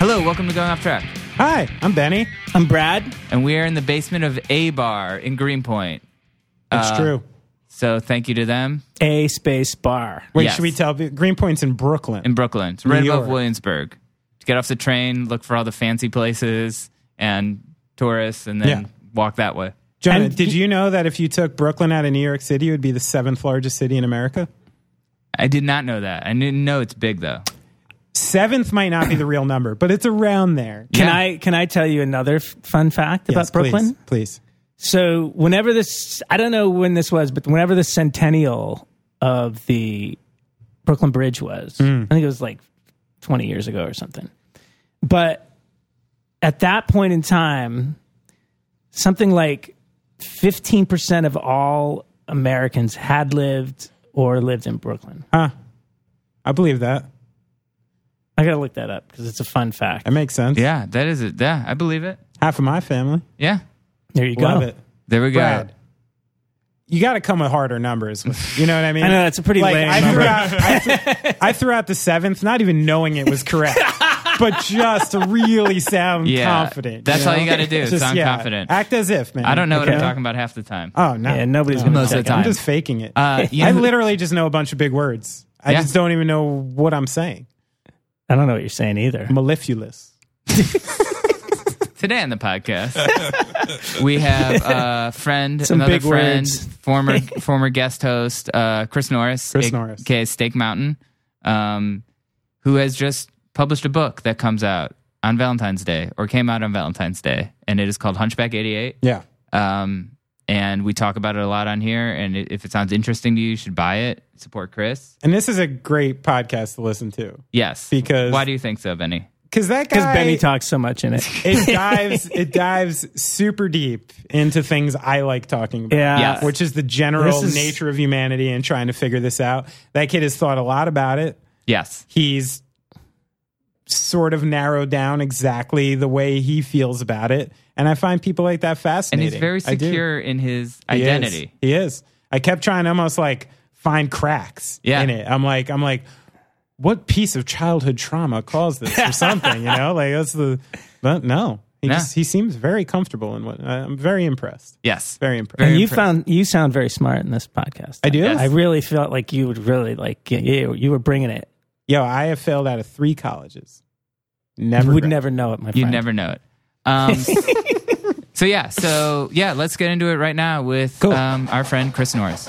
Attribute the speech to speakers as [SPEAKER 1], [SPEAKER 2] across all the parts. [SPEAKER 1] welcome to Going Off Track.
[SPEAKER 2] Hi, I'm Benny.
[SPEAKER 3] I'm Brad.
[SPEAKER 1] And we are in the basement of A Bar in Greenpoint.
[SPEAKER 2] It's true.
[SPEAKER 1] So thank you to them
[SPEAKER 3] Uh, A space bar.
[SPEAKER 2] Wait,
[SPEAKER 1] yes.
[SPEAKER 2] should we tell? Greenpoint's in Brooklyn.
[SPEAKER 1] in Brooklyn. It's right
[SPEAKER 2] New
[SPEAKER 1] above
[SPEAKER 2] York.
[SPEAKER 1] Williamsburg. Get off the train, look for all the fancy places and tourists, and then
[SPEAKER 2] Yeah.
[SPEAKER 1] walk that way.
[SPEAKER 2] Jonah,
[SPEAKER 3] And
[SPEAKER 2] did
[SPEAKER 3] he-
[SPEAKER 2] you know that if you took Brooklyn out of New York City, it would be the seventh largest city in America?
[SPEAKER 1] I did not know that. I didn't know it's big though.
[SPEAKER 2] Seventh might not be the real number, but it's around there.
[SPEAKER 3] Can
[SPEAKER 1] Yeah.
[SPEAKER 3] I can I tell you another f- fun fact
[SPEAKER 2] Yes,
[SPEAKER 3] about Brooklyn?
[SPEAKER 2] please. please.
[SPEAKER 3] So whenever this, I don't know when this was, but whenever the centennial of the Brooklyn Bridge
[SPEAKER 2] Hmm.
[SPEAKER 3] was, I think it was like 20 years ago or something. But at that point in time, something like 15% of all Americans had lived or lived in Brooklyn.
[SPEAKER 2] Huh? I believe that.
[SPEAKER 3] I got to look that up because it's a fun fact.
[SPEAKER 2] That makes sense.
[SPEAKER 1] Yeah, that is it. Yeah, I believe it.
[SPEAKER 2] Half of my family
[SPEAKER 1] Yeah,
[SPEAKER 3] There you
[SPEAKER 2] love
[SPEAKER 3] go.
[SPEAKER 2] it.
[SPEAKER 1] there we go.
[SPEAKER 2] Brad. You got to come with harder numbers. You know what I mean?
[SPEAKER 3] I know, that's a pretty lame
[SPEAKER 2] I
[SPEAKER 3] number.
[SPEAKER 2] threw, out, I, th- I threw out the seventh, not even knowing it was correct, but just to really sound
[SPEAKER 1] Yeah,
[SPEAKER 2] confident.
[SPEAKER 1] that's
[SPEAKER 2] know?
[SPEAKER 1] all you gotta do,
[SPEAKER 2] Just,
[SPEAKER 1] sound
[SPEAKER 2] yeah,
[SPEAKER 1] confident.
[SPEAKER 2] Act as if, man.
[SPEAKER 1] I don't know what I'm
[SPEAKER 2] okay?
[SPEAKER 1] talking about half the time.
[SPEAKER 2] Oh no,
[SPEAKER 3] Yeah, nobody's
[SPEAKER 2] no.
[SPEAKER 3] gonna
[SPEAKER 1] Most of
[SPEAKER 3] check
[SPEAKER 1] the
[SPEAKER 3] it.
[SPEAKER 1] time.
[SPEAKER 2] I'm just faking it.
[SPEAKER 1] Uh, you
[SPEAKER 2] I
[SPEAKER 1] know-
[SPEAKER 2] literally just know a bunch of big words. I
[SPEAKER 1] Yeah.
[SPEAKER 2] just don't even know what I'm saying.
[SPEAKER 3] I don't know what you're saying either.
[SPEAKER 2] Mellifluous.
[SPEAKER 1] Today on the podcast, we have a friend,
[SPEAKER 3] Some
[SPEAKER 1] another
[SPEAKER 3] big
[SPEAKER 1] friend,
[SPEAKER 3] words.
[SPEAKER 1] former former guest host, uh, Chris Norris,
[SPEAKER 2] Chris Norris.
[SPEAKER 1] okay, Steak Mountain, um, who has just published a book that comes out on Valentine's Day or came out on Valentine's Day, and it is called Hunchback Eighty Eight.
[SPEAKER 2] Yeah.
[SPEAKER 1] Um, and we talk about it a lot on here. And i- if it sounds interesting to you, you should buy it. Support Chris.
[SPEAKER 2] And this is a great podcast to listen to
[SPEAKER 1] Yes.
[SPEAKER 2] Because-
[SPEAKER 1] why do you think so, Benny?
[SPEAKER 2] because that guy
[SPEAKER 3] Because Benny talks so much in it.
[SPEAKER 2] it dives it dives super deep into things I like talking about.
[SPEAKER 3] Yeah.
[SPEAKER 1] Yes.
[SPEAKER 2] Which is the general
[SPEAKER 3] This is-
[SPEAKER 2] nature of humanity and trying to figure this out. That kid has thought a lot about it.
[SPEAKER 1] Yes.
[SPEAKER 2] He's sort of narrowed down exactly the way he feels about it. And I find people like that
[SPEAKER 1] And
[SPEAKER 2] fascinating.
[SPEAKER 1] he's very
[SPEAKER 2] I do.
[SPEAKER 1] secure in his
[SPEAKER 2] He is.
[SPEAKER 1] identity.
[SPEAKER 2] He is. I kept trying to almost like find cracks
[SPEAKER 1] Yeah.
[SPEAKER 2] in it. I'm like, I'm like, what piece of childhood trauma caused this or something? you know, like that's the. But no, he
[SPEAKER 1] No.
[SPEAKER 2] just he seems very comfortable and what I'm very impressed.
[SPEAKER 1] Yes.
[SPEAKER 2] Very impressed.
[SPEAKER 3] And you found you sound very smart in this podcast.
[SPEAKER 2] I do? Yes.
[SPEAKER 3] I really felt like you would really like you. You were bringing it.
[SPEAKER 2] Yo, I have failed out of three colleges.
[SPEAKER 3] You
[SPEAKER 2] Never
[SPEAKER 3] would
[SPEAKER 2] gra-
[SPEAKER 3] never know it, my friend.
[SPEAKER 1] You'd never know it. Um, so yeah, so yeah, let's get into it right now with
[SPEAKER 2] Cool.
[SPEAKER 1] um, our friend Chris Norris.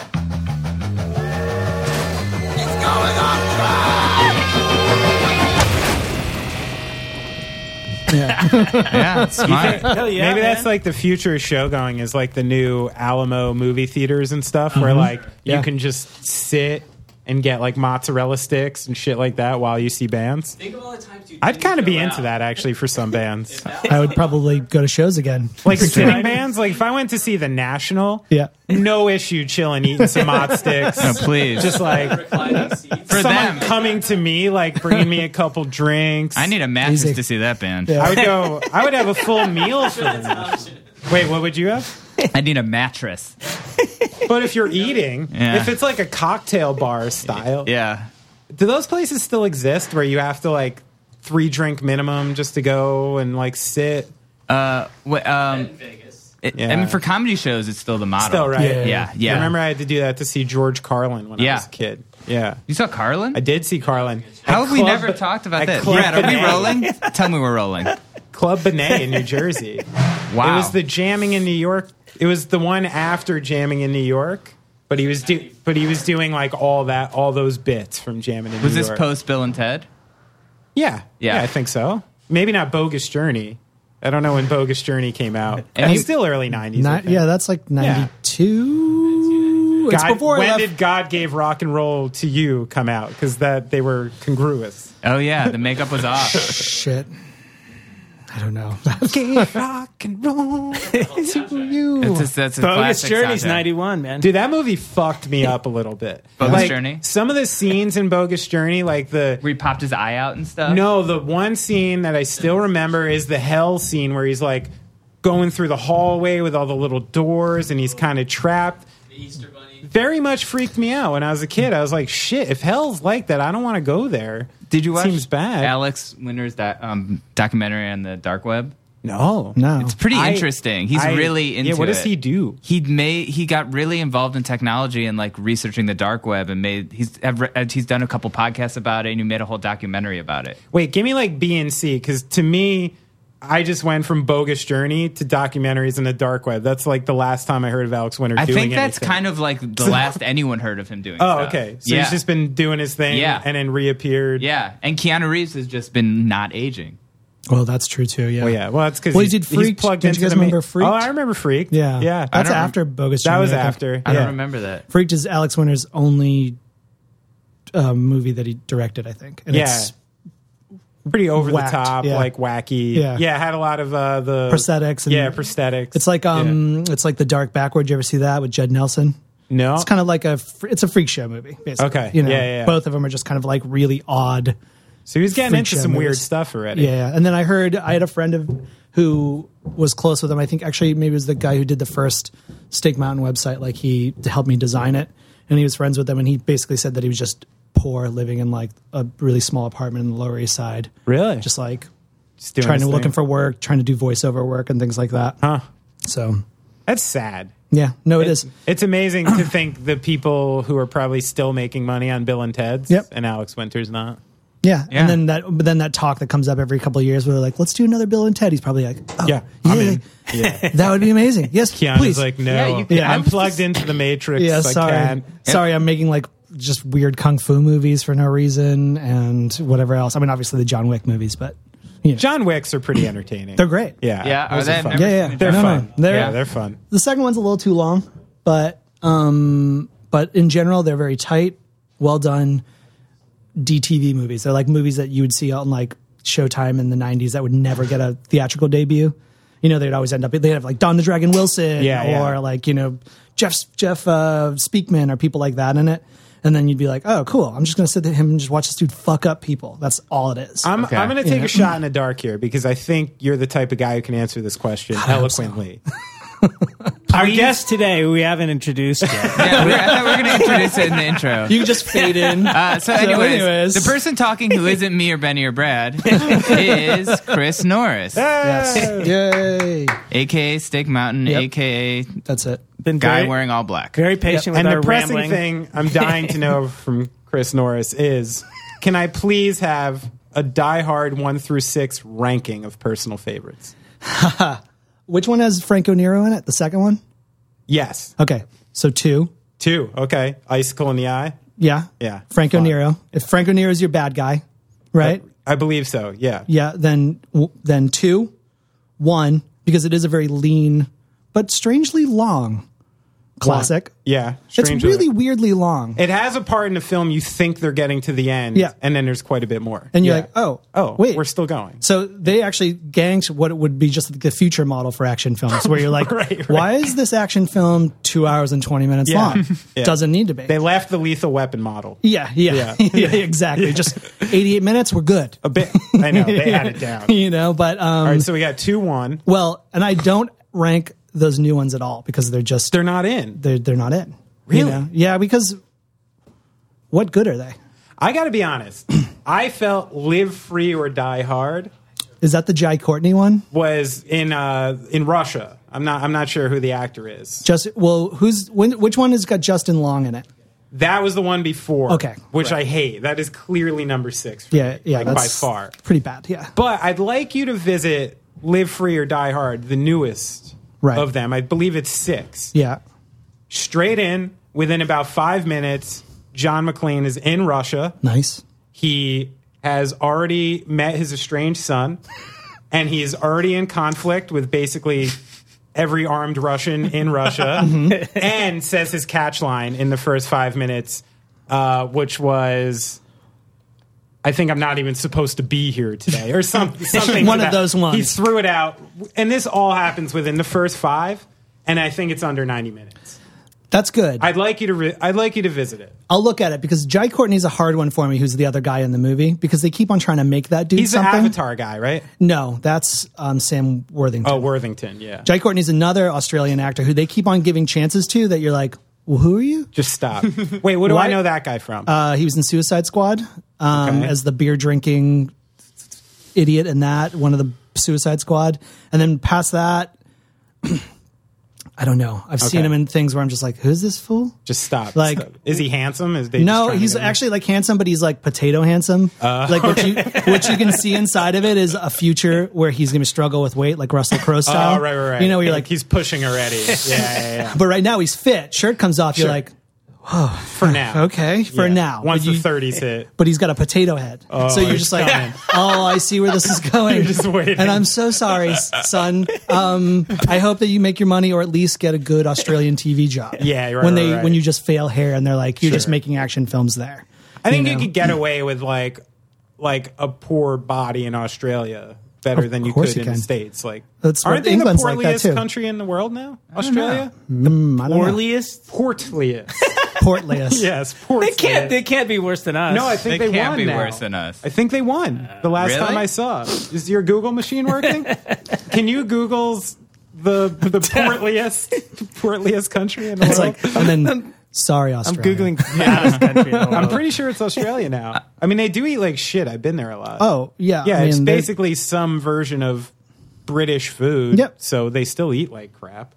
[SPEAKER 1] Yeah, smart.
[SPEAKER 3] Hell yeah,
[SPEAKER 2] Maybe that's like the future of show going is like the new Alamo movie theaters and stuff where like you
[SPEAKER 3] Yeah.
[SPEAKER 2] can just sit and get like mozzarella sticks and shit like that while you see bands.
[SPEAKER 4] Think of all the times you.
[SPEAKER 2] I'd
[SPEAKER 4] didn't
[SPEAKER 2] kind of be
[SPEAKER 4] go
[SPEAKER 2] into
[SPEAKER 4] out.
[SPEAKER 2] that actually for some bands.
[SPEAKER 5] I would probably go to shows again.
[SPEAKER 2] Like sitting bands, like if I went to see The National,
[SPEAKER 5] Yeah.
[SPEAKER 2] no issue chilling, eating some mozz sticks.
[SPEAKER 1] No, please.
[SPEAKER 2] Just like
[SPEAKER 4] Reclining seats.
[SPEAKER 1] For
[SPEAKER 2] someone
[SPEAKER 1] them.
[SPEAKER 2] coming to me, like bringing me a couple drinks.
[SPEAKER 1] I need a mattress
[SPEAKER 5] Easy.
[SPEAKER 1] to see that band.
[SPEAKER 5] Yeah.
[SPEAKER 2] I would go, I would have a full meal for
[SPEAKER 4] That's an
[SPEAKER 2] them.
[SPEAKER 4] option.
[SPEAKER 2] Wait, what would you have?
[SPEAKER 1] I need a mattress.
[SPEAKER 2] But if you're eating,
[SPEAKER 1] Yeah.
[SPEAKER 2] if it's like a cocktail bar style,
[SPEAKER 1] Yeah.
[SPEAKER 2] do those places still exist where you have to like three drink minimum just to go and like sit?
[SPEAKER 1] Wha- um,
[SPEAKER 4] In Vegas.
[SPEAKER 1] it-
[SPEAKER 2] Yeah.
[SPEAKER 1] I mean, for comedy shows, it's still the model.
[SPEAKER 2] Still, right?
[SPEAKER 5] Yeah.
[SPEAKER 1] Yeah, yeah.
[SPEAKER 2] I remember I had to do that to see George Carlin when I
[SPEAKER 1] Yeah.
[SPEAKER 2] was a kid. Yeah.
[SPEAKER 1] you saw Carlin?
[SPEAKER 2] I did see Carlin.
[SPEAKER 1] How
[SPEAKER 2] at
[SPEAKER 1] have we
[SPEAKER 2] Club-
[SPEAKER 1] never talked about
[SPEAKER 2] at
[SPEAKER 1] this?
[SPEAKER 2] Club
[SPEAKER 1] Brad, are we
[SPEAKER 2] Banana.
[SPEAKER 1] rolling? Tell me we're rolling.
[SPEAKER 2] Club Benet in New Jersey.
[SPEAKER 1] Wow.
[SPEAKER 2] It was the jamming in New York. It was the one after jamming in New York, but he was do, but he was doing like all that all those bits from jamming in
[SPEAKER 1] was
[SPEAKER 2] New
[SPEAKER 1] this
[SPEAKER 2] York.
[SPEAKER 1] post Bill and Ted?
[SPEAKER 2] Yeah.
[SPEAKER 1] Yeah.
[SPEAKER 2] Yeah, I think so. Maybe not Bogus Journey. I don't know when Bogus Journey came out.
[SPEAKER 1] And
[SPEAKER 2] And
[SPEAKER 1] he-
[SPEAKER 2] it's still early 90s. I
[SPEAKER 5] Not,
[SPEAKER 2] think.
[SPEAKER 5] yeah, that's like 92. It's
[SPEAKER 2] God,
[SPEAKER 5] before
[SPEAKER 2] when
[SPEAKER 5] I left.
[SPEAKER 2] did God gave rock and roll to you come out? Because that they were congruous.
[SPEAKER 1] Oh yeah, the makeup was off.
[SPEAKER 5] Shit. I don't know.
[SPEAKER 2] Gave rock and roll to you.
[SPEAKER 1] It's just- that's a
[SPEAKER 3] Bogus
[SPEAKER 1] classic
[SPEAKER 3] Journey's
[SPEAKER 1] soundtrack.
[SPEAKER 3] ninety one, man.
[SPEAKER 2] Dude, that movie fucked me up a little bit.
[SPEAKER 1] Bogus
[SPEAKER 2] Like,
[SPEAKER 1] Journey?
[SPEAKER 2] Some of the scenes in Bogus Journey, like the
[SPEAKER 1] Where he popped his eye out and stuff.
[SPEAKER 2] No, the one scene that I still remember is the hell scene where he's like going through the hallway with all the little doors and he's kind of trapped.
[SPEAKER 1] Easter Bunny.
[SPEAKER 2] very much freaked me out when I was a kid. I was like, shit, if hell's like that, I don't want to go there.
[SPEAKER 1] Did you watch
[SPEAKER 2] Seems bad.
[SPEAKER 1] Alex Winter's that um, documentary on the dark web?
[SPEAKER 2] No.
[SPEAKER 5] No.
[SPEAKER 1] It's pretty
[SPEAKER 2] I-
[SPEAKER 1] interesting. He's
[SPEAKER 2] I-
[SPEAKER 1] really into
[SPEAKER 2] Yeah, what does
[SPEAKER 1] it.
[SPEAKER 2] he do?
[SPEAKER 1] He made he got really involved in technology and like researching the dark web and made he's have re- uh, he's done a couple podcasts about it and he made a whole documentary about it.
[SPEAKER 2] Wait, give me like B and C because to me, I just went from bogus journey to documentaries in the dark web. That's like the last time I heard of Alex Winter.
[SPEAKER 1] I
[SPEAKER 2] doing
[SPEAKER 1] think that's
[SPEAKER 2] anything.
[SPEAKER 1] kind of like the last anyone heard of him doing.
[SPEAKER 2] Oh,
[SPEAKER 1] stuff.
[SPEAKER 2] okay. So
[SPEAKER 1] yeah,
[SPEAKER 2] he's just been doing his thing,
[SPEAKER 1] Yeah.
[SPEAKER 2] and then reappeared.
[SPEAKER 1] yeah, and Keanu Reeves has just been not aging.
[SPEAKER 5] Well, that's true too. Yeah.
[SPEAKER 2] Well, Oh, yeah. Well, that's because
[SPEAKER 5] Well,
[SPEAKER 2] he's,
[SPEAKER 5] he did
[SPEAKER 2] he's
[SPEAKER 5] Freaked.
[SPEAKER 2] plugged
[SPEAKER 5] Don't
[SPEAKER 2] into
[SPEAKER 5] you guys
[SPEAKER 2] the main-
[SPEAKER 5] remember Freaked?
[SPEAKER 2] Oh, I remember Freaked.
[SPEAKER 5] Yeah.
[SPEAKER 2] yeah.
[SPEAKER 5] That's
[SPEAKER 1] don't rem-
[SPEAKER 5] after Bogus
[SPEAKER 2] that
[SPEAKER 5] Journey,
[SPEAKER 2] was
[SPEAKER 5] I think.
[SPEAKER 2] after.
[SPEAKER 1] I
[SPEAKER 2] yeah.
[SPEAKER 1] don't remember that.
[SPEAKER 5] Freaked is Alex Winter's only uh, movie that he directed, I think. And
[SPEAKER 2] Yeah.
[SPEAKER 5] it's
[SPEAKER 2] Pretty over
[SPEAKER 5] Whacked,
[SPEAKER 2] the top,
[SPEAKER 5] yeah.
[SPEAKER 2] like wacky.
[SPEAKER 5] Yeah.
[SPEAKER 2] yeah. it Had a lot of uh, the
[SPEAKER 5] prosthetics. And
[SPEAKER 2] Yeah, prosthetics.
[SPEAKER 5] It's like um, it's like the Dark Backward. You ever see that with Judd Nelson?
[SPEAKER 2] no.
[SPEAKER 5] It's kind of like a fr- it's a freak show movie. Basically.
[SPEAKER 2] Okay.
[SPEAKER 5] You know,
[SPEAKER 2] Yeah, yeah, yeah.
[SPEAKER 5] both of them are just kind of like really odd.
[SPEAKER 2] so he's getting
[SPEAKER 5] freak
[SPEAKER 2] into
[SPEAKER 5] show
[SPEAKER 2] some weird
[SPEAKER 5] movies.
[SPEAKER 2] stuff already.
[SPEAKER 5] Yeah, yeah. And then I heard I had a friend of who was close with him. I think actually maybe it was the guy who did the first Steak Mountain website. Like he helped me design it, and he was friends with them. And he basically said that he was just poor, living in like a really small apartment in the Lower East Side,
[SPEAKER 2] Really?
[SPEAKER 5] just like
[SPEAKER 2] Just doing
[SPEAKER 5] trying
[SPEAKER 2] his
[SPEAKER 5] to looking
[SPEAKER 2] thing.
[SPEAKER 5] for work, trying to do voiceover work and things like that.
[SPEAKER 2] Huh.
[SPEAKER 5] So
[SPEAKER 2] That's sad.
[SPEAKER 5] yeah, no, it
[SPEAKER 2] It's,
[SPEAKER 5] is.
[SPEAKER 2] it's amazing to think the people who are probably still making money on Bill and Ted's
[SPEAKER 5] Yep.
[SPEAKER 2] and Alex Winter's not.
[SPEAKER 5] Yeah.
[SPEAKER 1] Yeah.
[SPEAKER 5] and then that, but then that talk that comes up every couple of years where they're like, "Let's do another Bill and Ted." He's probably like, oh,
[SPEAKER 2] Yeah, I'm in. Yeah.
[SPEAKER 5] that would be amazing." Yes,
[SPEAKER 2] Keanu's
[SPEAKER 5] please.
[SPEAKER 2] like, no,
[SPEAKER 1] Yeah, you-
[SPEAKER 5] Yeah.
[SPEAKER 2] I'm plugged into the Matrix.
[SPEAKER 5] yeah,
[SPEAKER 2] I
[SPEAKER 5] sorry,
[SPEAKER 2] can't.
[SPEAKER 5] sorry, I'm making like just weird kung fu movies for no reason and whatever else. I mean, obviously the John Wick movies, but you know,
[SPEAKER 2] John Wicks are pretty entertaining.
[SPEAKER 5] they're great.
[SPEAKER 2] yeah,
[SPEAKER 1] Yeah, are
[SPEAKER 2] those
[SPEAKER 1] they? I've
[SPEAKER 2] fun.
[SPEAKER 1] never
[SPEAKER 5] Yeah, yeah.
[SPEAKER 1] seen it.
[SPEAKER 2] They're
[SPEAKER 5] No, no,
[SPEAKER 2] fun.
[SPEAKER 5] they're-
[SPEAKER 2] yeah, they're fun.
[SPEAKER 5] The second one's a little too long, but um, but in general, they're very tight, well done DTV movies. They're like movies that you would see on like Showtime in the '90s that would never get a theatrical debut. You know, they'd always end up. They'd have like Don the Dragon Wilson,
[SPEAKER 2] Yeah, yeah.
[SPEAKER 5] or like you know Jeff Jeff uh, Speakman or people like that in it. And then you'd be like, "Oh, cool! I'm just gonna sit there him and just watch this dude fuck up people. That's all it is."
[SPEAKER 2] I'm,
[SPEAKER 1] Okay.
[SPEAKER 2] I'm going to take
[SPEAKER 5] Yeah.
[SPEAKER 2] a shot in the dark here because I think you're the type of guy who can answer this question eloquently.
[SPEAKER 3] Our guest today, who we haven't introduced yet.
[SPEAKER 1] Yeah, we I thought we were going to introduce it in the intro.
[SPEAKER 5] you can just fade in.
[SPEAKER 1] Uh, so, anyways,
[SPEAKER 5] anyways.
[SPEAKER 1] the person talking who isn't me or Benny or Brad is Chris Norris,
[SPEAKER 5] yes. Yay!
[SPEAKER 1] aka Stick Mountain,
[SPEAKER 5] Yep.
[SPEAKER 1] aka
[SPEAKER 5] That's it.
[SPEAKER 3] Been
[SPEAKER 1] guy
[SPEAKER 3] very,
[SPEAKER 1] wearing all black.
[SPEAKER 3] very patient
[SPEAKER 2] and
[SPEAKER 3] with
[SPEAKER 2] the
[SPEAKER 3] our
[SPEAKER 2] pressing
[SPEAKER 3] rambling.
[SPEAKER 2] thing I'm dying to know from Chris Norris is can I please have a diehard one through six ranking of personal favorites?
[SPEAKER 5] Which one has Franco Nero in it? The second one?
[SPEAKER 2] Yes.
[SPEAKER 5] Okay. So two.
[SPEAKER 2] Two. Okay. Icicle in the eye.
[SPEAKER 5] Yeah.
[SPEAKER 2] Yeah.
[SPEAKER 5] Franco
[SPEAKER 2] Fine.
[SPEAKER 5] Nero. If Franco Nero is your bad guy, right?
[SPEAKER 2] I believe so. Yeah.
[SPEAKER 5] yeah. Then w- then two, one because it is a very lean but strangely long classic.
[SPEAKER 2] Yeah.
[SPEAKER 5] It's
[SPEAKER 2] Strangely-
[SPEAKER 5] really weirdly long,
[SPEAKER 2] It has a part in the film you think they're getting to the end.
[SPEAKER 5] Yeah.
[SPEAKER 2] And then there's quite a bit more.
[SPEAKER 5] and you're
[SPEAKER 2] Yeah.
[SPEAKER 5] like, oh,
[SPEAKER 2] oh,
[SPEAKER 5] wait,
[SPEAKER 2] we're still going.
[SPEAKER 5] So they actually ganked what would be just the future model for action films, where you're like,
[SPEAKER 2] Right, right.
[SPEAKER 5] why is this action film two hours and twenty minutes
[SPEAKER 2] Yeah.
[SPEAKER 5] long?
[SPEAKER 2] Yeah.
[SPEAKER 5] Doesn't need to be.
[SPEAKER 2] They left the lethal weapon model.
[SPEAKER 5] Yeah, yeah,
[SPEAKER 2] Yeah.
[SPEAKER 5] yeah, exactly. Just 88 minutes, we're good.
[SPEAKER 2] A bit. I know. They had it down.
[SPEAKER 5] You know, but um,
[SPEAKER 2] All right. So we got two, one.
[SPEAKER 5] well, and I don't rank those new ones at all because they're just
[SPEAKER 2] They're not in.
[SPEAKER 5] they're they're not it.
[SPEAKER 2] Really?
[SPEAKER 5] Yeah, because what good are they?
[SPEAKER 2] I got to be honest. I felt Live Free or Die Hard
[SPEAKER 5] Is that the Jai Courtney one?
[SPEAKER 2] was in uh, in Russia. I'm not I'm not sure who the actor is.
[SPEAKER 5] Just well, who's when, which one has got Justin Long in it?
[SPEAKER 2] That was the one before.
[SPEAKER 5] Okay.
[SPEAKER 2] Which I hate. That is clearly number six. For
[SPEAKER 5] Yeah,
[SPEAKER 2] me,
[SPEAKER 5] yeah,
[SPEAKER 2] like, by
[SPEAKER 5] that's
[SPEAKER 2] far.
[SPEAKER 5] pretty bad. Yeah,
[SPEAKER 2] But I'd like you to visit Live Free or Die Hard, the newest
[SPEAKER 5] Right.
[SPEAKER 2] of them. I believe it's six.
[SPEAKER 5] yeah,
[SPEAKER 2] Straight in within about five minutes. John McClane is in Russia.
[SPEAKER 5] nice.
[SPEAKER 2] He has already met his estranged son, and he is already in conflict with basically every armed Russian in Russia,
[SPEAKER 5] Mm-hmm.
[SPEAKER 2] and says his catch line in the first five minutes, uh, which was. I think I'm not even supposed to be here today, or some, something.
[SPEAKER 5] One
[SPEAKER 2] to
[SPEAKER 5] of
[SPEAKER 2] that.
[SPEAKER 5] those
[SPEAKER 2] He
[SPEAKER 5] ones.
[SPEAKER 2] threw it out, and this all happens within the first five, and I think it's under 90 minutes.
[SPEAKER 5] That's good.
[SPEAKER 2] I'd like you to. Re- I'd like you to visit it.
[SPEAKER 5] I'll look at it because Jai Courtney's a hard one for me. Who's the other guy in the movie? Because they keep on trying to make that dude
[SPEAKER 2] He's an
[SPEAKER 5] something.
[SPEAKER 2] Avatar guy, right?
[SPEAKER 5] No, that's um, Sam Worthington.
[SPEAKER 2] Oh, Worthington. Yeah.
[SPEAKER 5] Jai Courtney's another Australian actor who they keep on giving chances to that you're like, Well, who are you?
[SPEAKER 2] Just stop. Wait, what do
[SPEAKER 5] Why-
[SPEAKER 2] I know that guy from?
[SPEAKER 5] Uh, he was in Suicide Squad um,
[SPEAKER 2] Okay.
[SPEAKER 5] as the beer drinking idiot in that one of the Suicide Squad, and then past that, I don't know. I've seen
[SPEAKER 2] Okay.
[SPEAKER 5] him in things where I'm just like, who's this fool?
[SPEAKER 2] just stop.
[SPEAKER 5] like-
[SPEAKER 2] is he handsome? Is they just
[SPEAKER 5] No,
[SPEAKER 2] trying to
[SPEAKER 5] he's
[SPEAKER 2] get him- Uh,
[SPEAKER 5] actually like handsome, but he's like potato handsome. like what you what you can see inside of it is a future where he's going to struggle with weight, like Russell Crowe style.
[SPEAKER 2] Oh, right, right, right.
[SPEAKER 5] You know, where you're like,
[SPEAKER 2] he's pushing already. Yeah, yeah, yeah.
[SPEAKER 5] but right now he's fit. Shirt comes off, you're
[SPEAKER 2] Sure.
[SPEAKER 5] like,
[SPEAKER 2] For now,
[SPEAKER 5] okay, for
[SPEAKER 2] Yeah.
[SPEAKER 5] now.
[SPEAKER 2] Once
[SPEAKER 5] But you-
[SPEAKER 2] the thirties hit,
[SPEAKER 5] but he's got a potato head. so you're
[SPEAKER 2] it's
[SPEAKER 5] just like,
[SPEAKER 2] coming.
[SPEAKER 5] oh, I see where this is going.
[SPEAKER 2] just waiting.
[SPEAKER 5] And I'm so sorry, s- son. Um, I hope that you make your money or at least get a good Australian TV job.
[SPEAKER 2] Yeah, right, right,
[SPEAKER 5] When they
[SPEAKER 2] right.
[SPEAKER 5] when you just fail hair and they're like, you're just
[SPEAKER 2] Sure.
[SPEAKER 5] making action films there.
[SPEAKER 2] I think you,
[SPEAKER 5] know.
[SPEAKER 2] could get away with like like a poor body in Australia better than you
[SPEAKER 5] course
[SPEAKER 2] could
[SPEAKER 5] you
[SPEAKER 2] in the
[SPEAKER 5] can.
[SPEAKER 2] states. Like,
[SPEAKER 5] That's what
[SPEAKER 2] aren't they
[SPEAKER 5] England's
[SPEAKER 2] the
[SPEAKER 5] like that,
[SPEAKER 2] portliest
[SPEAKER 5] too.
[SPEAKER 2] country in the world now? Australia,
[SPEAKER 5] Mm, I don't know.
[SPEAKER 3] Orliest?
[SPEAKER 2] portliest.
[SPEAKER 5] Portliest.
[SPEAKER 2] yes, portliest.
[SPEAKER 3] They can't. They can't be worse than us.
[SPEAKER 2] no, I think
[SPEAKER 1] They
[SPEAKER 2] they,
[SPEAKER 1] can't
[SPEAKER 2] won
[SPEAKER 1] be
[SPEAKER 2] now.
[SPEAKER 1] worse than us.
[SPEAKER 2] I think they won the last
[SPEAKER 1] Really?
[SPEAKER 2] time I saw. Is your Google machine working? Can you Google's the the portliest portliest country in the
[SPEAKER 5] It's
[SPEAKER 2] world?
[SPEAKER 5] like, and then, sorry, Australia.
[SPEAKER 3] Googling hottest country. in the
[SPEAKER 2] I'm
[SPEAKER 3] world.
[SPEAKER 2] pretty sure it's Australia now. I mean, they do eat like shit. I've been there a lot.
[SPEAKER 5] Oh, yeah.
[SPEAKER 2] yeah,
[SPEAKER 5] I mean,
[SPEAKER 2] it's
[SPEAKER 5] they're-
[SPEAKER 2] basically some version of British food.
[SPEAKER 5] Yep.
[SPEAKER 2] So they still eat like crap.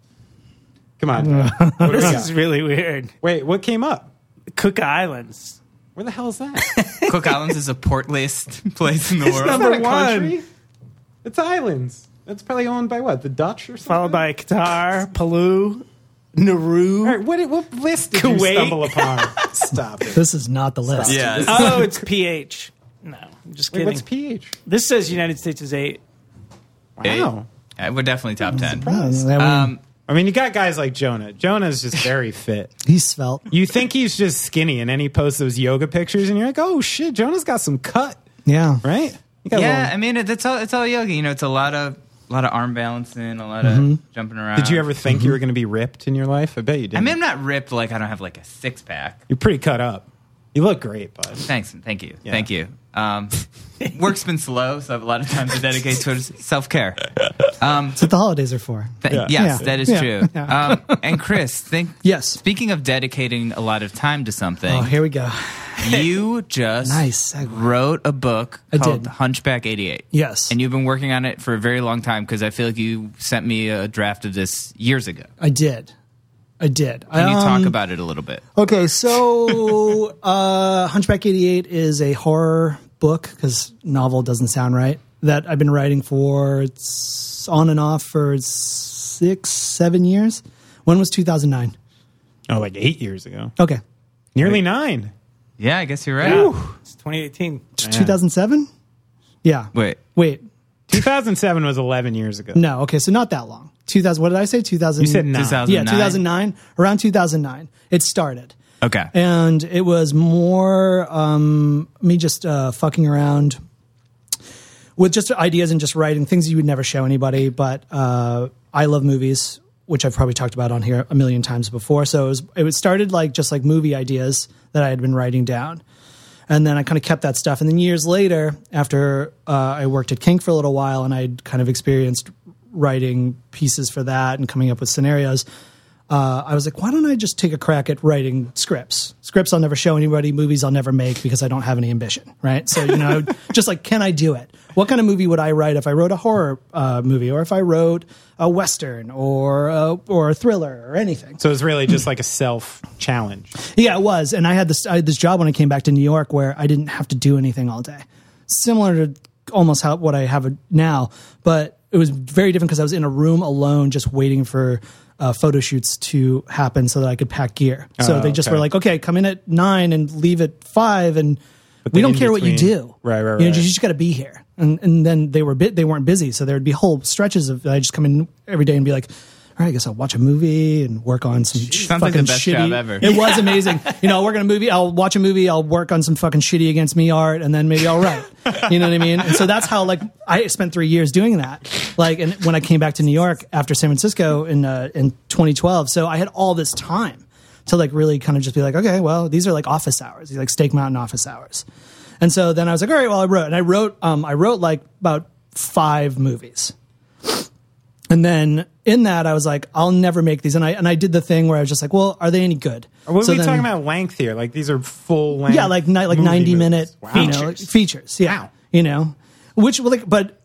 [SPEAKER 2] Come on. what do we
[SPEAKER 3] This is
[SPEAKER 2] got?
[SPEAKER 3] really weird.
[SPEAKER 2] Wait, what came up?
[SPEAKER 3] Cook Islands.
[SPEAKER 2] Where the hell is that?
[SPEAKER 1] Cook Islands is a portliest place in the world.
[SPEAKER 2] It's not
[SPEAKER 3] not-
[SPEAKER 2] a
[SPEAKER 3] Number one.
[SPEAKER 2] country. It's islands. That's probably owned by what? The Dutch or something?
[SPEAKER 3] followed by Qatar, Palau, Nauru.
[SPEAKER 2] All right, what, what list did you
[SPEAKER 3] Kuwait.
[SPEAKER 2] stumble upon? Stop it.
[SPEAKER 5] This is not the list.
[SPEAKER 1] yeah, it's-
[SPEAKER 3] Oh, it's PH. No, I'm just
[SPEAKER 2] Wait,
[SPEAKER 3] kidding.
[SPEAKER 2] what's PH?
[SPEAKER 3] this says United States is eight.
[SPEAKER 2] Wow.
[SPEAKER 1] yeah, we're definitely top ten.
[SPEAKER 5] Oh, I mean,
[SPEAKER 1] Um,
[SPEAKER 2] I mean, you got guys like Jonah. Jonah's just very fit.
[SPEAKER 5] he's svelte.
[SPEAKER 2] You think he's just skinny, and then he posts those yoga pictures, and you're like, oh shit, Jonah's got some cut,
[SPEAKER 5] Yeah.
[SPEAKER 2] right? He got a
[SPEAKER 1] yeah,
[SPEAKER 2] little-
[SPEAKER 1] I mean it, it's all it's all yoga. You know, it's a lot of a lot of arm balancing, a lot
[SPEAKER 5] Mm-hmm.
[SPEAKER 1] of jumping around.
[SPEAKER 2] Did you ever think you were going to be ripped in your life? I bet you did.
[SPEAKER 1] I mean, I'm not ripped. Like I don't have like a six pack.
[SPEAKER 2] you're pretty cut up. You look great, bud.
[SPEAKER 1] Thanks, and thank you,
[SPEAKER 2] Yeah.
[SPEAKER 1] thank you. Um, work's been slow, so I have a lot of time to dedicate towards self care. Um,
[SPEAKER 5] That's what the holidays are for.
[SPEAKER 1] th-
[SPEAKER 2] Yeah.
[SPEAKER 1] Yes,
[SPEAKER 5] Yeah.
[SPEAKER 1] that is
[SPEAKER 5] Yeah.
[SPEAKER 1] true. Um, and Chris, think
[SPEAKER 5] Yes.
[SPEAKER 1] Speaking of dedicating a lot of time to something,
[SPEAKER 5] Oh, here we go.
[SPEAKER 1] you just
[SPEAKER 5] Nice segue.
[SPEAKER 1] wrote a book
[SPEAKER 5] I
[SPEAKER 1] called
[SPEAKER 5] did.
[SPEAKER 1] Hunchback 88.
[SPEAKER 5] Yes.
[SPEAKER 1] And you've been working on it for a very long time because I feel like you sent me a draft of this years ago.
[SPEAKER 5] I did. I did. Um,
[SPEAKER 1] Can you talk about it a little bit?
[SPEAKER 5] Okay, so uh, Hunchback 88 is a horror book because novel doesn't sound right that I've been writing for it's on and off for six, seven years. When was 2009?
[SPEAKER 2] Oh, like eight years ago.
[SPEAKER 5] Okay,
[SPEAKER 2] Nearly nine.
[SPEAKER 1] Yeah, I guess you're right.
[SPEAKER 3] Yeah. It's 2018.
[SPEAKER 5] 2007? Yeah.
[SPEAKER 1] Wait,
[SPEAKER 5] Wait,
[SPEAKER 2] 2007 was 11 years ago.
[SPEAKER 5] no, okay, so not that long. 2000, what did I say? 2000,
[SPEAKER 2] You said nine.
[SPEAKER 1] 2009.
[SPEAKER 5] Yeah, 2009, around 2009. It started.
[SPEAKER 1] Okay.
[SPEAKER 5] and it was more um, me just uh, fucking around with just ideas and just writing things you would never show anybody. But uh, I love movies, which I've probably talked about on here a million times before. So it was it was started like just like movie ideas that I had been writing down, and then I kind of kept that stuff. And then years later, after uh, I worked at Kink for a little while, and I'd kind of experienced writing pieces for that and coming up with scenarios uh, I was like, why don't I just take a crack at writing scripts? Scripts I'll never show anybody, movies I'll never make because I don't have any ambition, right? So, you know, just like, can I do it? What kind of movie would I write if I wrote a horror uh, movie or if I wrote a Western or a, or a thriller or anything?
[SPEAKER 2] So it's really just like a self challenge.
[SPEAKER 5] Yeah, it was. And I had this I had this job when I came back to New York where I didn't have to do anything all day, similar to almost how what I have now. But it was very different because I was in a room alone, just waiting for uh, photo shoots to happen so that I could pack gear. So
[SPEAKER 2] Oh,
[SPEAKER 5] they just
[SPEAKER 2] okay.
[SPEAKER 5] were like, "Okay, come in at nine and leave at five, and we
[SPEAKER 2] the
[SPEAKER 5] don't care what you
[SPEAKER 2] in-between-
[SPEAKER 5] do.
[SPEAKER 2] Right, right,
[SPEAKER 5] You, know,
[SPEAKER 2] right.
[SPEAKER 5] you just got to be here." And and then they were bit they weren't busy, so there would be whole stretches of I just come in every day and be like. All right, I guess I'll watch a movie and work on some
[SPEAKER 1] Sounds like the
[SPEAKER 5] fucking
[SPEAKER 1] best
[SPEAKER 5] shitty.
[SPEAKER 1] job ever.
[SPEAKER 5] It was amazing. You know, I'll work on a movie, I'll watch a movie, I'll work on some fucking shitty against me art, and then maybe I'll write. You know what I mean? And so that's how like I spent three years doing that. Like, and when I came back to New York after San Francisco in uh, in 2012, so I had all this time to like really kind of just be like, okay, well, these are like office hours, these like Stake Mountain office hours. And so then I was like, all right, well, I wrote, and I wrote, um, I wrote like about five movies And then in that, I was like, I'll never make these. And I and I did the thing where I was just like, well, are they any good?
[SPEAKER 2] What
[SPEAKER 5] So
[SPEAKER 2] are we
[SPEAKER 5] then-
[SPEAKER 2] talking about length here? Like these are full length.
[SPEAKER 5] Yeah, like ni- like
[SPEAKER 2] movie
[SPEAKER 5] ninety minute
[SPEAKER 2] movies. Wow.
[SPEAKER 5] you know, like, features. Yeah,
[SPEAKER 2] Wow.
[SPEAKER 5] you know, which well, like but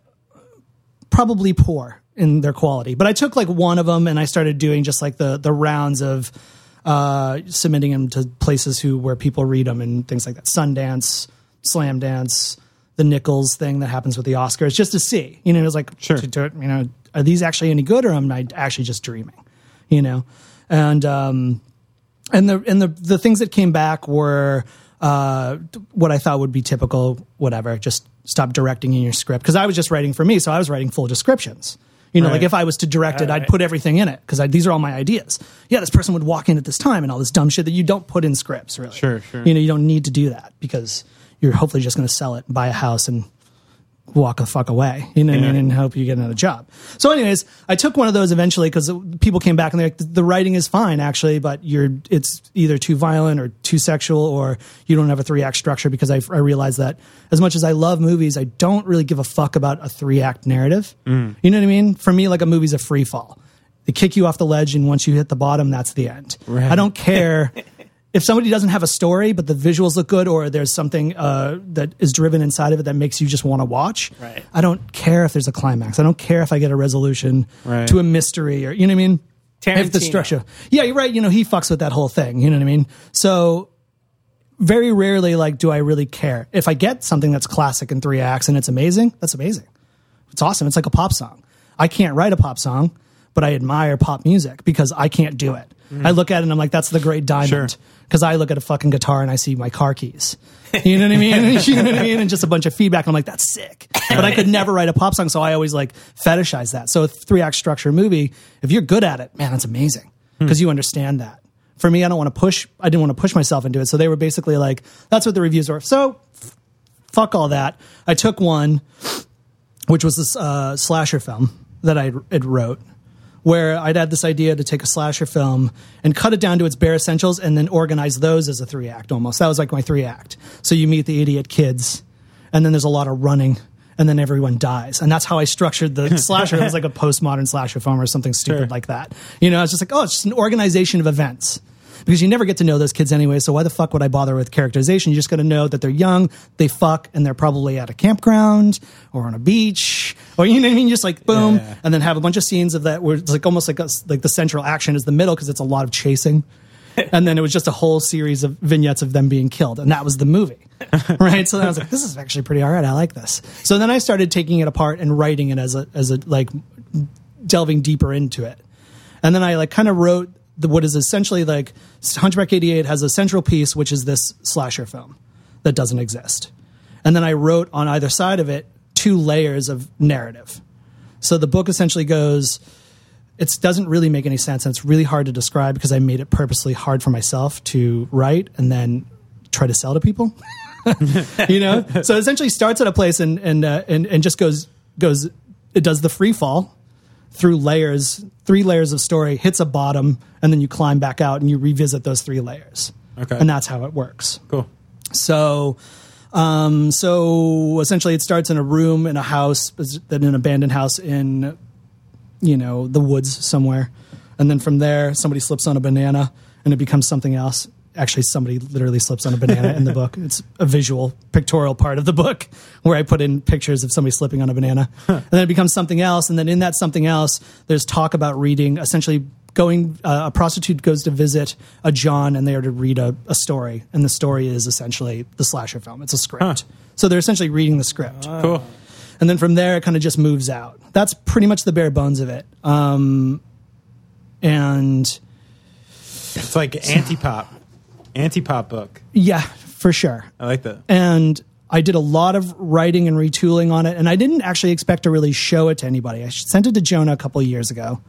[SPEAKER 5] probably poor in their quality. But I took like one of them and I started doing just like the the rounds of uh, submitting them to places who where people read them and things like that. Sundance, Slam Dance, the Nichols thing that happens with the Oscars, just to see. You know, it was like
[SPEAKER 2] Sure.
[SPEAKER 5] to, to, you know, are these actually any good or am I actually just dreaming? You know, and um, and the and the the things that came back were uh, what I thought would be typical, whatever. Just stop directing in your script because I was just writing for me, so I was writing full descriptions. You know,
[SPEAKER 2] Right.
[SPEAKER 5] like if I was to direct it, I'd
[SPEAKER 3] Right.
[SPEAKER 5] put everything in it because these are all my ideas. Yeah, this person would walk in at this time and all this dumb shit that you don't put in scripts, really.
[SPEAKER 2] Sure, sure.
[SPEAKER 5] You know, you don't need to do that because you're hopefully just going to sell it, buy a house, and walk the fuck away, you know, and, and hope you get another job. So, anyways, I took one of those eventually because people came back and they're like, the writing is fine actually, but you're it's either too violent or too sexual or you don't have a three act structure because I, I realized that as much as I love movies, I don't really give a fuck about a three act narrative. You know what I mean? For me, like a movie's a free fall. They kick you off the ledge, and once you hit the bottom, that's the end. I don't care. if somebody doesn't have a story but the visuals look good or there's something uh, that is driven inside of it that makes you just want to watch
[SPEAKER 3] Right.
[SPEAKER 5] i don't care if there's a climax i don't care if i get a resolution
[SPEAKER 2] Right.
[SPEAKER 5] to a mystery or you know what i mean if the
[SPEAKER 3] Tarantino.
[SPEAKER 5] structure yeah you're right you know he fucks with that whole thing you know what i mean so very rarely like do i really care if i get something that's classic in three acts and it's amazing that's amazing it's awesome. It's like a pop song. I can't write a pop song, but I admire pop music because I can't do it. I look at it and I'm like, that's the great diamond.
[SPEAKER 2] Sure.
[SPEAKER 5] Because I look at a fucking guitar and I see my car keys. You know what I mean? you know what I mean? And just a bunch of feedback. And I'm like, that's sick. But I could never write a pop song, so I always like fetishize that. So a three act structure movie, if you're good at it, man, that's amazing because you understand that. For me, I don't want to push. I didn't want to push myself into it, so they were basically like, "That's what the reviews were." So, f- fuck all that. I took one which was this uh, slasher film that I had wrote, where I'd had this idea to take a slasher film and cut it down to its bare essentials, and then organize those as a three act almost. That was like my three act. So you meet the idiot kids, and then there's a lot of running, and then everyone dies, and that's how I structured the slasher. It was like a postmodern slasher film or something stupid like that. You know, I was just like, oh, it's just an organization of events. Because you never get to know those kids anyway, so why the fuck would I bother with characterization? You just got to know that they're young, they fuck, and they're probably at a campground or on a beach, or you know what I mean? Just like boom,
[SPEAKER 2] Yeah.
[SPEAKER 5] and then have a bunch of scenes of that where it's like almost like a, like the central action is the middle because it's a lot of chasing, and then it was just a whole series of vignettes of them being killed, and that was the movie, right? So then I was like, this is actually pretty all right. I like this. So then I started taking it apart and writing it as a as a like delving deeper into it. And then I like kind of wrote the, what is essentially like Hunchback 88 has a central piece, which is this slasher film that doesn't exist. And then I wrote on either side of it two layers of narrative. So the book essentially goes, it doesn't really make any sense. And it's really hard to describe because I made it purposely hard for myself to write and then try to sell to people you know so essentially starts at a place and and, uh, and and just goes goes it does the free fall through layers three layers of story hits a bottom and then you climb back out and you revisit those three layers
[SPEAKER 2] Okay.
[SPEAKER 5] and that's how it works
[SPEAKER 2] Cool.
[SPEAKER 5] so, um, so essentially, it starts in a room in a house, then an abandoned house in, you know, the woods somewhere, and then from there, somebody slips on a banana, and it becomes something else. Actually, somebody literally slips on a banana in the book. It's a visual, pictorial part of the book where I put in pictures of somebody slipping on a banana. And then it becomes something else. And then in that something else, there's talk about reading, essentially going uh, a prostitute goes to visit a john and they are to read a, a story and the story is essentially the slasher film it's a script so they're essentially reading the script
[SPEAKER 2] Cool.
[SPEAKER 5] and then from there it kind of just moves out that's pretty much the bare bones of it um, and
[SPEAKER 2] It's like anti pop, anti pop book.
[SPEAKER 5] yeah for sure
[SPEAKER 2] I like that.
[SPEAKER 5] and I did a lot of writing and retooling on it, and I didn't actually expect to really show it to anybody. I sent it to Jonah a couple of years ago,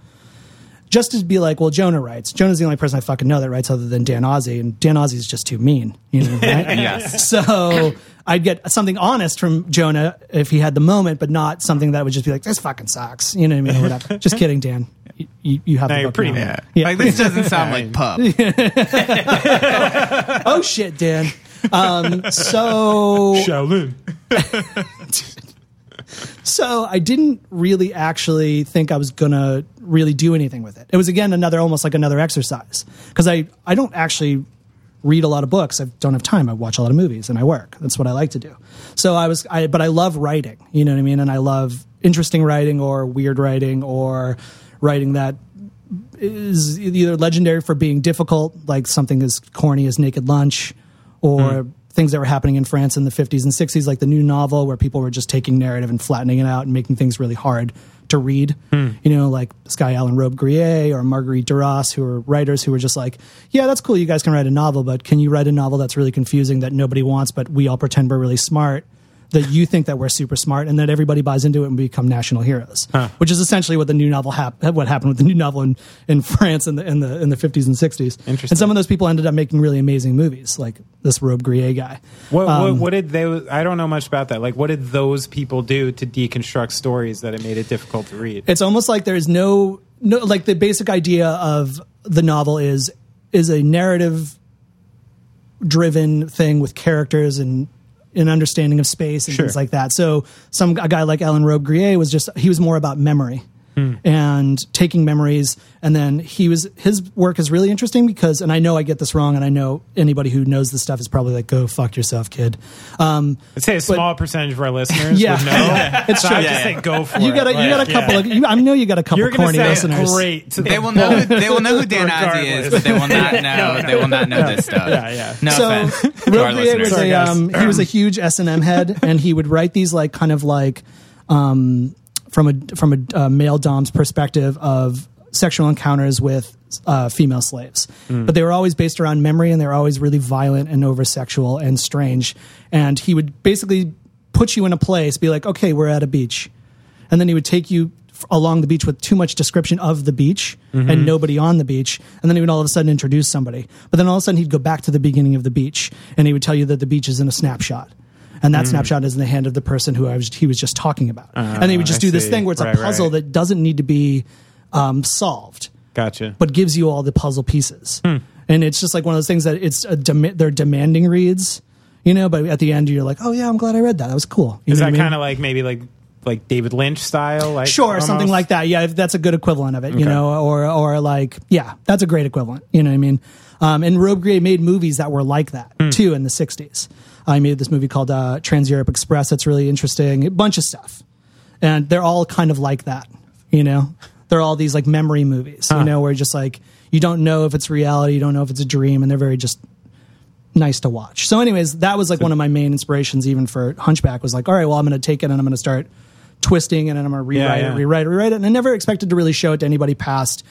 [SPEAKER 5] just to be like, "Well, Jonah writes. Jonah's the only person I fucking know that writes other than Dan Ozzie, and Dan Ozzie's just too mean, you know." Right?
[SPEAKER 1] Yes.
[SPEAKER 5] So I'd get something honest from Jonah if he had the moment, but not something that would just be like, "This fucking sucks," you know what I mean? Or whatever. just kidding, Dan. You- You, you have
[SPEAKER 2] No,
[SPEAKER 5] the
[SPEAKER 2] you're
[SPEAKER 5] book
[SPEAKER 2] pretty
[SPEAKER 5] now.
[SPEAKER 2] mean.
[SPEAKER 5] Yeah.
[SPEAKER 1] Like this doesn't sound like pub.
[SPEAKER 5] oh shit, Dan. Um, so
[SPEAKER 2] Shaolin.
[SPEAKER 5] So I didn't really actually think I was gonna really do anything with it. It was again another almost like another exercise because I I don't actually read a lot of books. I don't have time. I watch a lot of movies and I work. That's what I like to do. So I was I but I love writing. You know what I mean? And I love interesting writing or weird writing or writing that is either legendary for being difficult, like something as corny as Naked Lunch, or things that were happening in France in the 50s and 60s, like the new novel, where people were just taking narrative and flattening it out and making things really hard to read. You know, like this guy Alan Robe Grier or Marguerite Duras, who were writers who were just like, yeah, that's cool, you guys can write a novel, but can you write a novel that's really confusing that nobody wants, but we all pretend we're really smart? That you think that we're super smart and that everybody buys into it and we become national heroes, which is essentially what the new novel hap- what happened with the new novel in, in France in the in the in the fifties and sixties.
[SPEAKER 2] Interesting.
[SPEAKER 5] And some of those people ended up making really amazing movies, like this Robe Grier guy.
[SPEAKER 2] What,
[SPEAKER 5] Um,
[SPEAKER 2] what, what did they? I don't know much about that. Like, what did those people do to deconstruct stories that it made it difficult to read?
[SPEAKER 5] it's almost like there's no no like the basic idea of the novel is is a narrative driven thing with characters and an understanding of space and
[SPEAKER 2] Sure.
[SPEAKER 5] things like that. So some a guy like Alan Robe Grier was just he was more about memory
[SPEAKER 2] Hmm.
[SPEAKER 5] and taking memories and then he was his work is really interesting because and I know I get this wrong and I know anybody who knows this stuff is probably like go fuck yourself kid. Um
[SPEAKER 2] I'd say a small percentage of our listeners
[SPEAKER 5] Yeah.
[SPEAKER 2] would know.
[SPEAKER 5] It's
[SPEAKER 2] so
[SPEAKER 5] true.
[SPEAKER 2] I just
[SPEAKER 5] Yeah,
[SPEAKER 2] say go for
[SPEAKER 5] you
[SPEAKER 2] it.
[SPEAKER 5] got a you got a couple of you, I know you got a couple
[SPEAKER 2] You're going
[SPEAKER 5] corny
[SPEAKER 2] to say
[SPEAKER 5] listeners.
[SPEAKER 2] It's great. To
[SPEAKER 1] They
[SPEAKER 2] the
[SPEAKER 1] will know.
[SPEAKER 2] bone.
[SPEAKER 1] They will know who Dan Ozzie is, but they will not know. They will not know this stuff.
[SPEAKER 2] Yeah, yeah.
[SPEAKER 1] No
[SPEAKER 5] so
[SPEAKER 1] offense to our
[SPEAKER 5] Rogue Grier
[SPEAKER 1] listeners.
[SPEAKER 5] was a um, he was a huge S and M head, and he would write these like kind of like um, from a from a uh, male dom's perspective of sexual encounters with uh, female slaves, but they were always based around memory, and they were always really violent and over sexual and strange. And he would basically put you in a place, be like, okay, we're at a beach and then he would take you f- along the beach with too much description of the beach and nobody on the beach and then he would all of a sudden introduce somebody but then all of a sudden he'd go back to the beginning of the beach and he would tell you that the beach is in a snapshot and that snapshot is in the hand of the person who I was, he was just talking about and he would just
[SPEAKER 2] Oh, I
[SPEAKER 5] do this
[SPEAKER 2] see.
[SPEAKER 5] thing where it's
[SPEAKER 2] Right,
[SPEAKER 5] a puzzle
[SPEAKER 2] right.
[SPEAKER 5] that doesn't need to be um, solved
[SPEAKER 2] Gotcha.
[SPEAKER 5] but gives you all the puzzle pieces.
[SPEAKER 2] Hmm.
[SPEAKER 5] And it's just like one of those things that it's a dem- they're demanding reads, you know. But at the end, you're like, oh yeah, I'm glad I read that. That was cool. You
[SPEAKER 2] is that
[SPEAKER 5] know what I mean?
[SPEAKER 2] kind of like maybe like like David Lynch style? Like
[SPEAKER 5] sure something
[SPEAKER 2] almost?
[SPEAKER 5] like that yeah if that's a good equivalent of it you
[SPEAKER 2] Okay.
[SPEAKER 5] know or or like yeah that's a great equivalent you know what i mean um, and robe Grier made movies that were like that
[SPEAKER 2] Hmm.
[SPEAKER 5] too in the 60s i made this movie called uh, trans europe express that's really interesting a bunch of stuff and they're all kind of like that you know they're all these like memory movies you know where just like you don't know if it's reality you don't know if it's a dream and they're very just nice to watch. So, anyways, that was like one of my main inspirations, even for Hunchback. Was like, all right, well, I'm going to take it and I'm going to start twisting it and I'm going to rewrite
[SPEAKER 2] yeah.
[SPEAKER 5] it, rewrite it, rewrite it. And I never expected to really show it to anybody past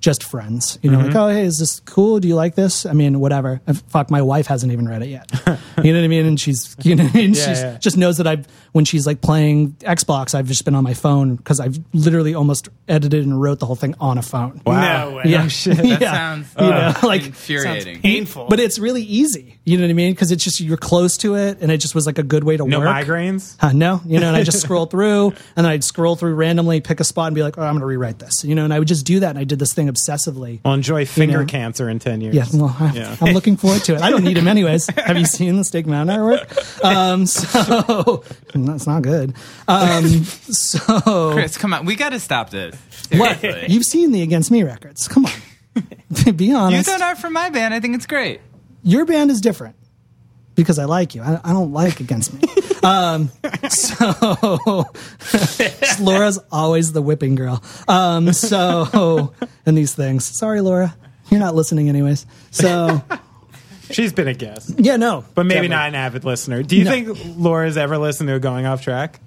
[SPEAKER 5] just friends. You know,
[SPEAKER 2] Mm-hmm.
[SPEAKER 5] like, oh, hey, is this cool? Do you like this? I mean, whatever. If- fuck, my wife hasn't even read it yet. you know what I mean? And she's, you know, and she's
[SPEAKER 2] yeah.
[SPEAKER 5] just knows that I've when she's like playing Xbox, I've just been on my phone because I've literally almost edited and wrote the whole thing on a phone.
[SPEAKER 2] Wow.
[SPEAKER 3] No way.
[SPEAKER 5] Yeah,
[SPEAKER 1] That
[SPEAKER 5] Yeah.
[SPEAKER 1] sounds
[SPEAKER 5] You know, like,
[SPEAKER 1] like infuriating.
[SPEAKER 3] Painful.
[SPEAKER 5] but it's really easy. You know what I mean? Because it's just you're close to it, and it just was like a good way to
[SPEAKER 2] No
[SPEAKER 5] work.
[SPEAKER 2] migraines.
[SPEAKER 5] Uh, no, you know, and I just scroll through, and then I'd scroll through randomly, pick a spot, and be like, "Oh, I'm going to rewrite this," you know. And I would just do that, and I did this thing obsessively.
[SPEAKER 2] I'll enjoy finger
[SPEAKER 5] know.
[SPEAKER 2] cancer in ten years.
[SPEAKER 5] Yeah, well, I,
[SPEAKER 2] Yeah.
[SPEAKER 5] I'm looking forward to it. I don't need him anyways. Have you seen the Steak Mountain artwork? Um, so that's not good. Um, so
[SPEAKER 1] Chris, come on. We got to stop this. Seriously.
[SPEAKER 5] you've seen the Against Me records? Come on, be
[SPEAKER 1] You
[SPEAKER 5] honest.
[SPEAKER 1] done art from my band. I think it's great.
[SPEAKER 5] your band is different because I like you. I, I don't like against me. um, so Laura's always the whipping girl. Um, so and these things. Sorry, Laura, you're not listening anyways. So
[SPEAKER 2] She's been a guest,
[SPEAKER 5] yeah, no,
[SPEAKER 2] but maybe
[SPEAKER 5] definitely.
[SPEAKER 2] not an avid listener. Do you
[SPEAKER 5] No.
[SPEAKER 2] think Laura's ever listened to Going Off Track?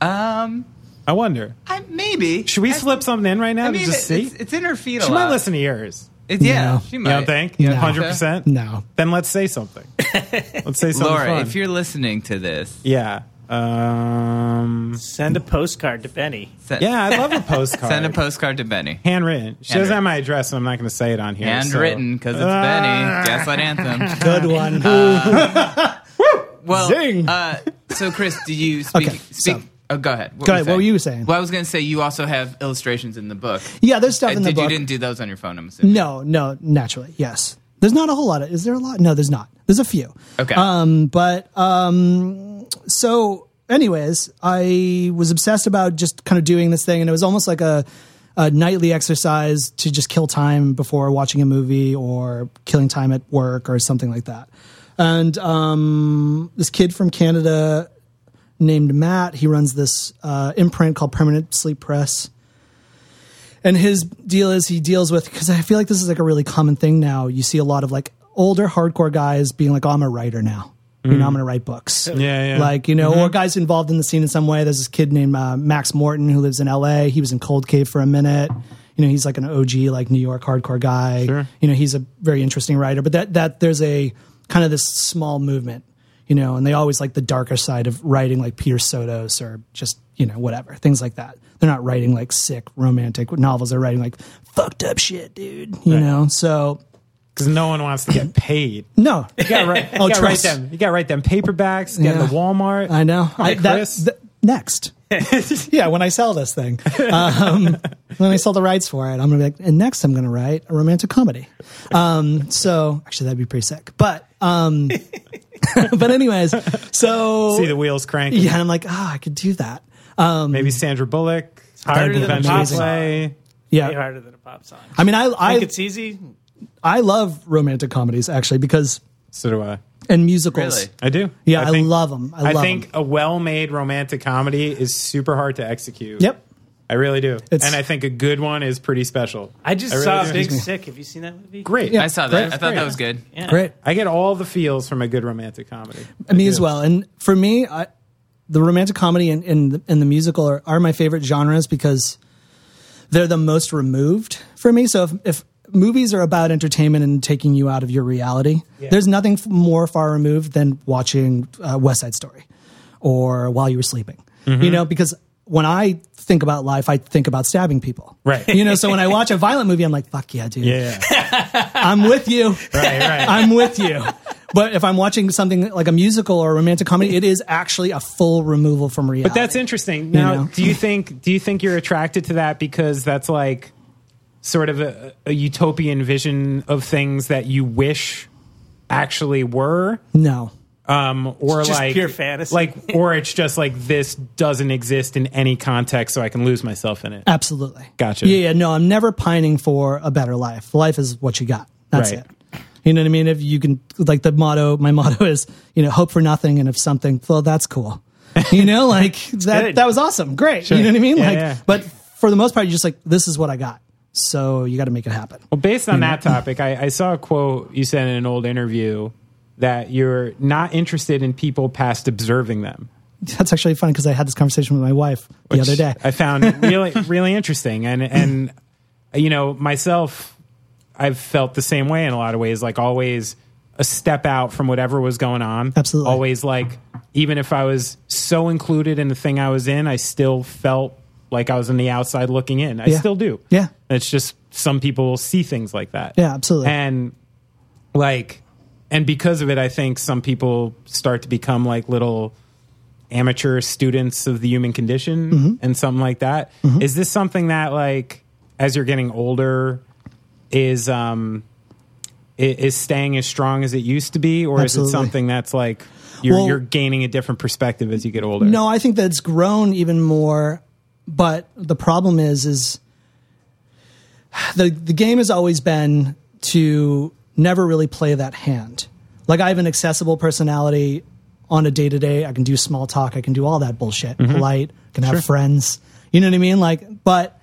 [SPEAKER 1] Um,
[SPEAKER 2] I wonder.
[SPEAKER 1] I, maybe.
[SPEAKER 2] Should we
[SPEAKER 1] I-
[SPEAKER 2] slip something in right
[SPEAKER 1] I
[SPEAKER 2] now to
[SPEAKER 1] mean,
[SPEAKER 2] just
[SPEAKER 1] it's,
[SPEAKER 2] see?
[SPEAKER 1] it's in her feet a
[SPEAKER 2] she
[SPEAKER 1] lot.
[SPEAKER 2] might listen to yours.
[SPEAKER 1] It- yeah,
[SPEAKER 5] No.
[SPEAKER 1] she
[SPEAKER 2] You
[SPEAKER 1] might.
[SPEAKER 2] don't think?
[SPEAKER 1] You don't think
[SPEAKER 2] Hundred
[SPEAKER 1] so?
[SPEAKER 2] percent.
[SPEAKER 5] No.
[SPEAKER 2] Then let's say something. let's say something.
[SPEAKER 1] Laura,
[SPEAKER 2] fun.
[SPEAKER 1] if you're listening to this,
[SPEAKER 2] yeah, um,
[SPEAKER 3] Send a postcard to Benny.
[SPEAKER 1] send,
[SPEAKER 2] yeah, I love a postcard.
[SPEAKER 1] send a postcard to Benny.
[SPEAKER 2] handwritten. She
[SPEAKER 1] Handwritten.
[SPEAKER 2] doesn't have my address, so I'm not going to say it on here. Ah,
[SPEAKER 1] Handwritten, because it's Benny. Gaslight Anthem.
[SPEAKER 5] Good one.
[SPEAKER 1] Well,
[SPEAKER 5] Zing.
[SPEAKER 1] Uh, so, Chris, do you speak?
[SPEAKER 5] Okay,
[SPEAKER 1] speak
[SPEAKER 5] so-
[SPEAKER 1] oh, go ahead. What
[SPEAKER 5] Go ahead, what were you saying?
[SPEAKER 1] Well, I was going to say you also have illustrations in the book.
[SPEAKER 5] yeah, there's stuff
[SPEAKER 1] Uh,
[SPEAKER 5] in the
[SPEAKER 1] did, You
[SPEAKER 5] book.
[SPEAKER 1] didn't do those on your phone, I'm assuming.
[SPEAKER 5] No, no, naturally, yes. There's not a whole lot. Of, is there a lot? No, there's not. There's a few.
[SPEAKER 1] Okay.
[SPEAKER 5] Um, but um, so anyways, I was obsessed about just kind of doing this thing, and it was almost like a, a nightly exercise to just kill time before watching a movie or killing time at work or something like that. And um, this kid from Canada named Matt, he runs this uh, imprint called Permanent Sleep Press and his deal is he deals with because I feel like this is like a really common thing now. You see a lot of like older hardcore guys being like, "Oh, I'm a writer now. You know, I'm going to write books."
[SPEAKER 2] Mm. Yeah, yeah.
[SPEAKER 5] Like you know, or guys involved in the scene in some way. There's this kid named uh, Max Morton who lives in L.A. He was in Cold Cave for a minute. You know, he's like an OG, like New York hardcore guy. You know, he's a very interesting writer. But that that there's a kind of this small movement. You know, and they always like the darker side of writing, like Peter Sotos or just you know whatever things like that. They're not writing like sick romantic novels. They're writing like fucked up shit, dude. You know, so
[SPEAKER 2] because no one wants to get paid.
[SPEAKER 5] no,
[SPEAKER 2] You gotta write,
[SPEAKER 5] Oh,
[SPEAKER 2] you gotta write
[SPEAKER 5] trust.
[SPEAKER 2] them. You gotta write them paperbacks. Get
[SPEAKER 5] Yeah.
[SPEAKER 2] in the Walmart.
[SPEAKER 5] I know. I, that-
[SPEAKER 2] Chris.
[SPEAKER 5] th- next. yeah, when I sell this thing, um, when I sell the rights for it, I'm gonna be like, and next I'm gonna write a romantic comedy. Um, so actually, that'd be pretty sick. But um, but anyways, so
[SPEAKER 2] See the wheels cranking.
[SPEAKER 5] yeah, I'm like, ah, I could do that.
[SPEAKER 2] Maybe Sandra Bullock.
[SPEAKER 3] harder
[SPEAKER 2] Hired
[SPEAKER 3] than
[SPEAKER 2] Eventually
[SPEAKER 5] amazing.
[SPEAKER 2] play.
[SPEAKER 5] Yeah,
[SPEAKER 3] Way harder than a pop song.
[SPEAKER 5] I mean, I I
[SPEAKER 3] think it's easy.
[SPEAKER 5] I love romantic comedies actually because
[SPEAKER 2] So do I.
[SPEAKER 5] and musicals.
[SPEAKER 1] Really?
[SPEAKER 2] I do.
[SPEAKER 5] Yeah, I love 'em. I love
[SPEAKER 2] think a well-made romantic comedy is super hard to execute.
[SPEAKER 5] Yep.
[SPEAKER 2] I really do.
[SPEAKER 5] It's-
[SPEAKER 2] and I think a good one is pretty special.
[SPEAKER 3] I just
[SPEAKER 2] really
[SPEAKER 3] saw
[SPEAKER 2] do.
[SPEAKER 3] Big Sick. Have you seen that movie?
[SPEAKER 2] Great.
[SPEAKER 1] I saw that. I thought
[SPEAKER 2] great.
[SPEAKER 1] that was good.
[SPEAKER 3] Yeah.
[SPEAKER 5] Great.
[SPEAKER 2] I get all the feels from a good romantic comedy.
[SPEAKER 5] Uh, me
[SPEAKER 2] I
[SPEAKER 5] as
[SPEAKER 2] do.
[SPEAKER 5] well. And for me, I, the romantic comedy and, and, the, and the musical are, are my favorite genres because they're the most removed for me. So if, if movies are about entertainment and taking you out of your reality, there's nothing f- more far removed than watching uh, West Side Story or While You Were Sleeping.
[SPEAKER 2] Mm-hmm.
[SPEAKER 5] You know, because when I think about life, I think about stabbing people.
[SPEAKER 2] Right.
[SPEAKER 5] You know, so when I watch a violent movie, I'm like, fuck yeah, dude.
[SPEAKER 2] Yeah. yeah.
[SPEAKER 5] I'm with you.
[SPEAKER 2] right. Right.
[SPEAKER 5] I'm with you. But if I'm watching something like a musical or a romantic comedy, it is actually a full removal from reality.
[SPEAKER 2] But that's interesting. Now,
[SPEAKER 5] know?
[SPEAKER 2] do you think do you think you're attracted to that because that's like sort of a, a utopian vision of things that you wish actually were,
[SPEAKER 5] no.
[SPEAKER 2] um, or
[SPEAKER 3] It's just
[SPEAKER 2] like
[SPEAKER 3] pure fantasy.
[SPEAKER 2] like, or it's just like this doesn't exist in any context, so I can lose myself in it.
[SPEAKER 5] Uh, Absolutely.
[SPEAKER 2] Gotcha.
[SPEAKER 5] Yeah, yeah. No, I'm never pining for a better life. Life is what you got. That's
[SPEAKER 2] Right.
[SPEAKER 5] it. You know what I mean? If you can, like the motto, my motto is, you know, hope for nothing, and if something, well, that's cool. You know, like that.
[SPEAKER 3] good.
[SPEAKER 5] That was awesome. Great. You know what I mean?
[SPEAKER 2] Yeah,
[SPEAKER 5] like,
[SPEAKER 2] yeah.
[SPEAKER 5] but for the most part, you're just like, this is what I got. So you got to make it happen.
[SPEAKER 2] Well, based on that topic, I, I saw a quote you said in an old interview that you're not interested in people past observing them.
[SPEAKER 5] That's actually funny because I had this conversation with my wife the other
[SPEAKER 2] which
[SPEAKER 5] day.
[SPEAKER 2] I found really really interesting, and and you know myself, I've felt the same way in a lot of ways. Like always a step out from whatever was going on.
[SPEAKER 5] Absolutely.
[SPEAKER 2] Always like even if I was so included in the thing I was in, I still felt like I was on the outside looking in. I
[SPEAKER 5] Yeah.
[SPEAKER 2] still do.
[SPEAKER 5] Yeah.
[SPEAKER 2] It's just some people see things like that.
[SPEAKER 5] Yeah, absolutely.
[SPEAKER 2] And like and because of it I think some people start to become like little amateur students of the human condition
[SPEAKER 5] Mm-hmm.
[SPEAKER 2] and something like that. Is this something that like as you're getting older is um i- is staying as strong as it used to be or is
[SPEAKER 5] Absolutely.
[SPEAKER 2] it something that's like you're
[SPEAKER 5] Well-
[SPEAKER 2] you're gaining a different perspective as you get older?
[SPEAKER 5] No, I think that's grown even more. But the problem is, is the the game has always been to never really play that hand. Like I have an accessible personality on a day to day. I can do small talk. I can do all that bullshit. Polite. Can have friends. You know what I mean? Like, but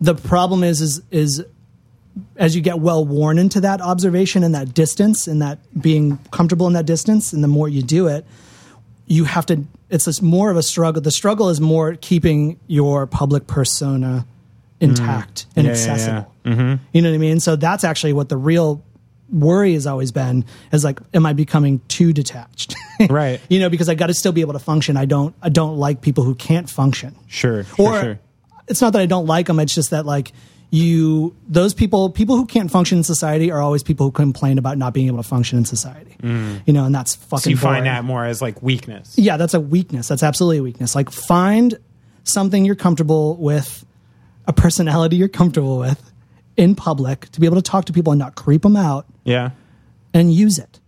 [SPEAKER 5] the problem is, is is as you get well worn into that observation and that distance and that being comfortable in that distance, and the more you do it, you have to it's this more of a struggle the struggle is more keeping your public persona intact and
[SPEAKER 2] Mm. Yeah, yeah, Mm-hmm. yeah.
[SPEAKER 5] accessible you know what i mean so that's actually what the real worry has always been is like am i becoming too detached
[SPEAKER 2] Right.
[SPEAKER 5] you know because i got to still be able to function i don't i don't like people who can't function
[SPEAKER 2] Sure.
[SPEAKER 5] or
[SPEAKER 2] sure, sure.
[SPEAKER 5] it's not that I don't like them. It's just that like you, those people, people who can't function in society are always people who complain about not being able to function in society. You know, and that's fucking.
[SPEAKER 2] Mm. So you find
[SPEAKER 5] boring.
[SPEAKER 2] that more as like weakness.
[SPEAKER 5] Yeah, that's a weakness. That's absolutely a weakness. Like find something you're comfortable with, a personality you're comfortable with in public to be able to talk to people and not creep them out
[SPEAKER 2] Yeah.
[SPEAKER 5] and use it.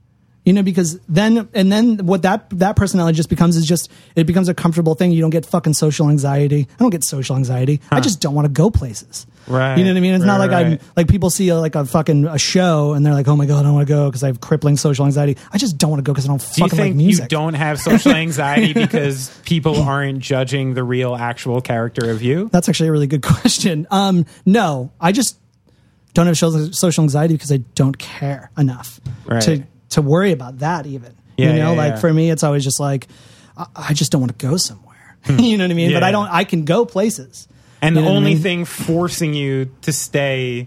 [SPEAKER 5] You know, because then and then what that that personality just becomes is just it becomes a comfortable thing. You don't get fucking social anxiety. I don't get social anxiety. I just don't want to go places.
[SPEAKER 2] Right.
[SPEAKER 5] You know what I mean? It's not
[SPEAKER 2] Right,
[SPEAKER 5] like I'm
[SPEAKER 2] right.
[SPEAKER 5] like people see a, like a fucking a show and they're like, oh my god, I don't want to go because I have crippling social anxiety. I just don't want to go because I don't
[SPEAKER 2] Do you
[SPEAKER 5] fucking like
[SPEAKER 2] think
[SPEAKER 5] music.
[SPEAKER 2] you don't have social anxiety because people aren't judging the real, actual character of you?
[SPEAKER 5] That's actually a really good question. Um, no, I just don't have social social anxiety because I don't care enough
[SPEAKER 2] Right.
[SPEAKER 5] to to worry about that. Even
[SPEAKER 2] Yeah,
[SPEAKER 5] you know,
[SPEAKER 2] yeah,
[SPEAKER 5] like
[SPEAKER 2] yeah.
[SPEAKER 5] for me, it's always just like I, I just don't want to go somewhere. you know what I mean? But
[SPEAKER 2] Hmm. Yeah.
[SPEAKER 5] I don't. I can go places.
[SPEAKER 2] And
[SPEAKER 5] You
[SPEAKER 2] the
[SPEAKER 5] know what I
[SPEAKER 2] only
[SPEAKER 5] mean?
[SPEAKER 2] thing forcing you to stay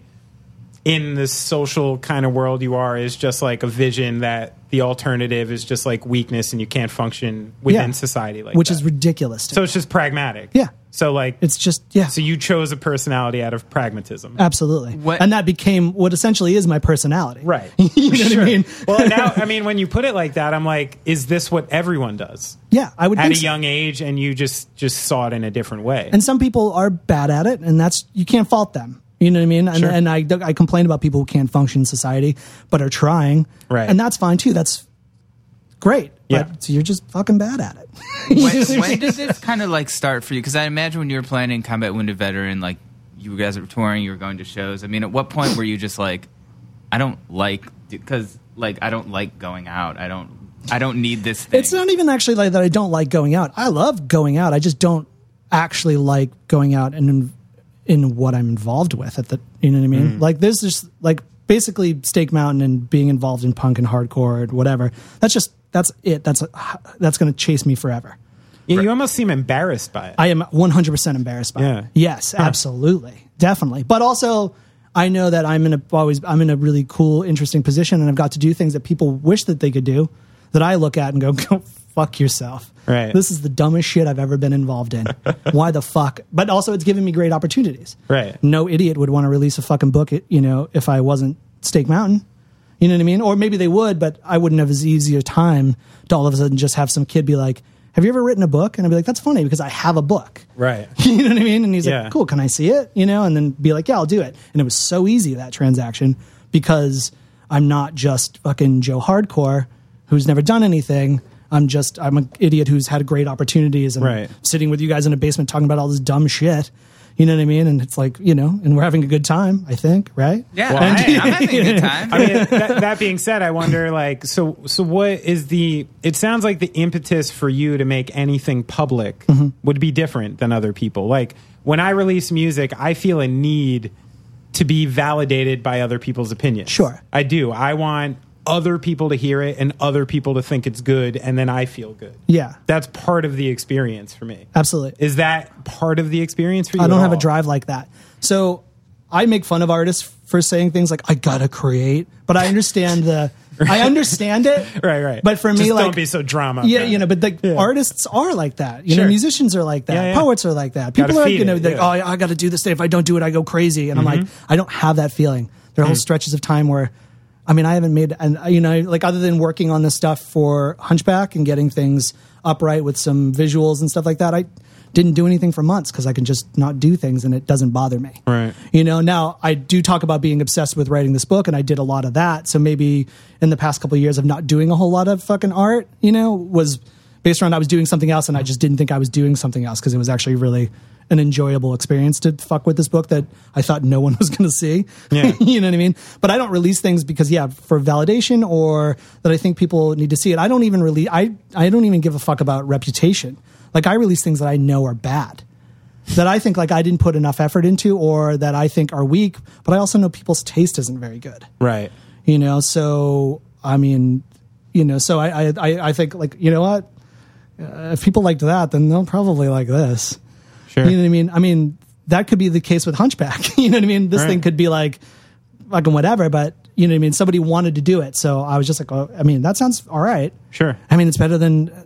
[SPEAKER 2] in this social kind of world you are is just like a vision that the alternative is just like weakness and you can't function within
[SPEAKER 5] Yeah.
[SPEAKER 2] society like
[SPEAKER 5] which
[SPEAKER 2] is
[SPEAKER 5] is ridiculous. To
[SPEAKER 2] so
[SPEAKER 5] me.
[SPEAKER 2] it's just pragmatic.
[SPEAKER 5] Yeah.
[SPEAKER 2] So like
[SPEAKER 5] It's Uh, just yeah,
[SPEAKER 2] so you chose a personality out of pragmatism.
[SPEAKER 5] absolutely.
[SPEAKER 1] What-
[SPEAKER 5] And that became what essentially is my personality.
[SPEAKER 2] Right.
[SPEAKER 5] you know what I mean?
[SPEAKER 2] well, now I mean when you put it like that, I'm like, is this what everyone does
[SPEAKER 5] Yeah, I would
[SPEAKER 2] at
[SPEAKER 5] think
[SPEAKER 2] a
[SPEAKER 5] so.
[SPEAKER 2] young age? And you just just saw it in a different way.
[SPEAKER 5] and some people are bad at it and that's you can't fault them you know what i mean and,
[SPEAKER 2] Sure.
[SPEAKER 5] and I, I complain about people who can't function in society but are trying
[SPEAKER 2] Right.
[SPEAKER 5] and that's fine too that's great
[SPEAKER 2] Yeah.
[SPEAKER 5] but you're just fucking bad at it
[SPEAKER 1] when, when did this kind of like start for you? Because I imagine when you were playing in Combat Wounded Veteran, like you guys were touring, you were going to shows. I mean, at what point were you just like, I don't like because like I don't like going out. I don't. I don't need this thing.
[SPEAKER 5] it's not even actually like that i don't like going out i love going out i just don't actually like going out and in, in what i'm involved with at the you know what i mean like there's just like basically stake mountain and being involved in punk and hardcore and whatever that's just that's it that's that's going to chase me forever
[SPEAKER 2] you, you almost seem embarrassed by it.
[SPEAKER 5] I am 100% embarrassed by
[SPEAKER 2] Yeah.
[SPEAKER 5] it. Yes, absolutely. Definitely. But also I know that I'm in a always I'm in a really cool interesting position and I've got to do things that people wish that they could do that I look at and go go fuck yourself.
[SPEAKER 2] Right.
[SPEAKER 5] This is the dumbest shit I've ever been involved in. Why the fuck? But also it's given me great opportunities.
[SPEAKER 2] Right.
[SPEAKER 5] No idiot would want to release a fucking book, you know, if I wasn't Stake Mountain. You know what I mean? Or maybe they would, but I wouldn't have as easy a time to all of a sudden just have some kid be like, "Have you ever written a book?" And I'd be like, "That's funny because I have a book."
[SPEAKER 2] right.
[SPEAKER 5] you know what I mean? And he's
[SPEAKER 2] Yeah.
[SPEAKER 5] like, cool, can I see it? You know, and then be like, yeah, I'll do it. And it was so easy, that transaction, because I'm not just fucking Joe Hardcore who's never done anything. I'm just, I'm an idiot who's had great opportunities and
[SPEAKER 2] Right.
[SPEAKER 5] sitting with you guys in a basement talking about all this dumb shit. You know what I mean? And it's like, you know, and we're having a good time, I think, right?
[SPEAKER 1] yeah,
[SPEAKER 2] Well,
[SPEAKER 1] I, am having a good time.
[SPEAKER 2] I mean, that, that being said, I wonder, like, so, so what is the? It sounds like the impetus for you to make anything public
[SPEAKER 5] Mm-hmm.
[SPEAKER 2] would be different than other people. Like, when I release music, I feel a need to be validated by other people's opinions.
[SPEAKER 5] Sure.
[SPEAKER 2] I do. I want other people to hear it and other people to think it's good, and then I feel good.
[SPEAKER 5] Yeah.
[SPEAKER 2] that's part of the experience for me.
[SPEAKER 5] Absolutely.
[SPEAKER 2] Is that part of the experience for you?
[SPEAKER 5] I don't
[SPEAKER 2] at
[SPEAKER 5] have a
[SPEAKER 2] all?
[SPEAKER 5] drive like that. So I make fun of artists for saying things like, I gotta create, but I understand the, I understand it.
[SPEAKER 2] Right, right.
[SPEAKER 5] But for me,
[SPEAKER 2] Just
[SPEAKER 5] like,
[SPEAKER 2] don't be so drama.
[SPEAKER 5] yeah,
[SPEAKER 2] about
[SPEAKER 5] you know,
[SPEAKER 2] it.
[SPEAKER 5] but like artists are like that. You
[SPEAKER 2] Sure.
[SPEAKER 5] know, musicians are like that.
[SPEAKER 2] Yeah, yeah.
[SPEAKER 5] Poets are like that.
[SPEAKER 2] Gotta
[SPEAKER 5] People are,
[SPEAKER 2] feed
[SPEAKER 5] you know,
[SPEAKER 2] it,
[SPEAKER 5] like,
[SPEAKER 2] yeah. Mm-hmm.
[SPEAKER 5] oh, I, I got to do this thing. If I don't do it, I go crazy. And I'm like, I don't have that feeling. There are
[SPEAKER 2] Mm.
[SPEAKER 5] whole stretches of time where, I mean, I haven't made, and uh, you know, like other than working on this stuff for Hunchback and getting things upright with some visuals and stuff like that, I didn't do anything for months because I can just not do things and it doesn't bother me.
[SPEAKER 2] Right.
[SPEAKER 5] You know, now I do talk about being obsessed with writing this book, and I did a lot of that. So maybe in the past couple of years of not doing a whole lot of fucking art, you know, was based around I was doing something else, and I just didn't think I was doing something else because it was actually really an enjoyable experience to fuck with this book that I thought no one was going to see.
[SPEAKER 2] Yeah.
[SPEAKER 5] you know what I mean? But I don't release things because yeah, for validation or that I think people need to see it. I don't even release. I I don't even give a fuck about reputation. Like I release things that I know are bad that I think like I didn't put enough effort into or that I think are weak, but I also know people's taste isn't very good.
[SPEAKER 2] right.
[SPEAKER 5] You know, so I mean, you know, so I I I I think like you know what, uh, if people liked that, then they'll probably like this.
[SPEAKER 2] Sure.
[SPEAKER 5] You know what I mean? I mean, that could be the case with Hunchback. you know what I mean? This
[SPEAKER 2] Right.
[SPEAKER 5] thing could be like fucking whatever, but you know what I mean? Somebody wanted to do it, so I was just like, oh, I mean, that sounds all right.
[SPEAKER 2] Sure.
[SPEAKER 5] I mean, it's better than uh,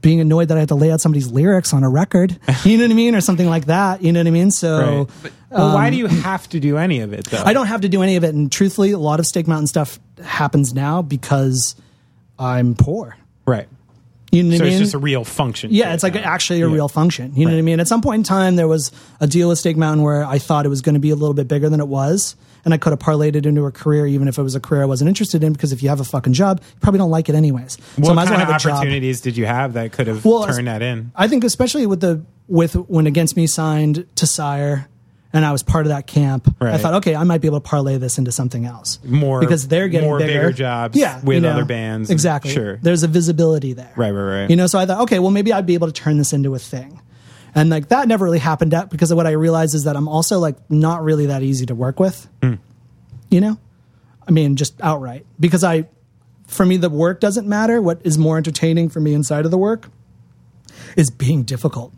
[SPEAKER 5] being annoyed that I had to lay out somebody's lyrics on a record. you know what I mean, or something like that. You know what I mean? So. um,
[SPEAKER 2] Right. Well, why do you have to do any of it though?
[SPEAKER 5] I don't have to do any of it. And truthfully, a lot of Stake Mountain stuff happens now because I'm poor.
[SPEAKER 2] Right.
[SPEAKER 5] You know what
[SPEAKER 2] So
[SPEAKER 5] I mean?
[SPEAKER 2] it's just a real function. to
[SPEAKER 5] yeah,
[SPEAKER 2] it
[SPEAKER 5] it's like
[SPEAKER 2] now.
[SPEAKER 5] actually a
[SPEAKER 2] Yeah.
[SPEAKER 5] real function. You know what I mean? At some point in time, there was a deal with Steak Mountain where I thought it was going to be a little bit bigger than it was, and I could have parlayed it into a career, even if it was a career I wasn't interested in. Because if you have a fucking job, you probably don't like it anyways.
[SPEAKER 2] What
[SPEAKER 5] I might as well
[SPEAKER 2] kind of
[SPEAKER 5] have a job.
[SPEAKER 2] opportunities did you have that could have
[SPEAKER 5] Well,
[SPEAKER 2] turned that in?
[SPEAKER 5] I think especially with the with when Against Me signed to Sire, and I was part of that camp. I
[SPEAKER 2] Right.
[SPEAKER 5] thought, okay, I might be able to parlay this into something else
[SPEAKER 2] More-
[SPEAKER 5] because they're getting
[SPEAKER 2] more
[SPEAKER 5] bigger.
[SPEAKER 2] bigger jobs
[SPEAKER 5] yeah,
[SPEAKER 2] with
[SPEAKER 5] you know,
[SPEAKER 2] other bands and-
[SPEAKER 5] Exactly.
[SPEAKER 2] sure.
[SPEAKER 5] there's a visibility there.
[SPEAKER 2] Right, right, right.
[SPEAKER 5] You know, so I thought, okay, well maybe I'd be able to turn this into a thing. And like that never really happened out because of what I realized is that I'm also like not really that easy to work with.
[SPEAKER 2] Hmm.
[SPEAKER 5] You know? I mean, just outright. Because I for me the work doesn't matter. What is more entertaining for me inside of the work is being difficult.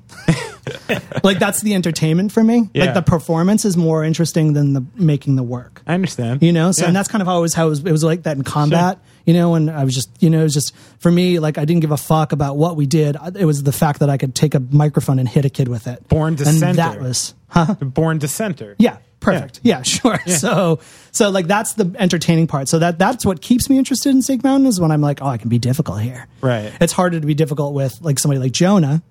[SPEAKER 5] like that's the entertainment for me.
[SPEAKER 2] Yeah.
[SPEAKER 5] Like the performance is more interesting than the making the work
[SPEAKER 2] I understand.
[SPEAKER 5] you know so and
[SPEAKER 2] Yeah.
[SPEAKER 5] that's kind of how it was how it was, it was like that in combat you know and i was just you know it was just for me like i didn't give a fuck about what we did I- it was the fact that i could take a microphone and hit a kid with it
[SPEAKER 2] Born dissenter.
[SPEAKER 5] and that was huh
[SPEAKER 2] born dissenter.
[SPEAKER 5] yeah perfect yeah, sure so so like that's the entertaining part so that that's what keeps me interested in Sig mountain is when i'm like oh i can be difficult here
[SPEAKER 2] Right.
[SPEAKER 5] it's harder to be difficult with like somebody like jonah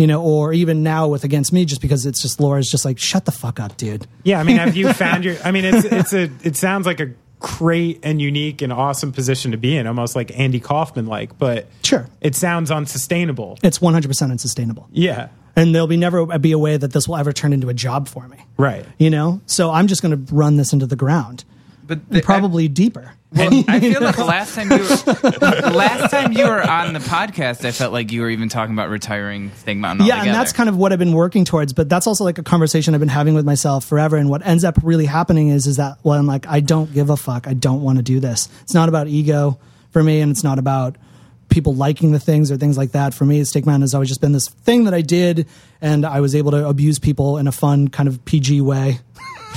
[SPEAKER 5] you know, or even now with against me, just because it's just Laura's just like, shut the fuck up, dude.
[SPEAKER 2] Yeah, I mean, have you found your? I mean, it's it's a it sounds like a great and unique and awesome position to be in, almost like Andy Kaufman like, but
[SPEAKER 5] Sure.
[SPEAKER 2] it sounds unsustainable.
[SPEAKER 5] It's 100% unsustainable.
[SPEAKER 2] Yeah,
[SPEAKER 5] and there'll be never be a way that this will ever turn into a job for me
[SPEAKER 2] right.
[SPEAKER 5] you know so i'm just going to run this into the ground
[SPEAKER 1] But the, eh,
[SPEAKER 5] probably deeper
[SPEAKER 1] Well, I feel like last time you were, last time you were on the podcast, I felt like you were even talking about retiring Sting Mountain.
[SPEAKER 5] yeah
[SPEAKER 1] altogether.
[SPEAKER 5] and that's kind of what i've been working towards but that's also like a conversation i've been having with myself forever and what ends up really happening is is that well i'm like i don't give a fuck i don't want to do this it's not about ego for me and it's not about people liking the things or things like that for me stick mountain has always just been this thing that i did and i was able to abuse people in a fun kind of pg way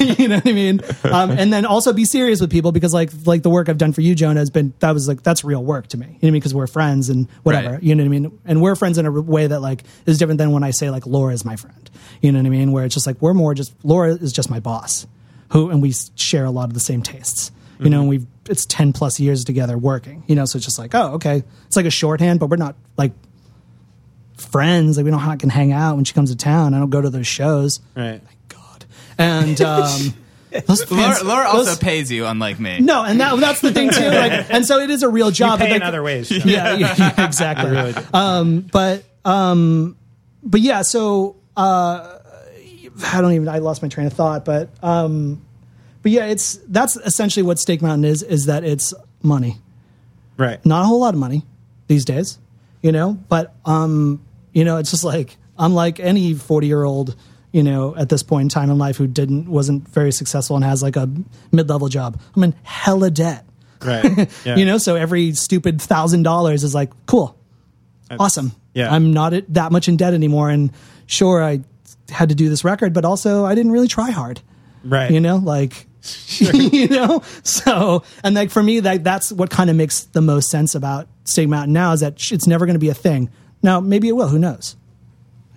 [SPEAKER 5] you know what I mean? Um, and then also be serious with people because like like the work I've done for you, Jonah, has been that was like that's real work to me. You know what I mean? Because we're friends and whatever.
[SPEAKER 1] Right.
[SPEAKER 5] You know what I mean? And we're friends in a way that like is different than when I say like Laura is my friend. You know what I mean? Where it's just like we're more just Laura is just my boss, who and we s- share a lot of the same tastes. You know, and we've it's ten plus years together working. You know, so it's just like oh okay, it's like a shorthand, but we're not like friends. Like we don't can hang out when she comes to town. I don't go to those shows.
[SPEAKER 2] Right.
[SPEAKER 5] God. And um, those
[SPEAKER 1] Laura,
[SPEAKER 5] fans-
[SPEAKER 1] Laura also
[SPEAKER 5] those-
[SPEAKER 1] pays you, unlike me.
[SPEAKER 5] no, and that, that's the thing too. Like, and so it is a real job.
[SPEAKER 2] Pay
[SPEAKER 5] but
[SPEAKER 2] in
[SPEAKER 5] like,
[SPEAKER 2] other ways. though.
[SPEAKER 5] yeah, yeah, yeah, exactly. um, but um, but yeah, so uh, I don't even. I lost my train of thought, but um, but yeah, it's that's essentially what Stake Mountain is. Is that it's money
[SPEAKER 2] Right.
[SPEAKER 5] not a whole lot of money these days, you know, but um, you know, it's just like unlike any 40-year-old, you know, at this point in time in life who didn't wasn't very successful and has like a mid-level job. I'm in hella debt.
[SPEAKER 2] Right. Yeah.
[SPEAKER 5] You know, so every stupid $1000 is like, cool. Awesome.
[SPEAKER 2] yeah.
[SPEAKER 5] I'm not at- that much in debt anymore and sure I had to do this record, but also I didn't really try hard
[SPEAKER 2] Right.
[SPEAKER 5] you know like you know so and like for me that that's what kind of makes the most sense about Stig Mountain now is that sh- it's never going to be a thing now maybe it will who knows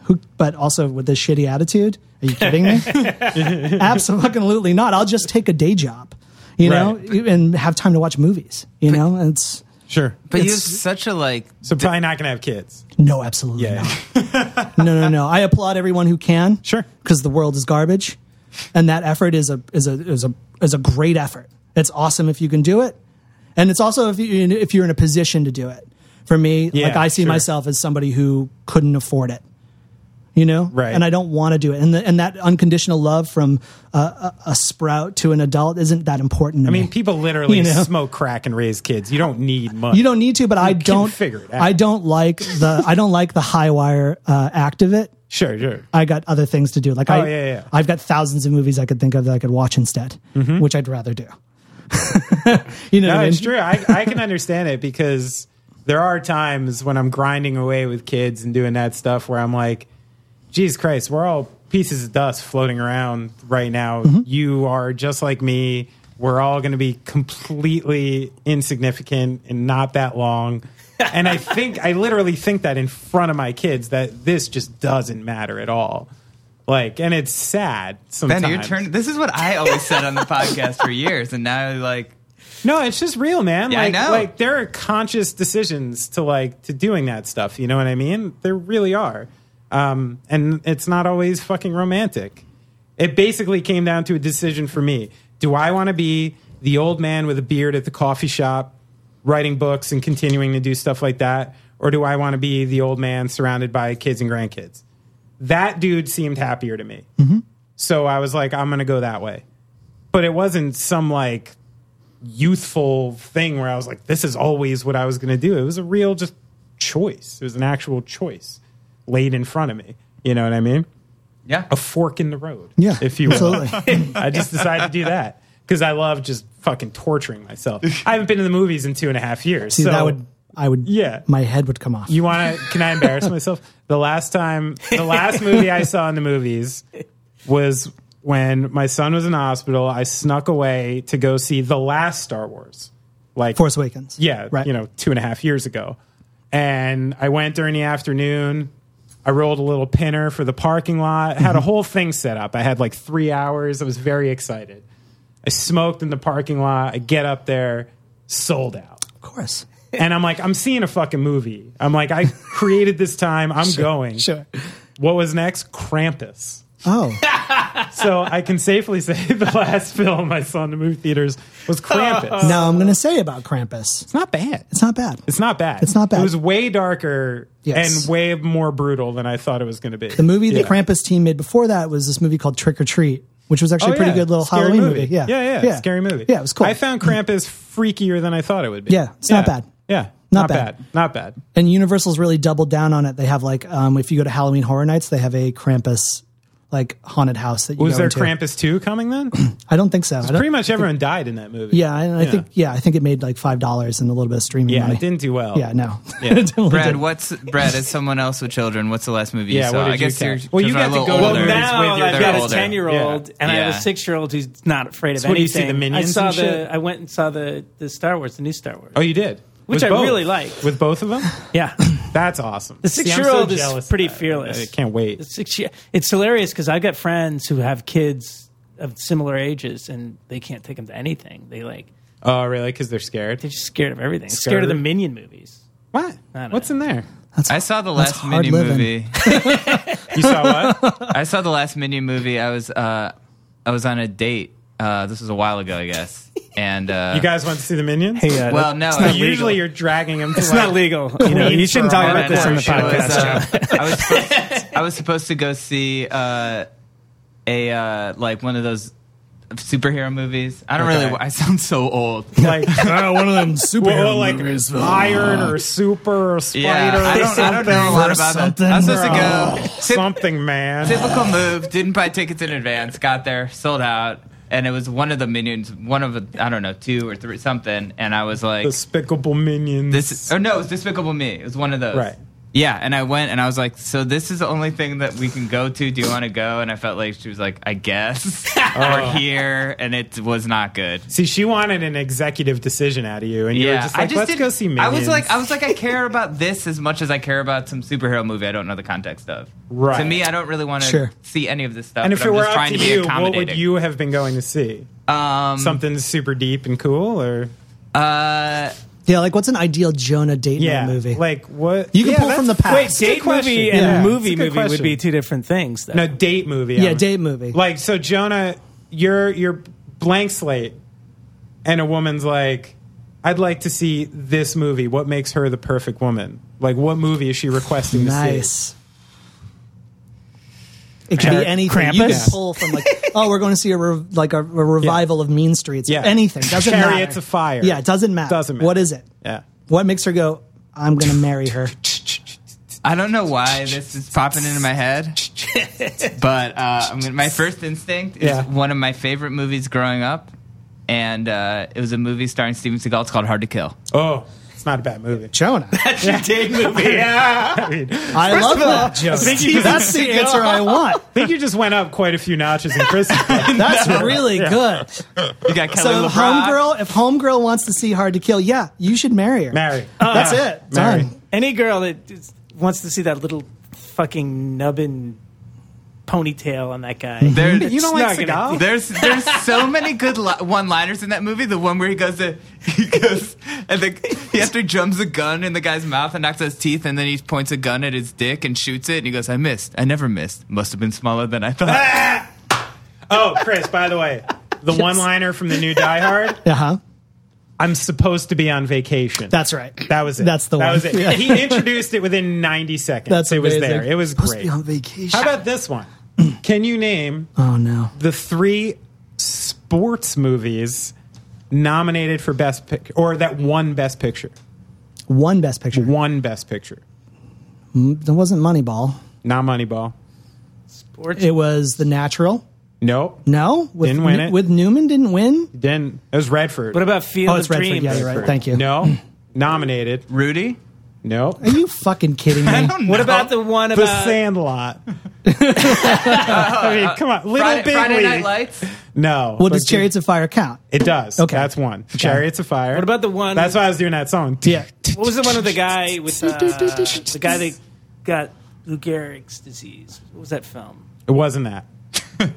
[SPEAKER 5] who but also with this shitty attitude are you kidding me absolutely not I'll just take a day job you know and have time to watch movies you know and it's
[SPEAKER 2] Sure.
[SPEAKER 1] but you have
[SPEAKER 5] it's-
[SPEAKER 1] such a like.
[SPEAKER 2] So probably not gonna have kids.
[SPEAKER 5] no absolutely
[SPEAKER 2] Yeah.
[SPEAKER 5] not no, no, no. I applaud everyone who can.
[SPEAKER 2] Sure.
[SPEAKER 5] Because the world is garbage, and that effort is a is a is a is a great effort. It's awesome if you can do it, and it's also if you if you're in a position to do it. For me,
[SPEAKER 2] Yeah,
[SPEAKER 5] like I see
[SPEAKER 2] sure.
[SPEAKER 5] myself as somebody who couldn't afford it. You know,
[SPEAKER 2] Right.
[SPEAKER 5] And I don't want to do it, and the, and that unconditional love from a, a, a sprout to an adult isn't that important. To
[SPEAKER 2] I mean,
[SPEAKER 5] me.
[SPEAKER 2] people literally
[SPEAKER 5] You know?
[SPEAKER 2] smoke crack and raise kids. You don't need money.
[SPEAKER 5] You don't need to, but I don't
[SPEAKER 2] figure it out.
[SPEAKER 5] I don't like the I don't like the high wire uh, act of it.
[SPEAKER 2] Sure. Sure.
[SPEAKER 5] I got other things to do. Like I,
[SPEAKER 2] Oh, yeah, yeah.
[SPEAKER 5] I've got thousands of movies I could think of that I could watch instead, which I'd rather do. you know, what
[SPEAKER 2] No,
[SPEAKER 5] I
[SPEAKER 2] it's
[SPEAKER 5] mean?
[SPEAKER 2] true. I, I can understand it because there are times when I'm grinding away with kids and doing that stuff where I'm like, Jesus Christ, we're all pieces of dust floating around right now.
[SPEAKER 5] Mm-hmm.
[SPEAKER 2] You are just like me. We're all going to be completely insignificant and not that long. and I think, I literally think that in front of my kids that this just doesn't matter at all. Like, and it's sad
[SPEAKER 1] Ben,
[SPEAKER 2] sometimes.
[SPEAKER 1] you're turning. This is what I always said on the podcast for years, and now like
[SPEAKER 2] No, it's just real, man.
[SPEAKER 1] Yeah, I
[SPEAKER 2] like,
[SPEAKER 1] know.
[SPEAKER 2] like there are conscious decisions to like to doing that stuff. You know what I mean? There really are, um, and it's not always fucking romantic. It basically came down to a decision for me: Do I want to be the old man with a beard at the coffee shop, writing books and continuing to do stuff like that, or do I want to be the old man surrounded by kids and grandkids? That dude seemed happier to me, so I was like, I'm going to go that way. But it wasn't some like youthful thing where I was like, this is always what I was going to do. It was a real just choice. It was an actual choice laid in front of me. You know what I mean?
[SPEAKER 1] Yeah.
[SPEAKER 2] A fork in the road.
[SPEAKER 5] Yeah,
[SPEAKER 2] If you will.
[SPEAKER 5] absolutely.
[SPEAKER 2] I just decided to do that because I love just fucking torturing myself. I haven't been to the movies in two and a half years.
[SPEAKER 5] See,
[SPEAKER 2] so
[SPEAKER 5] that would I would
[SPEAKER 2] Yeah.
[SPEAKER 5] my head would come off.
[SPEAKER 2] you want to? Can I embarrass myself? The last time, the last movie I saw in the movies was when my son was in the hospital. I snuck away to go see the last Star Wars, like
[SPEAKER 5] Force Awakens.
[SPEAKER 2] yeah,
[SPEAKER 5] right.
[SPEAKER 2] you know, two and a half years ago. And I went during the afternoon. I rolled a little pinner for the parking lot. Had a
[SPEAKER 5] Mm-hmm.
[SPEAKER 2] whole thing set up. I had like three hours. I was very excited. I smoked in the parking lot. I get up there, sold out.
[SPEAKER 5] of course.
[SPEAKER 2] And I'm like, I'm seeing a fucking movie. I'm like, I created this time. I'm going.
[SPEAKER 5] Sure.
[SPEAKER 2] What was next? Krampus.
[SPEAKER 5] Oh,
[SPEAKER 2] So I can safely say the last film I saw in the movie theaters was Krampus.
[SPEAKER 5] now I'm going to say about Krampus.
[SPEAKER 2] It's not bad.
[SPEAKER 5] It's not bad.
[SPEAKER 2] It's not bad.
[SPEAKER 5] It's not bad.
[SPEAKER 2] It was way darker
[SPEAKER 5] Yes.
[SPEAKER 2] and way more brutal than I thought it was going to be.
[SPEAKER 5] The movie the
[SPEAKER 2] Yeah.
[SPEAKER 5] Krampus team made before that was this movie called Trick or Treat, which was actually
[SPEAKER 2] Oh,
[SPEAKER 5] a pretty
[SPEAKER 2] yeah.
[SPEAKER 5] good little
[SPEAKER 2] Scary
[SPEAKER 5] Halloween movie. Yeah.
[SPEAKER 2] yeah, yeah, Scary movie.
[SPEAKER 5] Yeah, it was cool. Mm.
[SPEAKER 2] I found Krampus freakier than I thought it would be.
[SPEAKER 5] Yeah, it's not bad.
[SPEAKER 2] Yeah,
[SPEAKER 5] Not
[SPEAKER 2] bad.
[SPEAKER 5] bad.
[SPEAKER 2] Not bad.
[SPEAKER 5] and Universal's really doubled down on it. They have like, um, if you go to Halloween Horror Nights, they have a Krampus like haunted house that you
[SPEAKER 2] Was
[SPEAKER 5] go
[SPEAKER 2] there
[SPEAKER 5] into.
[SPEAKER 2] Krampus two coming then?
[SPEAKER 5] I don't think so. I don't-
[SPEAKER 2] Pretty much everyone died in that movie.
[SPEAKER 5] yeah, and I think yeah, I think it made like five dollars and a little bit of streaming
[SPEAKER 2] yeah,
[SPEAKER 5] money.
[SPEAKER 2] it didn't do well.
[SPEAKER 5] Yeah, no.
[SPEAKER 1] Brad, what's Brad? As someone else with children, what's the last movie
[SPEAKER 2] Yeah,
[SPEAKER 1] you saw?
[SPEAKER 2] what did
[SPEAKER 1] I guess
[SPEAKER 2] you
[SPEAKER 1] your
[SPEAKER 2] catch? Well, you
[SPEAKER 1] children are a
[SPEAKER 2] got to
[SPEAKER 1] little
[SPEAKER 2] go to
[SPEAKER 1] older.
[SPEAKER 2] the movies
[SPEAKER 3] now
[SPEAKER 2] with your
[SPEAKER 3] I've got a
[SPEAKER 1] older.
[SPEAKER 3] ten year old
[SPEAKER 2] Yeah.
[SPEAKER 3] and I have
[SPEAKER 1] Yeah.
[SPEAKER 3] a six year old who's not afraid of
[SPEAKER 2] So what do you see,
[SPEAKER 3] anything.
[SPEAKER 2] the Minions
[SPEAKER 3] I saw
[SPEAKER 2] and
[SPEAKER 3] the
[SPEAKER 2] shit?
[SPEAKER 3] I went and saw the the Star Wars, the new Star Wars.
[SPEAKER 2] Oh, you did.
[SPEAKER 3] Which
[SPEAKER 2] With
[SPEAKER 3] I
[SPEAKER 2] both?
[SPEAKER 3] really liked.
[SPEAKER 2] With both of them,
[SPEAKER 3] yeah.
[SPEAKER 2] that's awesome.
[SPEAKER 3] The
[SPEAKER 2] See, I'm so
[SPEAKER 3] six-year-old is
[SPEAKER 2] jealous of
[SPEAKER 3] pretty
[SPEAKER 2] that.
[SPEAKER 3] fearless.
[SPEAKER 2] I can't wait.
[SPEAKER 3] The six year it's hilarious because I've got friends who have kids of similar ages and they can't take them to anything. They like
[SPEAKER 2] Oh, really? Because they're scared.
[SPEAKER 3] they're just scared of everything. Scared of the
[SPEAKER 2] Scared?
[SPEAKER 3] minion movies.
[SPEAKER 2] What?
[SPEAKER 3] don't
[SPEAKER 2] What's in there?
[SPEAKER 1] I saw the
[SPEAKER 5] That's
[SPEAKER 1] last
[SPEAKER 5] hard
[SPEAKER 1] mini
[SPEAKER 5] living.
[SPEAKER 1] movie.
[SPEAKER 2] You saw what?
[SPEAKER 1] I saw the last Minion movie. I was uh, I was on a date. Uh, this was a while ago, I guess. And uh,
[SPEAKER 2] You guys want to see the minions?
[SPEAKER 5] uh,
[SPEAKER 1] well, no,
[SPEAKER 2] So
[SPEAKER 1] it-
[SPEAKER 2] usually you're dragging them. To
[SPEAKER 3] It's
[SPEAKER 2] like,
[SPEAKER 3] not legal. You know, you shouldn't talk
[SPEAKER 1] no,
[SPEAKER 3] about
[SPEAKER 1] no,
[SPEAKER 3] this on
[SPEAKER 1] no,
[SPEAKER 3] the
[SPEAKER 1] it was,
[SPEAKER 3] podcast.
[SPEAKER 1] uh, I was supposed, I was supposed to go see uh, a uh, like one of those superhero movies. I don't
[SPEAKER 2] Okay.
[SPEAKER 1] really. I sound so old.
[SPEAKER 2] Like
[SPEAKER 5] one of them super
[SPEAKER 2] well, well, like iron or super or spider.
[SPEAKER 1] Yeah, I
[SPEAKER 2] or
[SPEAKER 1] don't, I don't know a
[SPEAKER 5] Something
[SPEAKER 1] lot
[SPEAKER 5] or
[SPEAKER 1] about it.
[SPEAKER 5] something,
[SPEAKER 1] I was supposed
[SPEAKER 5] bro.
[SPEAKER 1] to go.
[SPEAKER 2] something, man.
[SPEAKER 1] Typical move. Didn't buy tickets in advance. Got there, sold out, and it was one of the minions. One of the- I don't know, two or three something. And I was like,
[SPEAKER 2] Despicable minions.
[SPEAKER 1] "This." Is, or no, it was Despicable Me. It was one of those.
[SPEAKER 2] Right.
[SPEAKER 1] Yeah, and I went and I was like, "So this is the only thing that we can go to. Do you want to go?" And I felt like she was like, "I guess
[SPEAKER 2] Oh.
[SPEAKER 1] we're here," and it was not good.
[SPEAKER 2] See, she wanted an executive decision out of you, and you were
[SPEAKER 1] Yeah,
[SPEAKER 2] just like,
[SPEAKER 1] I just
[SPEAKER 2] "Let's
[SPEAKER 1] didn't-
[SPEAKER 2] go see minions."
[SPEAKER 1] I was like, I was like, I care about this as much as I care about some superhero movie. I don't know the context of.
[SPEAKER 2] Right.
[SPEAKER 1] To me, I don't really want to
[SPEAKER 5] Sure.
[SPEAKER 1] see any of this stuff.
[SPEAKER 2] and if
[SPEAKER 1] but
[SPEAKER 2] it
[SPEAKER 1] I'm
[SPEAKER 2] were
[SPEAKER 1] just
[SPEAKER 2] up
[SPEAKER 1] trying
[SPEAKER 2] to
[SPEAKER 1] to, be
[SPEAKER 2] you, what
[SPEAKER 1] accommodating.
[SPEAKER 2] would you have been going to see?
[SPEAKER 1] Um,
[SPEAKER 2] Something super deep and cool, or
[SPEAKER 1] uh,
[SPEAKER 5] Yeah, like what's an ideal Jonah date night
[SPEAKER 2] yeah,
[SPEAKER 5] movie?
[SPEAKER 2] like what?
[SPEAKER 5] You can
[SPEAKER 2] yeah,
[SPEAKER 5] pull from
[SPEAKER 2] that's-
[SPEAKER 5] the past.
[SPEAKER 3] Wait,
[SPEAKER 5] It's
[SPEAKER 2] a good
[SPEAKER 3] date movie
[SPEAKER 2] question.
[SPEAKER 3] and
[SPEAKER 2] Yeah,
[SPEAKER 3] movie
[SPEAKER 2] it's a good
[SPEAKER 3] movie would
[SPEAKER 2] question.
[SPEAKER 3] be two different things. Though.
[SPEAKER 2] No date movie.
[SPEAKER 5] yeah,
[SPEAKER 2] I'm-
[SPEAKER 5] date movie.
[SPEAKER 2] Like so, Jonah, you're you're blank slate, and a woman's like, "I'd like to see this movie. What makes her the perfect woman? Like, what movie is she requesting to see?"
[SPEAKER 5] nice. It could be
[SPEAKER 3] Eric
[SPEAKER 5] anything. You
[SPEAKER 3] Krampus?
[SPEAKER 5] can pull from like, oh, we're going to see a rev like a, a revival of Mean Streets.
[SPEAKER 2] Yeah.
[SPEAKER 5] anything doesn't
[SPEAKER 2] Chariots
[SPEAKER 5] matter.
[SPEAKER 2] of Fire.
[SPEAKER 5] Yeah, it doesn't matter.
[SPEAKER 2] Doesn't matter.
[SPEAKER 5] What is it?
[SPEAKER 2] Yeah.
[SPEAKER 5] What makes her go? I'm going to marry her.
[SPEAKER 1] I don't know why this is popping into my head, but uh, I mean, my first instinct is
[SPEAKER 2] Yeah.
[SPEAKER 1] one of my favorite movies growing up, and uh, it was a movie starring Steven Seagal. It's called Hard to Kill.
[SPEAKER 2] Oh, it's not a bad movie.
[SPEAKER 5] Jonah.
[SPEAKER 3] date movie.
[SPEAKER 2] Yeah. I mean, I
[SPEAKER 5] I love that
[SPEAKER 2] I
[SPEAKER 5] joke.
[SPEAKER 2] think you
[SPEAKER 5] That's the answer I want.
[SPEAKER 2] think you just went up quite a few notches in Christmas.
[SPEAKER 5] That's really good.
[SPEAKER 1] You got Kelly
[SPEAKER 5] So if
[SPEAKER 1] LeBrock.
[SPEAKER 5] homegirl, if homegirl wants to see Hard to Kill, yeah, you should marry her.
[SPEAKER 2] Mary.
[SPEAKER 5] That's
[SPEAKER 2] Yeah.
[SPEAKER 5] it.
[SPEAKER 2] Mary.
[SPEAKER 5] Done.
[SPEAKER 3] Any girl that is- wants to see that little fucking nubbin ponytail on that guy.
[SPEAKER 1] There,
[SPEAKER 2] You don't like
[SPEAKER 3] not gonna-
[SPEAKER 2] Seagal?
[SPEAKER 1] There's there's so many good li- one-liners in that movie. The one where he goes to he goes and the, he after he jumps a gun in the guy's mouth and knocks out his teeth, and then he points a gun at his dick and shoots it, and he goes, "I missed. I never missed. Must have been smaller than I thought."
[SPEAKER 2] Oh, Chris, by the way, the one liner from the new Die Hard
[SPEAKER 5] Uh huh.
[SPEAKER 2] I'm supposed to be on vacation.
[SPEAKER 5] That's right.
[SPEAKER 2] that was it.
[SPEAKER 5] That's the
[SPEAKER 2] that
[SPEAKER 5] one.
[SPEAKER 2] was it.
[SPEAKER 5] Yeah.
[SPEAKER 2] He introduced it within 90 seconds.
[SPEAKER 5] That's
[SPEAKER 2] it was
[SPEAKER 5] amazing.
[SPEAKER 2] there. It was
[SPEAKER 5] Supposed to
[SPEAKER 2] great.
[SPEAKER 5] be on vacation.
[SPEAKER 2] How about this one? Can you name
[SPEAKER 5] oh no.
[SPEAKER 2] the three sports movies nominated for best pic or that one best picture?
[SPEAKER 5] One best picture.
[SPEAKER 2] One best picture.
[SPEAKER 5] That wasn't Moneyball.
[SPEAKER 2] Not Moneyball.
[SPEAKER 3] Sports.
[SPEAKER 5] It was The Natural.
[SPEAKER 2] Nope.
[SPEAKER 5] No, with
[SPEAKER 2] Didn't win it.
[SPEAKER 5] with Newman didn't win.
[SPEAKER 2] Then it was Redford.
[SPEAKER 3] what about Field
[SPEAKER 5] Oh, it's
[SPEAKER 3] of
[SPEAKER 5] Redford.
[SPEAKER 3] Dreams?
[SPEAKER 5] Yeah, you're right. Thank you.
[SPEAKER 2] No. Nominated.
[SPEAKER 1] Rudy,
[SPEAKER 2] Nope.
[SPEAKER 5] Are you fucking kidding
[SPEAKER 1] I
[SPEAKER 5] me?
[SPEAKER 1] don't know.
[SPEAKER 3] What about the one
[SPEAKER 2] The
[SPEAKER 3] about
[SPEAKER 2] Sandlot. I mean, come on. Little
[SPEAKER 1] Friday,
[SPEAKER 2] Big
[SPEAKER 1] Friday
[SPEAKER 2] League.
[SPEAKER 1] Night Lights?
[SPEAKER 2] No.
[SPEAKER 5] Well, does
[SPEAKER 2] But-
[SPEAKER 5] Chariots of Fire count?
[SPEAKER 2] It does.
[SPEAKER 5] Okay.
[SPEAKER 2] That's one. Chariots of Fire.
[SPEAKER 3] What about the one-
[SPEAKER 2] That's why I was doing that song.
[SPEAKER 5] Yeah.
[SPEAKER 3] What was the one with the guy with uh, the guy that got Lou Gehrig's disease? What was that film?
[SPEAKER 2] It wasn't that.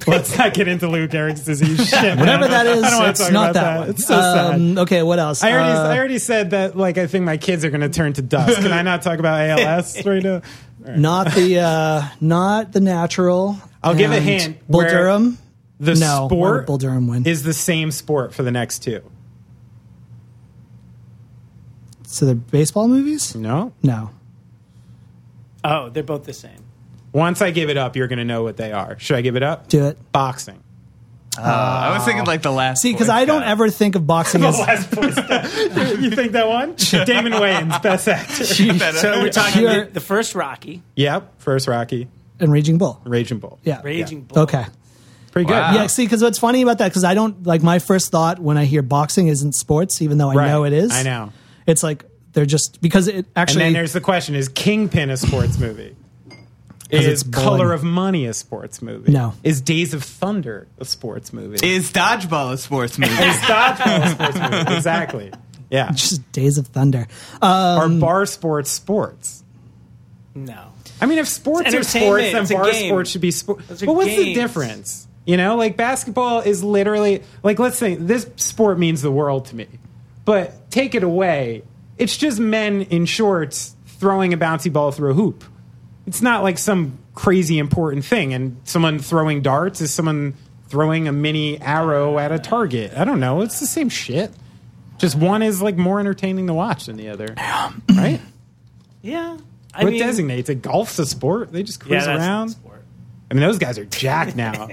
[SPEAKER 2] Let's not get into Lou Gehrig's disease shit.
[SPEAKER 5] Whatever that is,
[SPEAKER 2] I don't wanna
[SPEAKER 5] it's
[SPEAKER 2] talk
[SPEAKER 5] not
[SPEAKER 2] about
[SPEAKER 5] that,
[SPEAKER 2] that.
[SPEAKER 5] one.
[SPEAKER 2] It's so sad.
[SPEAKER 5] Um, Okay, what else?
[SPEAKER 2] I already,
[SPEAKER 5] Uh,
[SPEAKER 2] I already said that. Like, I think my kids are going to turn to dust. Can I not talk about ALS right now?
[SPEAKER 5] not the uh, not the natural.
[SPEAKER 2] I'll give a
[SPEAKER 5] and
[SPEAKER 2] hint.
[SPEAKER 5] Bull
[SPEAKER 2] Where-
[SPEAKER 5] Durham.
[SPEAKER 2] The
[SPEAKER 5] No, why
[SPEAKER 2] sport
[SPEAKER 5] would Bull Durham win?
[SPEAKER 2] is the same sport for the next two.
[SPEAKER 5] So they're baseball movies.
[SPEAKER 2] No.
[SPEAKER 5] No.
[SPEAKER 3] Oh, they're both the same.
[SPEAKER 2] Once I give it up, you're going to know what they are. Should I give it up?
[SPEAKER 5] Do it.
[SPEAKER 2] Boxing.
[SPEAKER 1] I was thinking like the last.
[SPEAKER 5] See, because
[SPEAKER 1] Boy
[SPEAKER 5] I don't
[SPEAKER 1] Scout.
[SPEAKER 5] ever think of boxing
[SPEAKER 2] The
[SPEAKER 5] as
[SPEAKER 2] last sports. you think that one? Damon Wayans, best actor.
[SPEAKER 3] So we're talking
[SPEAKER 5] Sure.
[SPEAKER 3] the, the first Rocky,
[SPEAKER 2] Yep. First Rocky,
[SPEAKER 5] and Raging Bull.
[SPEAKER 2] Raging Bull.
[SPEAKER 5] Yeah.
[SPEAKER 3] Raging Bull.
[SPEAKER 5] Okay.
[SPEAKER 2] Pretty
[SPEAKER 1] Wow.
[SPEAKER 2] good.
[SPEAKER 5] Yeah, see, because what's funny about that, because I don't like my first thought when I hear boxing isn't sports, even though I
[SPEAKER 2] Right.
[SPEAKER 5] know it is.
[SPEAKER 2] I know.
[SPEAKER 5] It's like they're just because it
[SPEAKER 2] And
[SPEAKER 5] actually.
[SPEAKER 2] then there's the question: Is Kingpin a sports movie?
[SPEAKER 5] 'Cause
[SPEAKER 2] Is
[SPEAKER 5] it's bowling.
[SPEAKER 2] Color of Money a sports movie?
[SPEAKER 5] No.
[SPEAKER 2] Is Days of Thunder a sports movie?
[SPEAKER 1] Is dodgeball a sports movie?
[SPEAKER 2] Is dodgeball a sports movie? Exactly. Yeah.
[SPEAKER 5] just Days of Thunder. Uh,
[SPEAKER 2] are bar sports sports?
[SPEAKER 3] No.
[SPEAKER 2] I mean, if sports
[SPEAKER 3] It's
[SPEAKER 2] are sports,
[SPEAKER 3] entertainment.
[SPEAKER 2] then
[SPEAKER 3] It's a
[SPEAKER 2] bar
[SPEAKER 3] game.
[SPEAKER 2] sports should be sports.
[SPEAKER 3] Those are
[SPEAKER 2] But what's the
[SPEAKER 3] games.
[SPEAKER 2] difference? You know, like basketball is literally like let's say this sport means the world to me, but take it away, it's just men in shorts throwing a bouncy ball through a hoop. It's not like some crazy important thing. And someone throwing darts is someone throwing a mini arrow at a target. I don't know. It's the same shit. Just one is like more entertaining to watch than the other, right?
[SPEAKER 3] Yeah. I
[SPEAKER 2] What
[SPEAKER 3] mean,
[SPEAKER 2] designates it? Golf's a sport. They just
[SPEAKER 3] yeah,
[SPEAKER 2] cruise
[SPEAKER 3] that's not
[SPEAKER 2] around.
[SPEAKER 3] sport.
[SPEAKER 2] I mean, those guys are jacked now.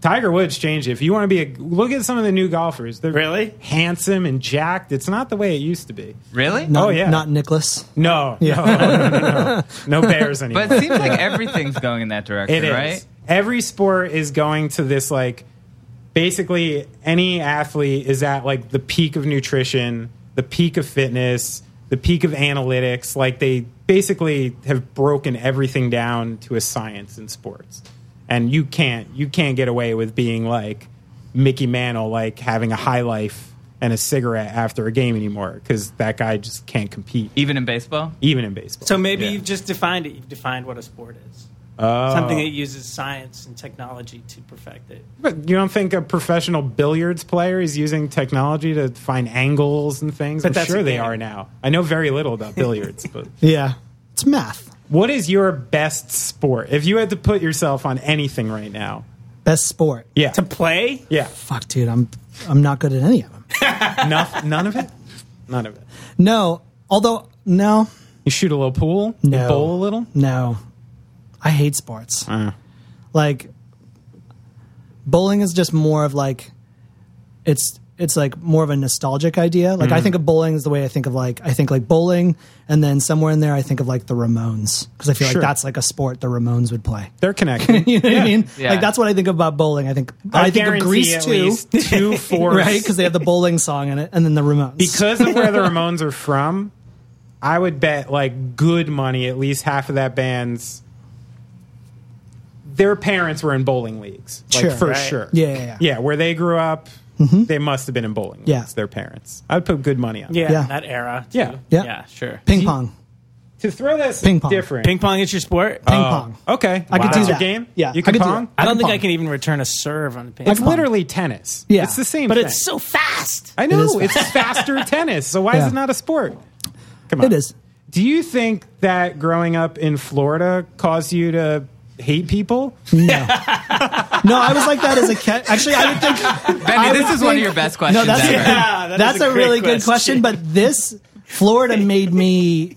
[SPEAKER 2] Tiger Woods changed it. If you want to be a look at some of the new golfers, they're
[SPEAKER 3] Really?
[SPEAKER 2] handsome and jacked. It's not the way it used to be.
[SPEAKER 1] really?
[SPEAKER 5] not,
[SPEAKER 2] Oh, yeah.
[SPEAKER 5] Not Nicholas.
[SPEAKER 2] No, no, no, no, no. no bears anymore.
[SPEAKER 1] But it seems like everything's going in that direction,
[SPEAKER 2] It is.
[SPEAKER 1] right?
[SPEAKER 2] Every sport is going to this like basically any athlete is at like the peak of nutrition, the peak of fitness, the peak of analytics. Like they basically have broken everything down to a science in sports. And you can't you can't get away with being like Mickey Mantle like having a high life and a cigarette after a game anymore cuz that guy just can't compete
[SPEAKER 1] Even in baseball.
[SPEAKER 2] even in baseball.
[SPEAKER 3] So maybe
[SPEAKER 2] Yeah.
[SPEAKER 3] you've just defined it. You've defined what a sport is.
[SPEAKER 2] Oh.
[SPEAKER 3] Something that uses science and technology to perfect it.
[SPEAKER 2] But you don't think a professional billiards player is using technology to find angles and things?
[SPEAKER 3] But
[SPEAKER 2] I'm
[SPEAKER 3] that's
[SPEAKER 2] sure
[SPEAKER 3] a
[SPEAKER 2] they
[SPEAKER 3] game.
[SPEAKER 2] are now. I know very little about billiards, but
[SPEAKER 5] Yeah. It's math.
[SPEAKER 2] what is your best sport? If you had to put yourself on anything right now,
[SPEAKER 5] Best sport.
[SPEAKER 2] yeah,
[SPEAKER 3] To play?
[SPEAKER 2] yeah,
[SPEAKER 5] Fuck, dude. I'm I'm not good at any of them.
[SPEAKER 2] Noth- none of it, none of it.
[SPEAKER 5] No. Although no,
[SPEAKER 2] You shoot a little pool,
[SPEAKER 5] No.
[SPEAKER 2] you bowl a little.
[SPEAKER 5] no. I hate sports. Like bowling is just more of like it's it's like more of a nostalgic idea. Like I think of bowling is the way I think of like I think like bowling and then somewhere in there I think of like the Ramones because I feel
[SPEAKER 2] Sure.
[SPEAKER 5] like that's like a sport the Ramones would play.
[SPEAKER 2] They're connected.
[SPEAKER 5] You know what I mean?
[SPEAKER 1] Yeah.
[SPEAKER 5] Like that's what I think about bowling. I think I,
[SPEAKER 2] I,
[SPEAKER 5] think of
[SPEAKER 2] guarantee
[SPEAKER 5] Grease
[SPEAKER 2] at
[SPEAKER 5] too,
[SPEAKER 2] least two fours.
[SPEAKER 5] right? Because they have the bowling song in it, and then the Ramones.
[SPEAKER 2] because of where the Ramones are from, I would bet like good money at least half of that band's their parents were in bowling leagues, like
[SPEAKER 5] Sure.
[SPEAKER 2] for
[SPEAKER 5] Right.
[SPEAKER 2] sure.
[SPEAKER 5] Yeah, yeah, yeah.
[SPEAKER 2] where they grew up, they must have been in bowling leagues.
[SPEAKER 5] Yeah.
[SPEAKER 2] Their parents. I would put good money on. it.
[SPEAKER 3] Yeah.
[SPEAKER 5] Yeah.
[SPEAKER 3] That era. too.
[SPEAKER 2] Yeah.
[SPEAKER 5] Yeah.
[SPEAKER 3] Yeah, sure.
[SPEAKER 5] ping pong,
[SPEAKER 2] to throw this
[SPEAKER 5] Ping pong.
[SPEAKER 2] different.
[SPEAKER 3] Ping pong is your sport.
[SPEAKER 5] Ping
[SPEAKER 1] Oh.
[SPEAKER 5] pong.
[SPEAKER 2] Okay,
[SPEAKER 5] I could
[SPEAKER 2] That's
[SPEAKER 5] do that.
[SPEAKER 2] Your game?
[SPEAKER 5] Yeah,
[SPEAKER 2] you
[SPEAKER 5] I
[SPEAKER 2] can
[SPEAKER 5] could do
[SPEAKER 2] pong.
[SPEAKER 5] that.
[SPEAKER 3] I don't think
[SPEAKER 5] pong.
[SPEAKER 3] I can even return a serve on ping.
[SPEAKER 2] It's
[SPEAKER 3] pong.
[SPEAKER 2] literally tennis.
[SPEAKER 5] Yeah.
[SPEAKER 2] it's the same.
[SPEAKER 3] but
[SPEAKER 2] thing.
[SPEAKER 3] it's so fast.
[SPEAKER 2] I know
[SPEAKER 5] It is
[SPEAKER 2] it's faster tennis. So why
[SPEAKER 5] Yeah.
[SPEAKER 2] is it not a sport? Come on,
[SPEAKER 5] It is.
[SPEAKER 2] Do you think that growing up in Florida caused you to hate people?
[SPEAKER 5] No, I was like that as a kid. Actually, I would think
[SPEAKER 1] Benny,
[SPEAKER 5] I
[SPEAKER 1] this
[SPEAKER 5] would
[SPEAKER 1] is one of
[SPEAKER 5] think-
[SPEAKER 1] your best questions
[SPEAKER 5] No, that's
[SPEAKER 1] ever.
[SPEAKER 3] Yeah, that is
[SPEAKER 5] that's
[SPEAKER 3] a
[SPEAKER 5] a,
[SPEAKER 3] great
[SPEAKER 5] really good
[SPEAKER 3] question.
[SPEAKER 5] question. But this Florida made me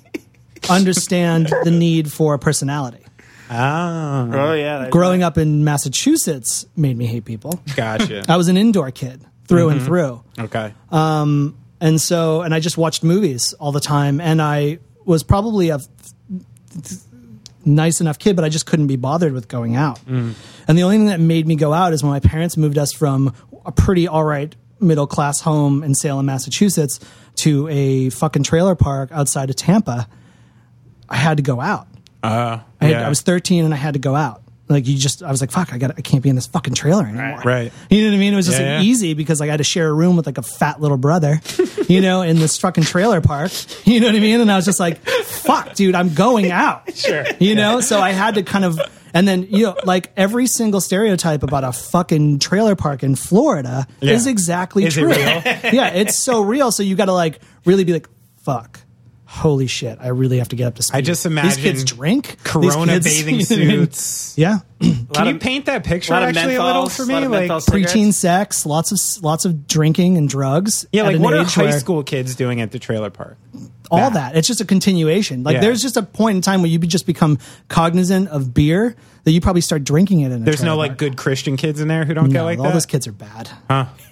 [SPEAKER 5] understand the need for personality.
[SPEAKER 2] Ah,
[SPEAKER 3] Oh yeah.
[SPEAKER 5] Growing up in Massachusetts made me hate people.
[SPEAKER 2] gotcha.
[SPEAKER 5] I was an indoor kid through
[SPEAKER 3] Mm-hmm.
[SPEAKER 5] and through.
[SPEAKER 2] Uh, okay.
[SPEAKER 5] and so and I just watched movies all the time, and I was probably a f- nice enough kid, but I just couldn't be bothered with going out.
[SPEAKER 2] Mm-hmm.
[SPEAKER 5] And the only thing that made me go out is when my parents moved us from a pretty all right middle class home in Salem, Massachusetts, to a fucking trailer park outside of Tampa. I had to go out.
[SPEAKER 2] Uh,
[SPEAKER 5] I, had,
[SPEAKER 2] yeah.
[SPEAKER 5] I was 13 and I had to go out. Like you just, I was like, fuck, I got, I can't be in this fucking trailer anymore.
[SPEAKER 2] Right.
[SPEAKER 5] You know what I mean? It was just
[SPEAKER 2] Yeah,
[SPEAKER 5] like
[SPEAKER 2] yeah.
[SPEAKER 5] easy because like I had to share a room with like a fat little brother, you know, in this fucking trailer park. You know what I mean? And I was just like, fuck, dude, I'm going out. Sure. You know? So I had to kind of, and then, you know, like every single stereotype about a fucking trailer park in Florida
[SPEAKER 2] Yeah.
[SPEAKER 5] is exactly
[SPEAKER 2] Is it
[SPEAKER 5] true.
[SPEAKER 2] real?
[SPEAKER 5] yeah. It's so real. So you got to like really be like, fuck. Holy shit! I really have to get up to speed.
[SPEAKER 2] just
[SPEAKER 5] these kids
[SPEAKER 2] imagine
[SPEAKER 5] drink These
[SPEAKER 2] Corona
[SPEAKER 5] kids-
[SPEAKER 2] bathing
[SPEAKER 5] you know what I mean?
[SPEAKER 2] suits.
[SPEAKER 5] Yeah,
[SPEAKER 2] Can you paint that picture
[SPEAKER 3] lot of
[SPEAKER 2] actually a little
[SPEAKER 3] menthols,
[SPEAKER 2] for
[SPEAKER 3] lot
[SPEAKER 2] me?
[SPEAKER 3] of
[SPEAKER 2] Like,
[SPEAKER 3] menthols.
[SPEAKER 5] preteen sex, lots of lots of drinking and drugs.
[SPEAKER 2] yeah,
[SPEAKER 5] at
[SPEAKER 2] like
[SPEAKER 5] an
[SPEAKER 2] what are
[SPEAKER 5] age
[SPEAKER 2] high
[SPEAKER 5] where-
[SPEAKER 2] school kids doing at the trailer park?
[SPEAKER 5] All that. It's just a continuation. Like
[SPEAKER 2] Yeah.
[SPEAKER 5] there's just a point in time where you be- just become cognizant of beer that you probably start drinking it. In a
[SPEAKER 2] There's no
[SPEAKER 5] trailer
[SPEAKER 2] like
[SPEAKER 5] park.
[SPEAKER 2] good Christian kids in there who don't
[SPEAKER 5] No,
[SPEAKER 2] go like
[SPEAKER 5] all
[SPEAKER 2] that.
[SPEAKER 5] those kids are bad.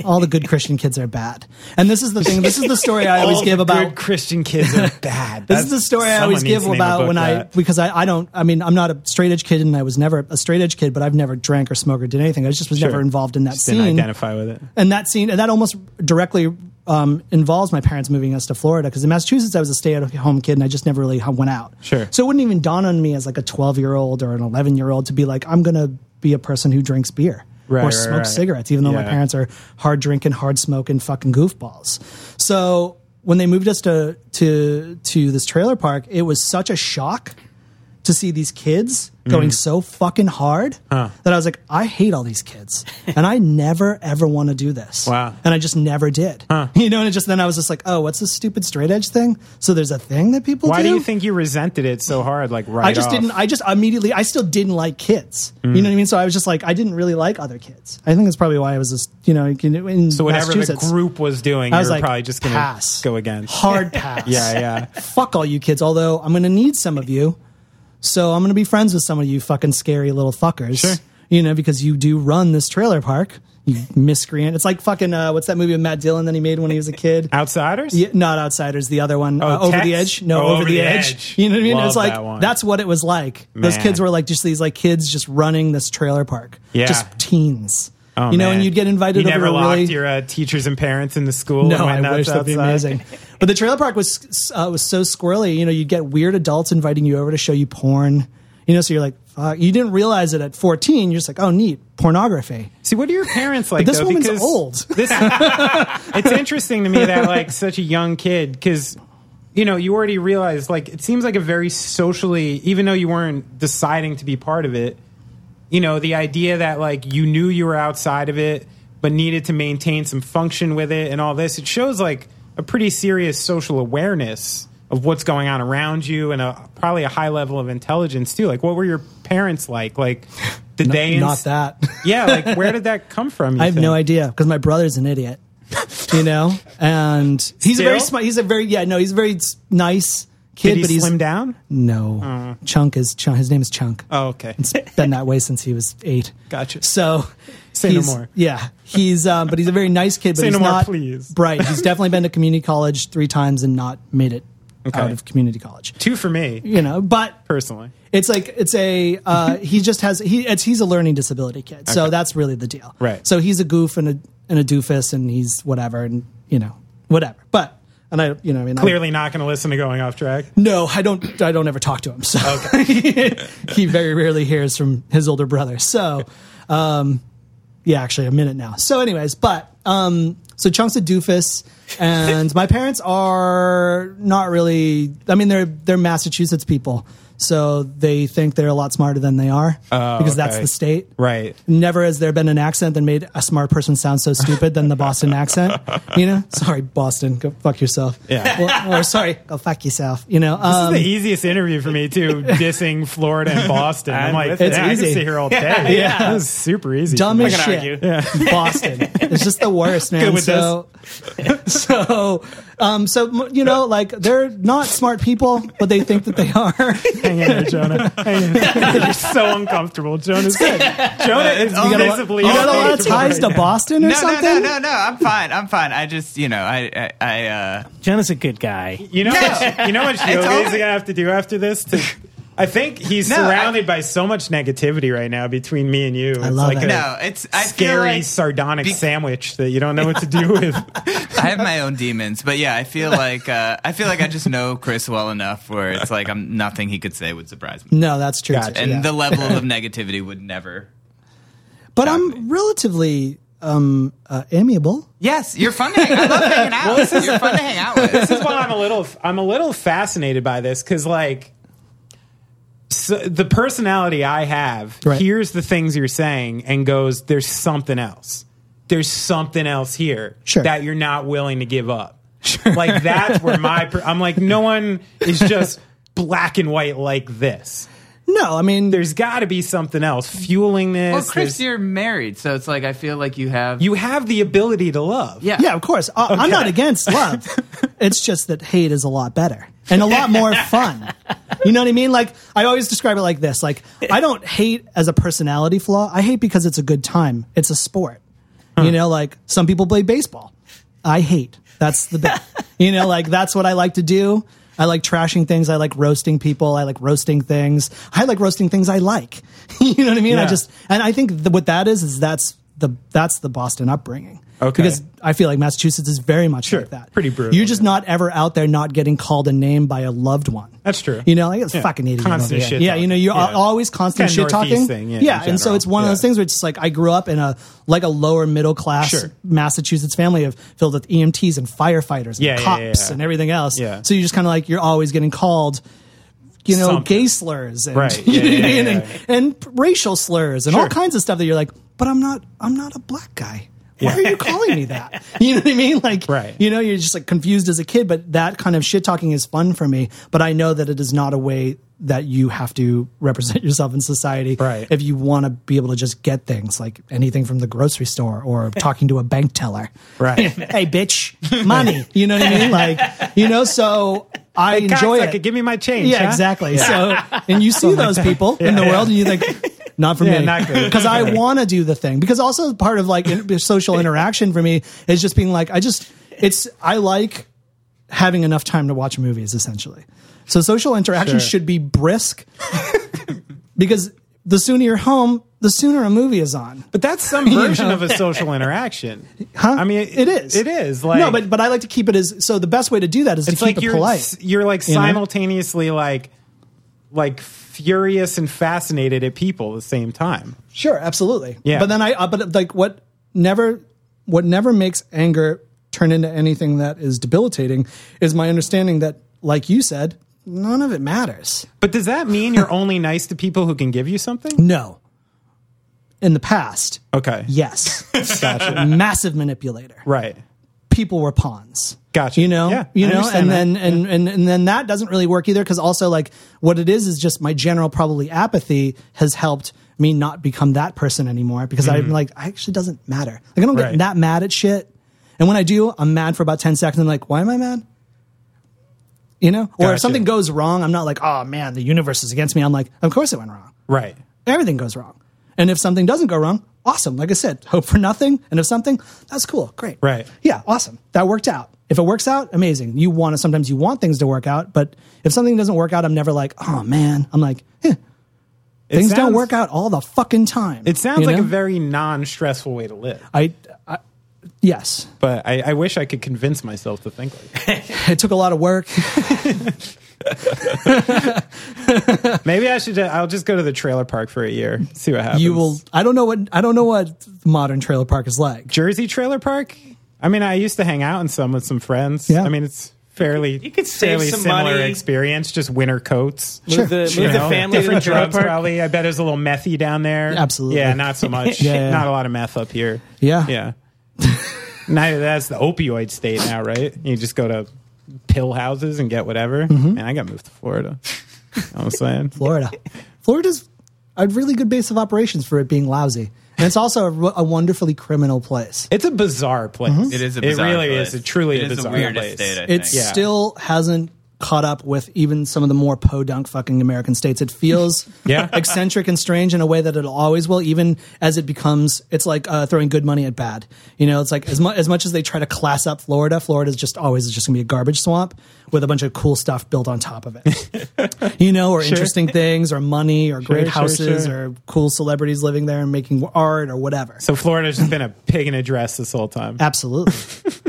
[SPEAKER 5] All the good Christian kids are bad. And this is the thing. This is the story I always give about
[SPEAKER 2] good Christian kids are bad.
[SPEAKER 5] This is the story I always give about when I because I, I don't I mean I'm not a straight edge kid and I was never a straight edge kid but I've never drank or smoked or did anything I just was never involved in that
[SPEAKER 2] Just didn't
[SPEAKER 5] scene
[SPEAKER 2] identify with it.
[SPEAKER 5] and that scene and that almost directly um, involves my parents moving us to Florida because in Massachusetts I was a stay at home kid and I just never really h- went out
[SPEAKER 2] Sure.
[SPEAKER 5] so it wouldn't even dawn on me as like a 12 year old or an 11 year old to be like I'm gonna be a person who drinks beer
[SPEAKER 2] Right,
[SPEAKER 5] or
[SPEAKER 2] right,
[SPEAKER 5] smokes
[SPEAKER 2] right.
[SPEAKER 5] cigarettes even though my
[SPEAKER 2] Yeah.
[SPEAKER 5] parents are hard drinking hard smoking fucking goofballs so when they moved us to to to this trailer park it was such a shock to see these kids
[SPEAKER 2] Mm.
[SPEAKER 5] going so fucking hard that I was like, I hate all these kids, and I never ever want to do this.
[SPEAKER 2] Wow.
[SPEAKER 5] And I just never did. You know, and it just then I was just like, oh, what's this stupid straight edge thing? So there's a thing that people
[SPEAKER 2] Why
[SPEAKER 5] do.
[SPEAKER 2] do you think you resented it so hard? Like right
[SPEAKER 5] I just
[SPEAKER 2] off? Mm.
[SPEAKER 5] didn't. I just immediately. I still didn't like kids. You know what I mean? So I was just like, I didn't really like other kids. I think that's probably why I was just, you know, in
[SPEAKER 2] So whatever the
[SPEAKER 5] Massachusetts,
[SPEAKER 2] group was doing,
[SPEAKER 5] I
[SPEAKER 2] you
[SPEAKER 5] was
[SPEAKER 2] were
[SPEAKER 5] like,
[SPEAKER 2] probably just gonna
[SPEAKER 5] pass.
[SPEAKER 2] go against.
[SPEAKER 5] hard pass.
[SPEAKER 2] Yeah, yeah.
[SPEAKER 5] fuck all you kids, although I'm going to need some of you. So I'm going to be friends with some of you fucking scary little fuckers.
[SPEAKER 2] Sure.
[SPEAKER 5] You know, because you do run this trailer park, you miscreant. It's like fucking, uh, what's that movie with Matt Dillon that he made when he was a kid?
[SPEAKER 2] Outsiders?
[SPEAKER 5] Yeah, not Outsiders, the other one. uh,
[SPEAKER 2] Oh,
[SPEAKER 5] Over the
[SPEAKER 2] Text?
[SPEAKER 5] Edge? No,
[SPEAKER 2] Oh,
[SPEAKER 5] Over the, edge. You know what I mean?
[SPEAKER 2] Love
[SPEAKER 5] it's like,
[SPEAKER 2] that one.
[SPEAKER 5] that's what it was like. Those
[SPEAKER 2] Man.
[SPEAKER 5] kids were like just these like kids just running this trailer park.
[SPEAKER 2] Yeah.
[SPEAKER 5] Just teens.
[SPEAKER 2] Oh,
[SPEAKER 5] you know,
[SPEAKER 2] man.
[SPEAKER 5] and you'd get invited
[SPEAKER 2] You
[SPEAKER 5] over
[SPEAKER 2] never
[SPEAKER 5] to
[SPEAKER 2] locked
[SPEAKER 5] really,
[SPEAKER 2] your uh, teachers and parents in the school. and
[SPEAKER 5] no,
[SPEAKER 2] went
[SPEAKER 5] I
[SPEAKER 2] nuts
[SPEAKER 5] wish that'd be
[SPEAKER 2] outside?
[SPEAKER 5] amazing. But the trailer park was uh, was so squirrely. You know, you'd get weird adults inviting you over to show you porn. You know, so you're like, fuck. You didn't realize it at 14. You're just like, oh, neat, pornography.
[SPEAKER 2] See, what are your parents like?
[SPEAKER 5] this
[SPEAKER 2] though?
[SPEAKER 5] woman's
[SPEAKER 2] Because
[SPEAKER 5] old.
[SPEAKER 2] This, it's interesting to me that like such a young kid, because you know you already realize like it seems like a very socially, even though you weren't deciding to be part of it. You know the idea that like you knew you were outside of it, but needed to maintain some function with it and all this. It shows like a pretty serious social awareness of what's going on around you and a probably a high level of intelligence too. Like, what were your parents like? Like, did they
[SPEAKER 5] Not
[SPEAKER 2] inst-
[SPEAKER 5] that.
[SPEAKER 2] yeah, like where did that come from? you
[SPEAKER 5] I have
[SPEAKER 2] think?
[SPEAKER 5] no idea because my brother's an idiot. You know, and he's a very
[SPEAKER 2] Still?
[SPEAKER 5] smart. He's a very yeah. No, he's a very s- nice kid,
[SPEAKER 2] Did he Mm.
[SPEAKER 5] but he's
[SPEAKER 2] slim down?
[SPEAKER 5] no chunk is chunk. His name is Chunk.
[SPEAKER 2] Oh, okay.
[SPEAKER 5] It's been that way since he was eight.
[SPEAKER 2] Gotcha.
[SPEAKER 5] So
[SPEAKER 2] Say no
[SPEAKER 5] he's-
[SPEAKER 2] more.
[SPEAKER 5] Yeah, he's um, but he's a very nice kid. But
[SPEAKER 2] Say
[SPEAKER 5] he's
[SPEAKER 2] no more,
[SPEAKER 5] not
[SPEAKER 2] please.
[SPEAKER 5] bright. He's definitely been to community college three times and not made it
[SPEAKER 2] Okay.
[SPEAKER 5] out of community college.
[SPEAKER 2] Two for me,
[SPEAKER 5] You know, but
[SPEAKER 2] personally.
[SPEAKER 5] it's like it's a uh, he just has he it's he's a learning disability kid. So that's really the deal.
[SPEAKER 2] Right.
[SPEAKER 5] So he's a goof and a and a doofus and he's whatever and you know whatever. But and I you know I mean I-
[SPEAKER 2] Clearly not going to listen to going off track.
[SPEAKER 5] no, I don't. I don't ever talk to him. So he very rarely hears from his older brother. So, um, yeah, actually, a minute now. So, anyways, but um, so Chunk's a doofus. and my parents are not really. I mean, they're they're Massachusetts people, so they think they're a lot smarter than they are because that's
[SPEAKER 2] okay.
[SPEAKER 5] the state.
[SPEAKER 2] Right.
[SPEAKER 5] Never has there been an accent that made a smart person sound so stupid than the Boston accent. You know, sorry Boston, go fuck yourself.
[SPEAKER 2] Yeah.
[SPEAKER 5] Well, or sorry, go fuck yourself. You know, um,
[SPEAKER 2] the easiest interview for me too, dissing Florida and Boston. I'm like,
[SPEAKER 5] It's
[SPEAKER 2] yeah, I
[SPEAKER 5] easy.
[SPEAKER 2] can sit here all day. Yeah,
[SPEAKER 5] yeah.
[SPEAKER 2] It was super easy.
[SPEAKER 5] dumb
[SPEAKER 2] for me.
[SPEAKER 5] as
[SPEAKER 3] can
[SPEAKER 5] shit. Boston. It's just the worst, man.
[SPEAKER 2] Good with
[SPEAKER 5] so, so, um, so you know, like they're not smart people, but they think that they are.
[SPEAKER 2] Hang in there, Jonah. Hang in there. You're so uncomfortable. Jonah's good. Jonah is
[SPEAKER 5] You got a lot,
[SPEAKER 2] visibly.
[SPEAKER 5] you got a lot of
[SPEAKER 2] uncomfortable
[SPEAKER 5] ties
[SPEAKER 2] right
[SPEAKER 5] to
[SPEAKER 2] now.
[SPEAKER 5] Boston or
[SPEAKER 1] No, no,
[SPEAKER 5] something.
[SPEAKER 1] no, no, no. I'm fine. I'm fine. I just, you know, I, I, I uh,
[SPEAKER 3] Jonah's a good guy.
[SPEAKER 2] You know, what, you know what
[SPEAKER 1] It's
[SPEAKER 2] yoga
[SPEAKER 1] all-
[SPEAKER 2] he's gonna have to do after this. To, I think he's
[SPEAKER 1] No,
[SPEAKER 2] surrounded by so much negativity right now between me and you. I it's
[SPEAKER 5] love
[SPEAKER 2] like
[SPEAKER 5] it.
[SPEAKER 2] a
[SPEAKER 1] no. It's I feel
[SPEAKER 2] scary
[SPEAKER 1] like
[SPEAKER 2] sardonic
[SPEAKER 1] Be-
[SPEAKER 2] sandwich that you don't know what to do with.
[SPEAKER 1] I have my own demons, but yeah, I feel like uh, I feel like I just know Chris well enough where it's like I'm nothing he could say would surprise me,
[SPEAKER 5] No, that's true.
[SPEAKER 2] Gotcha.
[SPEAKER 5] too,
[SPEAKER 1] and
[SPEAKER 5] yeah.
[SPEAKER 1] the level of negativity would never.
[SPEAKER 5] but I'm relatively um, uh, amiable.
[SPEAKER 1] Yes, you're fun to hang. I love hanging out. you're fun to hang out with.
[SPEAKER 2] this is why I'm a little I'm a little fascinated by this because like so the personality I have
[SPEAKER 5] Right.
[SPEAKER 2] hears the things you're saying and goes, "There's something else. There's something else here
[SPEAKER 5] Sure.
[SPEAKER 2] that you're not willing to give up." Like that's where my per- I'm like no one is just black and white like this.
[SPEAKER 5] No, I mean,
[SPEAKER 2] There's got to be something else fueling this.
[SPEAKER 1] Well, Chris,
[SPEAKER 2] There's-
[SPEAKER 1] you're married, so it's like I feel like you have.
[SPEAKER 2] you have the ability to love.
[SPEAKER 1] yeah,
[SPEAKER 5] yeah, of course. I, I'm not against love. it's just that hate is a lot better and a lot more fun. You know what I mean? Like I always describe it like this: like I don't hate as a personality flaw. I hate because it's a good time. It's a sport. You know, like some people play baseball. I hate. That's the bit. you know, like that's what I like to do. I like trashing things. I like roasting people. I like roasting things. I like roasting things I like. you know what I mean? I
[SPEAKER 2] Yeah.
[SPEAKER 5] just and I think th- what that is is that's the that's the Boston upbringing.
[SPEAKER 2] Okay.
[SPEAKER 5] Because I feel like Massachusetts is very much
[SPEAKER 2] Sure.
[SPEAKER 5] like that.
[SPEAKER 2] Pretty brutal,
[SPEAKER 5] You're just
[SPEAKER 2] yeah.
[SPEAKER 5] not ever out there not getting called a name by a loved one.
[SPEAKER 2] That's true.
[SPEAKER 5] You know, like it's
[SPEAKER 2] Yeah.
[SPEAKER 5] fucking idiot.
[SPEAKER 2] Constant
[SPEAKER 5] over here.
[SPEAKER 2] shit
[SPEAKER 5] Yeah,
[SPEAKER 2] talking.
[SPEAKER 5] you know, you're
[SPEAKER 2] Yeah.
[SPEAKER 5] al- always constant
[SPEAKER 2] Kinda
[SPEAKER 5] shit talking.
[SPEAKER 2] Northeast thing, yeah, in
[SPEAKER 5] and so
[SPEAKER 2] general.
[SPEAKER 5] it's one of
[SPEAKER 2] Yeah.
[SPEAKER 5] those things where it's just like I grew up in a like a lower middle class
[SPEAKER 2] Sure.
[SPEAKER 5] Massachusetts family of filled with EMTs and firefighters and
[SPEAKER 2] Yeah, yeah,
[SPEAKER 5] cops
[SPEAKER 2] yeah, yeah.
[SPEAKER 5] and everything else.
[SPEAKER 2] Yeah.
[SPEAKER 5] So you're just kind of like you're always getting called you know,
[SPEAKER 2] Something.
[SPEAKER 5] gay slurs and,
[SPEAKER 2] Right. Yeah, yeah, yeah,
[SPEAKER 5] and,
[SPEAKER 2] yeah.
[SPEAKER 5] and racial slurs and all
[SPEAKER 2] Sure.
[SPEAKER 5] kinds of stuff that you're like, but I'm not, I'm not a black guy. Why are you calling me that? You know what I mean? Like,
[SPEAKER 2] Right.
[SPEAKER 5] you know, you're just like confused as a kid, but that kind of shit talking is fun for me. But I know that it is not a way that you have to represent yourself in society.
[SPEAKER 2] Right.
[SPEAKER 5] If you want to be able to just get things like anything from the grocery store or talking to a bank teller.
[SPEAKER 2] Right.
[SPEAKER 5] hey, bitch, money. You know what I mean? Like, you know, so I enjoy
[SPEAKER 2] Cocksucker,
[SPEAKER 5] it.
[SPEAKER 2] give me my change.
[SPEAKER 5] Yeah,
[SPEAKER 2] huh?
[SPEAKER 5] exactly. So, and you see those people in the world, and you think, not for
[SPEAKER 2] Yeah,
[SPEAKER 5] me,
[SPEAKER 2] not good.
[SPEAKER 5] because I want to do the thing. Because also part of like in- social interaction for me is just being like, I just, it's, I like having enough time to watch movies essentially. So social interaction
[SPEAKER 2] Sure.
[SPEAKER 5] should be brisk, because the sooner you're home, the sooner a movie is on.
[SPEAKER 2] But that's some version of a social interaction.
[SPEAKER 5] Huh?
[SPEAKER 2] I mean,
[SPEAKER 5] it is.
[SPEAKER 2] It is. Like,
[SPEAKER 5] no, but but I like to keep it as so. The best way to do that is
[SPEAKER 2] it's
[SPEAKER 5] to
[SPEAKER 2] like
[SPEAKER 5] keep it
[SPEAKER 2] you're
[SPEAKER 5] polite.
[SPEAKER 2] s- you're like
[SPEAKER 5] know?
[SPEAKER 2] simultaneously like like furious and fascinated at people at the same time.
[SPEAKER 5] Sure, absolutely.
[SPEAKER 2] Yeah.
[SPEAKER 5] But then I, uh, but like what never, what never makes anger turn into anything that is debilitating is my understanding that, like you said, none of it matters.
[SPEAKER 2] But does that mean you're only nice to people who can give you something?
[SPEAKER 5] No. In the past,
[SPEAKER 2] Okay.
[SPEAKER 5] yes, massive manipulator.
[SPEAKER 2] Right.
[SPEAKER 5] People were pawns.
[SPEAKER 2] Gotcha.
[SPEAKER 5] You know,
[SPEAKER 2] Yeah,
[SPEAKER 5] you
[SPEAKER 2] I
[SPEAKER 5] know,
[SPEAKER 2] understand
[SPEAKER 5] and
[SPEAKER 2] that.
[SPEAKER 5] then and, and and then that doesn't really work either because also like what it is is just my general probably apathy has helped me not become that person anymore because I'm like I actually doesn't matter like I don't
[SPEAKER 2] Mm-hmm. Right.
[SPEAKER 5] get that mad at shit and when I do I'm mad for about ten seconds and I'm like why am I mad you know or
[SPEAKER 2] Gotcha.
[SPEAKER 5] if something goes wrong I'm not like oh man the universe is against me I'm like of course it went wrong
[SPEAKER 2] Right.
[SPEAKER 5] everything goes wrong. And if something doesn't go wrong, awesome. Like I said, hope for nothing. And if something, that's cool. Great.
[SPEAKER 2] Right.
[SPEAKER 5] Yeah, awesome. That worked out. If it works out, amazing. You want to, sometimes you want things to work out, but if something doesn't work out, I'm never like, oh man. I'm like, eh,
[SPEAKER 2] It
[SPEAKER 5] things
[SPEAKER 2] sounds-
[SPEAKER 5] don't work out all the fucking time.
[SPEAKER 2] It sounds
[SPEAKER 5] You
[SPEAKER 2] like
[SPEAKER 5] know?
[SPEAKER 2] a very non-stressful way to live,
[SPEAKER 5] I, I, yes.
[SPEAKER 2] but I, I wish I could convince myself to think like. That.
[SPEAKER 5] It took a lot of work.
[SPEAKER 2] Maybe I should. ju- I'll just go to the trailer park for a year, see what happens.
[SPEAKER 5] you will, I don't know what, I don't know what modern trailer park is like.
[SPEAKER 2] Jersey trailer park. I mean, I used to hang out in some with some friends.
[SPEAKER 5] Yeah.
[SPEAKER 2] I mean, it's fairly
[SPEAKER 3] You could save
[SPEAKER 2] fairly
[SPEAKER 3] some
[SPEAKER 2] similar
[SPEAKER 3] money.
[SPEAKER 2] experience. Just winter coats.
[SPEAKER 3] Move the, move
[SPEAKER 2] You
[SPEAKER 3] the
[SPEAKER 2] know,
[SPEAKER 3] family to the
[SPEAKER 2] different
[SPEAKER 3] trailer
[SPEAKER 2] drugs
[SPEAKER 3] park.
[SPEAKER 2] probably. I bet there's a little methy down there.
[SPEAKER 5] Absolutely.
[SPEAKER 2] Yeah, not so much.
[SPEAKER 5] Yeah, yeah.
[SPEAKER 2] Not a lot of meth up here.
[SPEAKER 5] Yeah.
[SPEAKER 2] Yeah. Neither that's the opioid state now, right? You just go to pill houses and get whatever.
[SPEAKER 5] Mm-hmm.
[SPEAKER 2] Man, I got moved to Florida. You know what I'm saying.
[SPEAKER 5] Florida. Florida's a really good base of operations for it being lousy. And it's also a, w- a wonderfully criminal place.
[SPEAKER 2] It's a bizarre place.
[SPEAKER 1] It is a bizarre
[SPEAKER 2] It really
[SPEAKER 1] place.
[SPEAKER 2] is. A truly
[SPEAKER 1] It
[SPEAKER 2] a
[SPEAKER 1] is the
[SPEAKER 2] bizarre
[SPEAKER 1] weirdest
[SPEAKER 2] place.
[SPEAKER 1] state, I
[SPEAKER 5] Mm-hmm. It
[SPEAKER 1] think.
[SPEAKER 2] Yeah.
[SPEAKER 5] still hasn't caught up with even some of the more podunk fucking American states. It feels
[SPEAKER 2] Yeah.
[SPEAKER 5] eccentric and strange in a way that it'll always will, even as it becomes, it's like uh, throwing good money at bad. You know, it's like as, mu- as much as they try to class up Florida, Florida's just always just going to be a garbage swamp with a bunch of cool stuff built on top of it. you know, or interesting things or money or great
[SPEAKER 2] sure,
[SPEAKER 5] houses
[SPEAKER 2] sure.
[SPEAKER 5] or cool celebrities living there and making art or whatever.
[SPEAKER 2] So Florida's just been a pig in a dress this whole time.
[SPEAKER 5] Absolutely.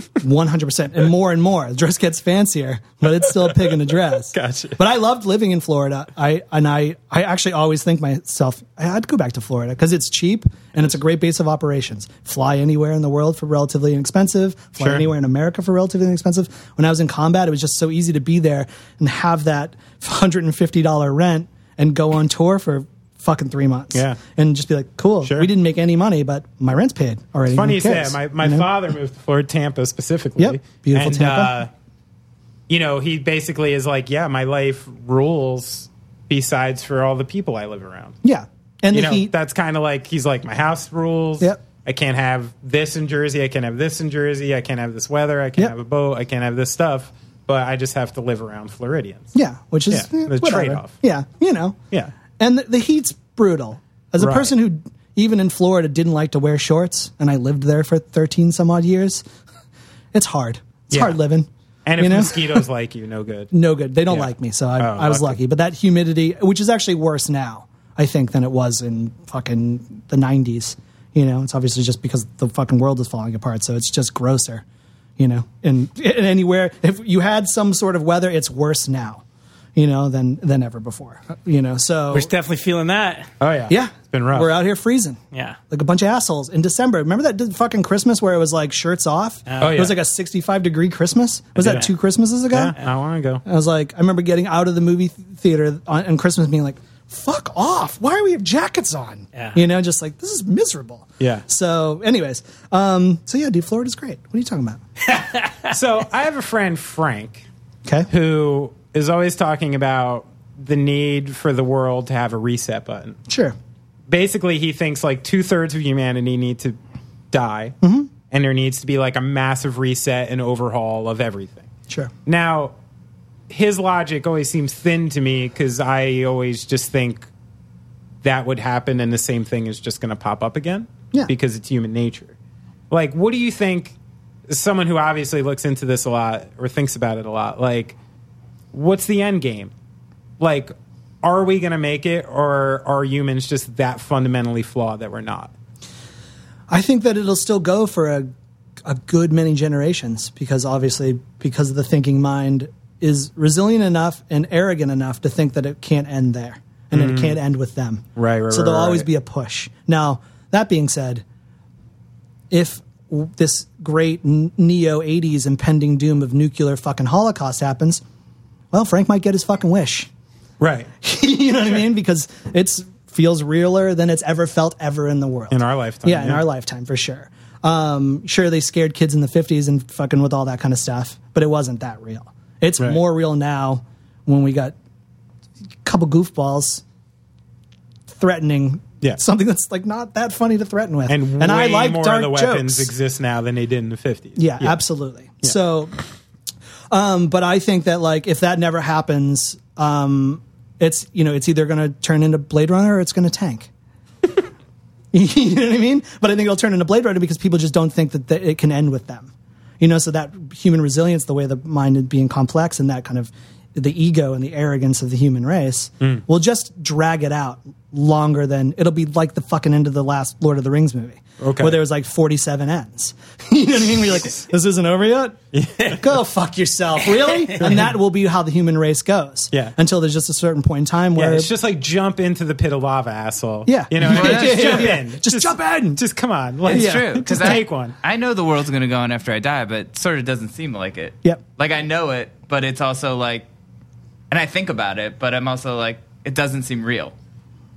[SPEAKER 5] 100%. And more and more. The dress gets fancier, but it's still a pig in a dress.
[SPEAKER 2] Gotcha.
[SPEAKER 5] But I loved living in Florida. I And I, I actually always think myself, I- I'd go back to Florida because it's cheap and it's a great base of operations. Fly anywhere in the world for relatively inexpensive, fly
[SPEAKER 2] Sure.
[SPEAKER 5] anywhere in America for relatively inexpensive. When I was in combat, it was just so easy to be there and have that $150 rent and go on tour for fucking three months.
[SPEAKER 2] Yeah.
[SPEAKER 5] And just be like, cool,
[SPEAKER 2] Sure.
[SPEAKER 5] we didn't make any money, but my rent's paid already.
[SPEAKER 2] Funny
[SPEAKER 5] Who
[SPEAKER 2] you say
[SPEAKER 5] cares?
[SPEAKER 2] that. My, my
[SPEAKER 5] You know?
[SPEAKER 2] father moved to Florida, Tampa specifically.
[SPEAKER 5] Yep. Beautiful
[SPEAKER 2] and,
[SPEAKER 5] Tampa.
[SPEAKER 2] Uh, you know, he basically is like, yeah, my life rules besides for all the people I live around.
[SPEAKER 5] Yeah. And
[SPEAKER 2] You
[SPEAKER 5] the
[SPEAKER 2] know,
[SPEAKER 5] heat.
[SPEAKER 2] that's kind of like, he's like, my house rules.
[SPEAKER 5] Yep.
[SPEAKER 2] I can't have this in Jersey. I can't have this in Jersey. I can't have this weather. I can't
[SPEAKER 5] Yep.
[SPEAKER 2] have a boat. I can't have this stuff. But I just have to live around Floridians.
[SPEAKER 5] yeah, which is
[SPEAKER 2] Yeah,
[SPEAKER 5] eh,
[SPEAKER 2] the
[SPEAKER 5] whatever.
[SPEAKER 2] trade-off.
[SPEAKER 5] Yeah, you know.
[SPEAKER 2] Yeah.
[SPEAKER 5] And the, the heat's brutal. As a
[SPEAKER 2] Right.
[SPEAKER 5] person who even in Florida didn't like to wear shorts and I lived there for 13 some odd years, it's hard. It's
[SPEAKER 2] Yeah.
[SPEAKER 5] hard living.
[SPEAKER 2] And if
[SPEAKER 5] you know?
[SPEAKER 2] mosquitoes like you, no good.
[SPEAKER 5] no good. They don't
[SPEAKER 2] Yeah.
[SPEAKER 5] like me, so I,
[SPEAKER 2] Oh,
[SPEAKER 5] I was
[SPEAKER 2] lucky.
[SPEAKER 5] lucky. But that humidity, which is actually worse now, I think, than it was in fucking the 90s. You know, it's obviously just because the fucking world is falling apart, so it's just grosser. You know, and, and anywhere if you had some sort of weather, it's worse now. You know than than ever before. You know, so
[SPEAKER 3] We're definitely feeling that.
[SPEAKER 2] Oh, yeah.
[SPEAKER 5] yeah,
[SPEAKER 2] It's been rough.
[SPEAKER 5] We're out here freezing.
[SPEAKER 3] Yeah.
[SPEAKER 5] Like a bunch of assholes in December. Remember that d- fucking Christmas where it was like shirts off?
[SPEAKER 2] Oh,
[SPEAKER 5] It was
[SPEAKER 2] yeah.
[SPEAKER 5] like a 65 degree Christmas. Was that
[SPEAKER 2] did.
[SPEAKER 5] two Christmases ago?
[SPEAKER 2] Yeah, not long ago.
[SPEAKER 5] I was like, I remember getting out of the movie th- theater on, on Christmas being like, fuck off. Why do we have jackets on?
[SPEAKER 3] Yeah.
[SPEAKER 5] You know, just like, this is miserable.
[SPEAKER 2] Yeah.
[SPEAKER 5] So, anyways, um, so yeah, dude, Florida's great. What are you talking about?
[SPEAKER 2] so I have a friend, Frank,
[SPEAKER 5] Okay.
[SPEAKER 2] who is always talking about the need for the world to have a reset button.
[SPEAKER 5] Sure.
[SPEAKER 2] Basically, he thinks like two thirds of humanity need to die, and there needs to be like a massive reset and overhaul of everything.
[SPEAKER 5] Sure.
[SPEAKER 2] Now, his logic always seems thin to me because I always just think that would happen and the same thing is just going to pop up again
[SPEAKER 5] Yeah.
[SPEAKER 2] because it's human nature. Like, what do you think, as someone who obviously looks into this a lot or thinks about it a lot, like, what's the end game? Like, are we going to make it or are humans just that fundamentally flawed that we're not?
[SPEAKER 5] I think that it'll still go for a a good many generations because obviously because the thinking mind is resilient enough and arrogant enough to think that it can't end there and it can't end with them.
[SPEAKER 2] Mm. Right, right,
[SPEAKER 5] So there'll
[SPEAKER 2] right,
[SPEAKER 5] always
[SPEAKER 2] right.
[SPEAKER 5] be a push. Now, that being said, if w- this great n- neo 80s impending doom of nuclear fucking holocaust happens, well, Frank might get his fucking wish.
[SPEAKER 2] Right.
[SPEAKER 5] you know what I mean? Because it's feels realer than it's ever felt ever in the world.
[SPEAKER 2] In our lifetime,
[SPEAKER 5] Yeah, in
[SPEAKER 2] yeah.
[SPEAKER 5] our lifetime for sure. Um, sure they scared kids in the fifties and fucking with all that kind of stuff, but it wasn't that real. It's
[SPEAKER 2] Right.
[SPEAKER 5] more real now when we got a couple goofballs threatening
[SPEAKER 2] Yeah.
[SPEAKER 5] something that's like not that funny to threaten with.
[SPEAKER 2] And,
[SPEAKER 5] I
[SPEAKER 2] way
[SPEAKER 5] like
[SPEAKER 2] more
[SPEAKER 5] dark
[SPEAKER 2] of the weapons
[SPEAKER 5] jokes.
[SPEAKER 2] exist now than they did in the 50s.
[SPEAKER 5] Yeah, absolutely. So, um, but I think that like if that never happens, um, it's you know it's either going to turn into Blade Runner or it's going to tank. you know what I mean? But I think it'll turn into Blade Runner because people just don't think that, that it can end with them. You know, so that human resilience, the way the mind is being complex, Mm. and that kind of the ego and the arrogance of the human race will just drag it out longer than it'll be like the fucking end of the last Lord of the Rings movie.
[SPEAKER 2] Okay.
[SPEAKER 5] Where there was like 47 ends. you know what I mean? Where you're like, this isn't over yet? Go fuck yourself. Really? and that will be how the human race goes.
[SPEAKER 2] Yeah.
[SPEAKER 5] Until there's just a certain point in time
[SPEAKER 2] Yeah,
[SPEAKER 5] where
[SPEAKER 2] it's just like jump into the pit of lava, asshole.
[SPEAKER 5] Yeah.
[SPEAKER 2] you know, what I mean? just
[SPEAKER 5] Yeah.
[SPEAKER 2] jump in,
[SPEAKER 5] Just jump in.
[SPEAKER 2] just come on. Like,
[SPEAKER 1] It's
[SPEAKER 5] Yeah.
[SPEAKER 1] true. 'cause
[SPEAKER 2] Just
[SPEAKER 1] I-
[SPEAKER 2] take one.
[SPEAKER 1] I know the world's going to go on after I die, but it sort of doesn't seem like it.
[SPEAKER 5] Yep.
[SPEAKER 1] Like I know it, but it's also like, and I think about it, but I'm also like, it doesn't seem real.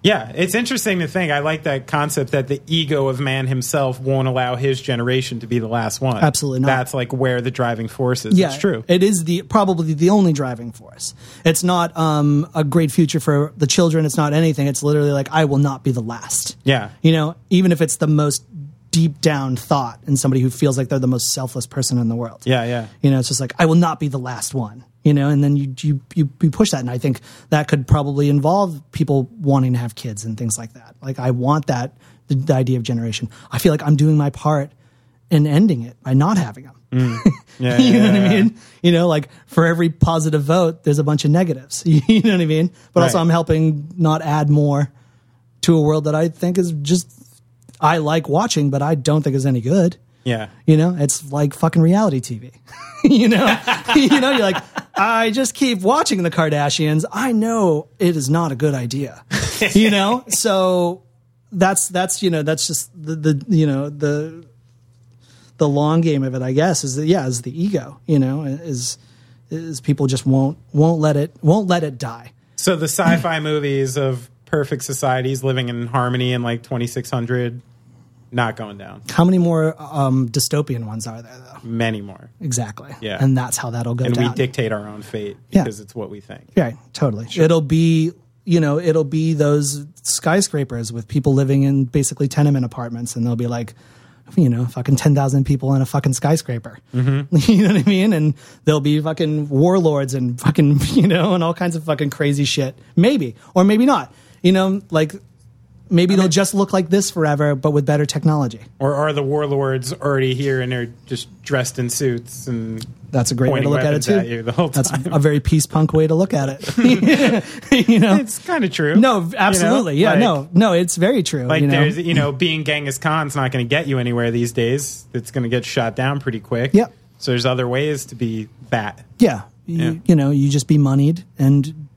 [SPEAKER 2] Yeah, it's interesting to think. I like that concept that the ego of man himself won't allow his generation to be the last one.
[SPEAKER 5] Absolutely not.
[SPEAKER 2] That's like where the driving force is.
[SPEAKER 5] yeah,
[SPEAKER 2] it's true.
[SPEAKER 5] It is the probably the only driving force. It's not um, a great future for the children. It's not anything. It's literally like I will not be the last.
[SPEAKER 2] Yeah.
[SPEAKER 5] you know, even if it's the most deep down thought in somebody who feels like they're the most selfless person in the world.
[SPEAKER 2] yeah, yeah.
[SPEAKER 5] you know, it's just like I will not be the last one. You know, and then you you you, you push that, and I think that could probably involve people wanting to have kids and things like that. Like I want that the, the idea of generation. I feel like I'm doing my part in ending it by not having them
[SPEAKER 2] Yeah,
[SPEAKER 5] you know
[SPEAKER 2] yeah,
[SPEAKER 5] what
[SPEAKER 2] yeah.
[SPEAKER 5] I mean? You know, like for every positive vote, there's a bunch of negatives. you know what I mean? But also,
[SPEAKER 2] Right.
[SPEAKER 5] I'm helping not add more to a world that I think is just I like watching, but I don't think is any good.
[SPEAKER 2] Yeah.
[SPEAKER 5] You know, it's like fucking reality TV. you know, you know, you're like, I just keep watching the Kardashians. I know it is not a good idea. You know, so that's that's you know that's just the, the you know the the long game of it. I guess is that yeah is the ego. You know, is is people just won't won't let it won't let it die.
[SPEAKER 2] So the sci-fi movies of perfect societies living in harmony in like 2600 not going down.
[SPEAKER 5] How many more um, dystopian ones are there though?
[SPEAKER 2] Many more.
[SPEAKER 5] Exactly.
[SPEAKER 2] Yeah.
[SPEAKER 5] and that's how that'll go
[SPEAKER 2] And
[SPEAKER 5] down.
[SPEAKER 2] we dictate our own fate
[SPEAKER 5] Yeah.
[SPEAKER 2] because it's what we think.
[SPEAKER 5] Right, totally. It'll be you know it'll be those skyscrapers with people living in basically tenement apartments, and they'll be like, you know, fucking ten thousand people in a fucking skyscraper.
[SPEAKER 2] Mm-hmm.
[SPEAKER 5] you know what I mean? And there'll be fucking warlords and fucking you know and all kinds of fucking crazy shit. Maybe or maybe not. You know, like maybe it'll just look like this forever, but with better technology.
[SPEAKER 2] Or are the warlords already here and they're just dressed in suits and
[SPEAKER 5] That's a great way to
[SPEAKER 2] Pointing
[SPEAKER 5] look at
[SPEAKER 2] weapons
[SPEAKER 5] it too.
[SPEAKER 2] at you the whole
[SPEAKER 5] That's
[SPEAKER 2] time.
[SPEAKER 5] a very peace punk way to look at it. you know.
[SPEAKER 2] it's kind of true.
[SPEAKER 5] No,
[SPEAKER 2] you
[SPEAKER 5] absolutely.
[SPEAKER 2] know?
[SPEAKER 5] yeah,
[SPEAKER 2] Like-
[SPEAKER 5] no, no, it's very true.
[SPEAKER 2] Like
[SPEAKER 5] you know?
[SPEAKER 2] there's you know, being Genghis Khan's not going to get you anywhere these days. It's going to get shot down pretty quick.
[SPEAKER 5] Yep.
[SPEAKER 2] So there's other ways to be that.
[SPEAKER 5] yeah, you,
[SPEAKER 2] Yeah.
[SPEAKER 5] you know, you just be moneyed and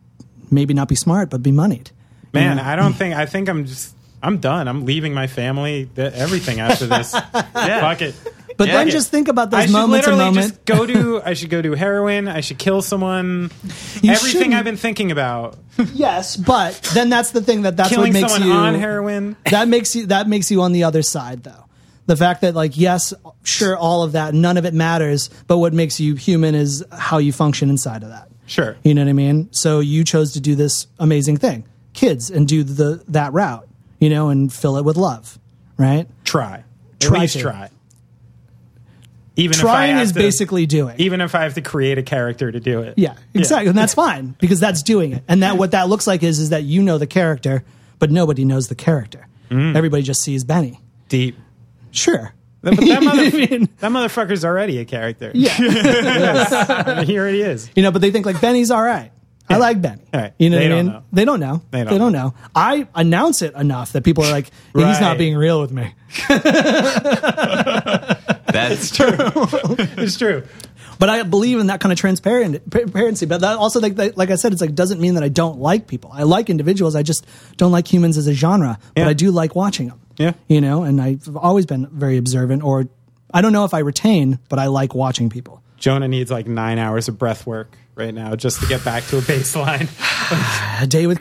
[SPEAKER 5] maybe not be smart, but be moneyed. Mm.
[SPEAKER 2] Man, I don't think I think I'm just I'm done. I'm leaving my family, th- everything after this. Fuck it.
[SPEAKER 5] But
[SPEAKER 1] Yeah.
[SPEAKER 5] then
[SPEAKER 1] Okay.
[SPEAKER 5] just think about
[SPEAKER 2] I
[SPEAKER 5] those
[SPEAKER 2] should
[SPEAKER 5] moments and
[SPEAKER 2] literally
[SPEAKER 5] moments.
[SPEAKER 2] just go to. I should go do heroin. I should kill someone.
[SPEAKER 5] You
[SPEAKER 2] Everything
[SPEAKER 5] shouldn't.
[SPEAKER 2] I've been thinking about:
[SPEAKER 5] yes, but then that's the thing that that's
[SPEAKER 2] killing
[SPEAKER 5] what makes
[SPEAKER 2] someone
[SPEAKER 5] you
[SPEAKER 2] on heroin.
[SPEAKER 5] that makes you that makes you on the other side though. The fact that like yes, sure, all of that, none of it matters, but what makes you human is how you function inside of that.
[SPEAKER 2] Sure.
[SPEAKER 5] You know what I mean? So you chose to do this amazing thing, kids, and do the that route, you know, and fill it with love, right?
[SPEAKER 2] Try.
[SPEAKER 5] Try
[SPEAKER 2] At least
[SPEAKER 5] to.
[SPEAKER 2] try. Even if I
[SPEAKER 5] Trying
[SPEAKER 2] have
[SPEAKER 5] is
[SPEAKER 2] to-
[SPEAKER 5] basically doing.
[SPEAKER 2] even if I have to create a character to do it.
[SPEAKER 5] yeah, exactly, and that's fine because that's doing it. And that what that looks like is is that you know the character, but nobody knows the character.
[SPEAKER 2] Mm.
[SPEAKER 5] Everybody just sees Benny.
[SPEAKER 2] Deep.
[SPEAKER 5] Sure.
[SPEAKER 2] That, but that,
[SPEAKER 5] You know what I
[SPEAKER 2] motherf-
[SPEAKER 5] mean?
[SPEAKER 2] that motherfucker's already a character.
[SPEAKER 5] Yeah.
[SPEAKER 2] I mean, he already is.
[SPEAKER 5] You know, but they think like Benny's all right. I like Benny.
[SPEAKER 2] Right.
[SPEAKER 5] You know
[SPEAKER 2] They
[SPEAKER 5] what I
[SPEAKER 2] don't
[SPEAKER 5] mean?
[SPEAKER 2] know.
[SPEAKER 5] They don't know.
[SPEAKER 2] They don't
[SPEAKER 5] know. I announce it enough that people are like, he's
[SPEAKER 2] Right.
[SPEAKER 5] not being real with me.
[SPEAKER 1] That's true.
[SPEAKER 2] It's true.
[SPEAKER 5] But I believe in that kind of transparent- transparency. But that also, like, like I said, it's like doesn't mean that I don't like people. I like individuals. I just don't like humans as a genre.
[SPEAKER 2] Yeah.
[SPEAKER 5] But I do like watching them.
[SPEAKER 2] Yeah.
[SPEAKER 5] You know, and I've always been very observant. Or I don't know if I retain, but I like watching people.
[SPEAKER 2] Jonah needs like nine hours of breath work right now just to get back to a baseline.
[SPEAKER 5] A day with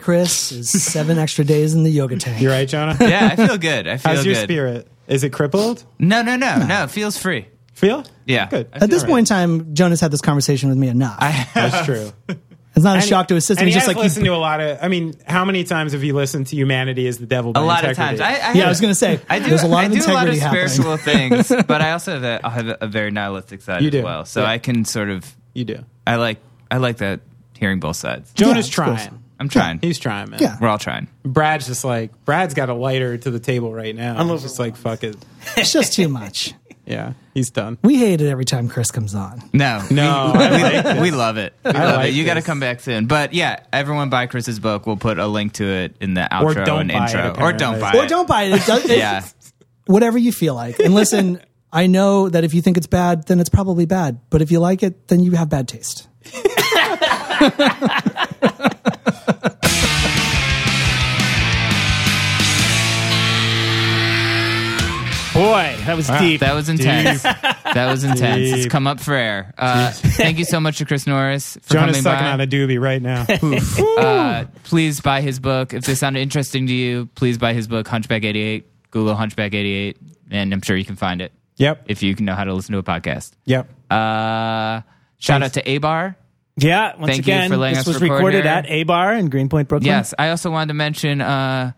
[SPEAKER 5] Chris is seven extra days in the yoga tank.
[SPEAKER 2] You right, Jonah?
[SPEAKER 1] yeah, I feel good. I feel
[SPEAKER 2] How's
[SPEAKER 1] good.
[SPEAKER 2] your spirit? Is it crippled?
[SPEAKER 1] No, no, no, no. It feels free.
[SPEAKER 2] Feel?
[SPEAKER 1] Yeah.
[SPEAKER 2] Good.
[SPEAKER 1] I
[SPEAKER 5] At this
[SPEAKER 2] All right.
[SPEAKER 5] point in time, Jonah's had this conversation with me enough.
[SPEAKER 2] that's true.
[SPEAKER 5] it's not a shock to his system.
[SPEAKER 2] And
[SPEAKER 5] He's
[SPEAKER 2] he
[SPEAKER 5] just
[SPEAKER 2] has
[SPEAKER 5] like,
[SPEAKER 2] listened to a lot of. I mean, how many times have you listened to "Humanity is the Devil"? By
[SPEAKER 1] A lot of
[SPEAKER 2] Integrity?
[SPEAKER 1] times. I, I
[SPEAKER 5] yeah,
[SPEAKER 1] have-
[SPEAKER 5] I was going to say,
[SPEAKER 1] I do.
[SPEAKER 5] there's a lot
[SPEAKER 1] I
[SPEAKER 5] of
[SPEAKER 1] do a lot
[SPEAKER 5] integrity
[SPEAKER 1] of
[SPEAKER 5] happening.
[SPEAKER 1] spiritual things, but I also have a, I have a very nihilistic side
[SPEAKER 2] You
[SPEAKER 1] as
[SPEAKER 2] do.
[SPEAKER 1] well. So
[SPEAKER 2] Yeah.
[SPEAKER 1] I can sort of
[SPEAKER 2] you do.
[SPEAKER 1] I like I like that hearing both sides.
[SPEAKER 2] Jonah's
[SPEAKER 5] of course.
[SPEAKER 2] trying.
[SPEAKER 1] I'm trying.
[SPEAKER 2] He's trying, man.
[SPEAKER 5] Yeah.
[SPEAKER 1] We're all trying.
[SPEAKER 2] Brad's just like Brad's got a lighter to the table right now. I'm just like fuck it.
[SPEAKER 5] It's just too much.
[SPEAKER 4] Yeah, he's done.
[SPEAKER 5] We hate it every time Chris comes on.
[SPEAKER 1] No,
[SPEAKER 4] No,
[SPEAKER 1] we,
[SPEAKER 4] I
[SPEAKER 1] we- we love it. We
[SPEAKER 4] I
[SPEAKER 1] love
[SPEAKER 4] like
[SPEAKER 1] it. You got to
[SPEAKER 4] this.
[SPEAKER 1] come back soon. But yeah, everyone buy Chris's book. We'll put a link to it in the outro
[SPEAKER 2] Or don't
[SPEAKER 1] and
[SPEAKER 2] buy it,
[SPEAKER 1] intro, or don't
[SPEAKER 2] apparently.
[SPEAKER 1] buy
[SPEAKER 5] Or
[SPEAKER 1] it.
[SPEAKER 5] don't buy it. It does- it-
[SPEAKER 1] Yeah,
[SPEAKER 5] Whatever you feel like. And listen, I know that if you think it's bad, then it's probably bad. But if you like it, then you have bad taste.
[SPEAKER 3] Boy, that was deep.
[SPEAKER 1] that was intense. That was intense. It's
[SPEAKER 2] Deep.
[SPEAKER 1] come up for air. Uh, thank you so much to Chris Norris for
[SPEAKER 2] Jonah's
[SPEAKER 1] coming
[SPEAKER 2] sucking
[SPEAKER 1] by.
[SPEAKER 2] on a doobie right now.
[SPEAKER 1] uh, please buy his book. If this sounded interesting to you, please buy his book, Hunchback 88. Google Hunchback 88, and I'm sure you can find it
[SPEAKER 2] yep.
[SPEAKER 1] if you know how to listen to a podcast.
[SPEAKER 2] Yep.
[SPEAKER 1] Uh, shout out to A-Bar.
[SPEAKER 3] yeah, once
[SPEAKER 1] Thank you
[SPEAKER 3] again,
[SPEAKER 1] for letting
[SPEAKER 3] this
[SPEAKER 1] us
[SPEAKER 3] was
[SPEAKER 1] record
[SPEAKER 3] recorded
[SPEAKER 1] here.
[SPEAKER 3] at A Bar in Greenpoint, Brooklyn.
[SPEAKER 1] Yes, I also wanted to mention uh,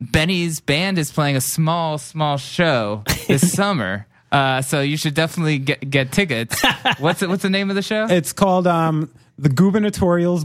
[SPEAKER 1] Benny's band is playing a small, small show this summer. Uh, so you should definitely get, get tickets. What's the, what's the name of the show?
[SPEAKER 2] It's called um, the Gubernatorial's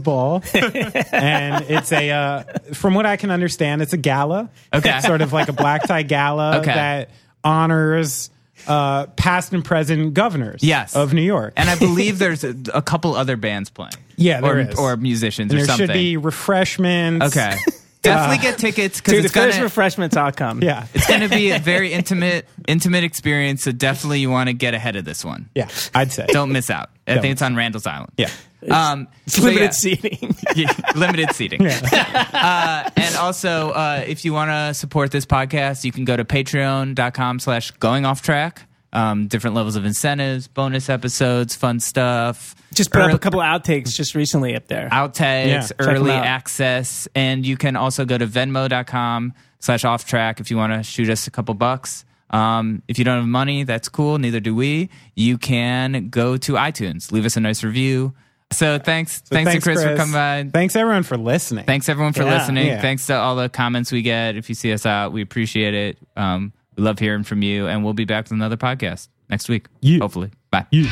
[SPEAKER 2] Ball, and it's a. Uh, from what I can understand, it's a gala.
[SPEAKER 1] Okay.
[SPEAKER 2] sort of like a black tie gala
[SPEAKER 1] Okay.
[SPEAKER 2] that honors uh, past and present governors.
[SPEAKER 1] Yes.
[SPEAKER 2] of New York.
[SPEAKER 1] and I believe there's a, a couple other bands playing.
[SPEAKER 2] Yeah,
[SPEAKER 1] or,
[SPEAKER 2] there is.
[SPEAKER 1] or musicians
[SPEAKER 2] And
[SPEAKER 1] or
[SPEAKER 2] there
[SPEAKER 1] something.
[SPEAKER 2] should be refreshments.
[SPEAKER 1] Okay. Definitely get tickets because
[SPEAKER 3] Dude,
[SPEAKER 1] it's
[SPEAKER 3] if there's
[SPEAKER 1] gonna
[SPEAKER 3] refreshments, I'll come.
[SPEAKER 2] Yeah.
[SPEAKER 1] it's gonna be a very intimate intimate experience. So definitely you want to get ahead of this one.
[SPEAKER 2] Yeah, I'd say.
[SPEAKER 1] Don't miss out. I
[SPEAKER 2] Don't.
[SPEAKER 1] think it's on Randall's Island.
[SPEAKER 2] Yeah.
[SPEAKER 1] Um,
[SPEAKER 3] It's
[SPEAKER 1] so
[SPEAKER 3] limited
[SPEAKER 1] yeah.
[SPEAKER 3] seating.
[SPEAKER 1] Yeah, limited seating. uh, and also, uh, if you want to support this podcast, you can go to patreon.com slash going off track. Um, different levels of incentives, bonus episodes, fun stuff.
[SPEAKER 3] Just put up
[SPEAKER 1] ear-
[SPEAKER 3] a couple outtakes just recently up there.
[SPEAKER 2] Yeah,
[SPEAKER 1] outtakes,
[SPEAKER 2] check
[SPEAKER 1] early
[SPEAKER 3] them out.
[SPEAKER 1] access. And you can also go to venmo.com slash off track if you want to shoot us a couple bucks. Um, if you don't have money, that's cool. Neither do we. You can go to iTunes, leave us a nice review. So thanks,
[SPEAKER 2] So
[SPEAKER 1] thanks, to Chris, for coming by.
[SPEAKER 2] Thanks everyone for listening.
[SPEAKER 1] Thanks everyone for
[SPEAKER 3] Yeah.
[SPEAKER 1] listening.
[SPEAKER 2] Yeah.
[SPEAKER 1] Thanks to all the comments we get. If you see us out, we appreciate it. Um, we love hearing from you, and we'll be back with another podcast next week.
[SPEAKER 2] Yeah.
[SPEAKER 1] Hopefully, bye.
[SPEAKER 2] you.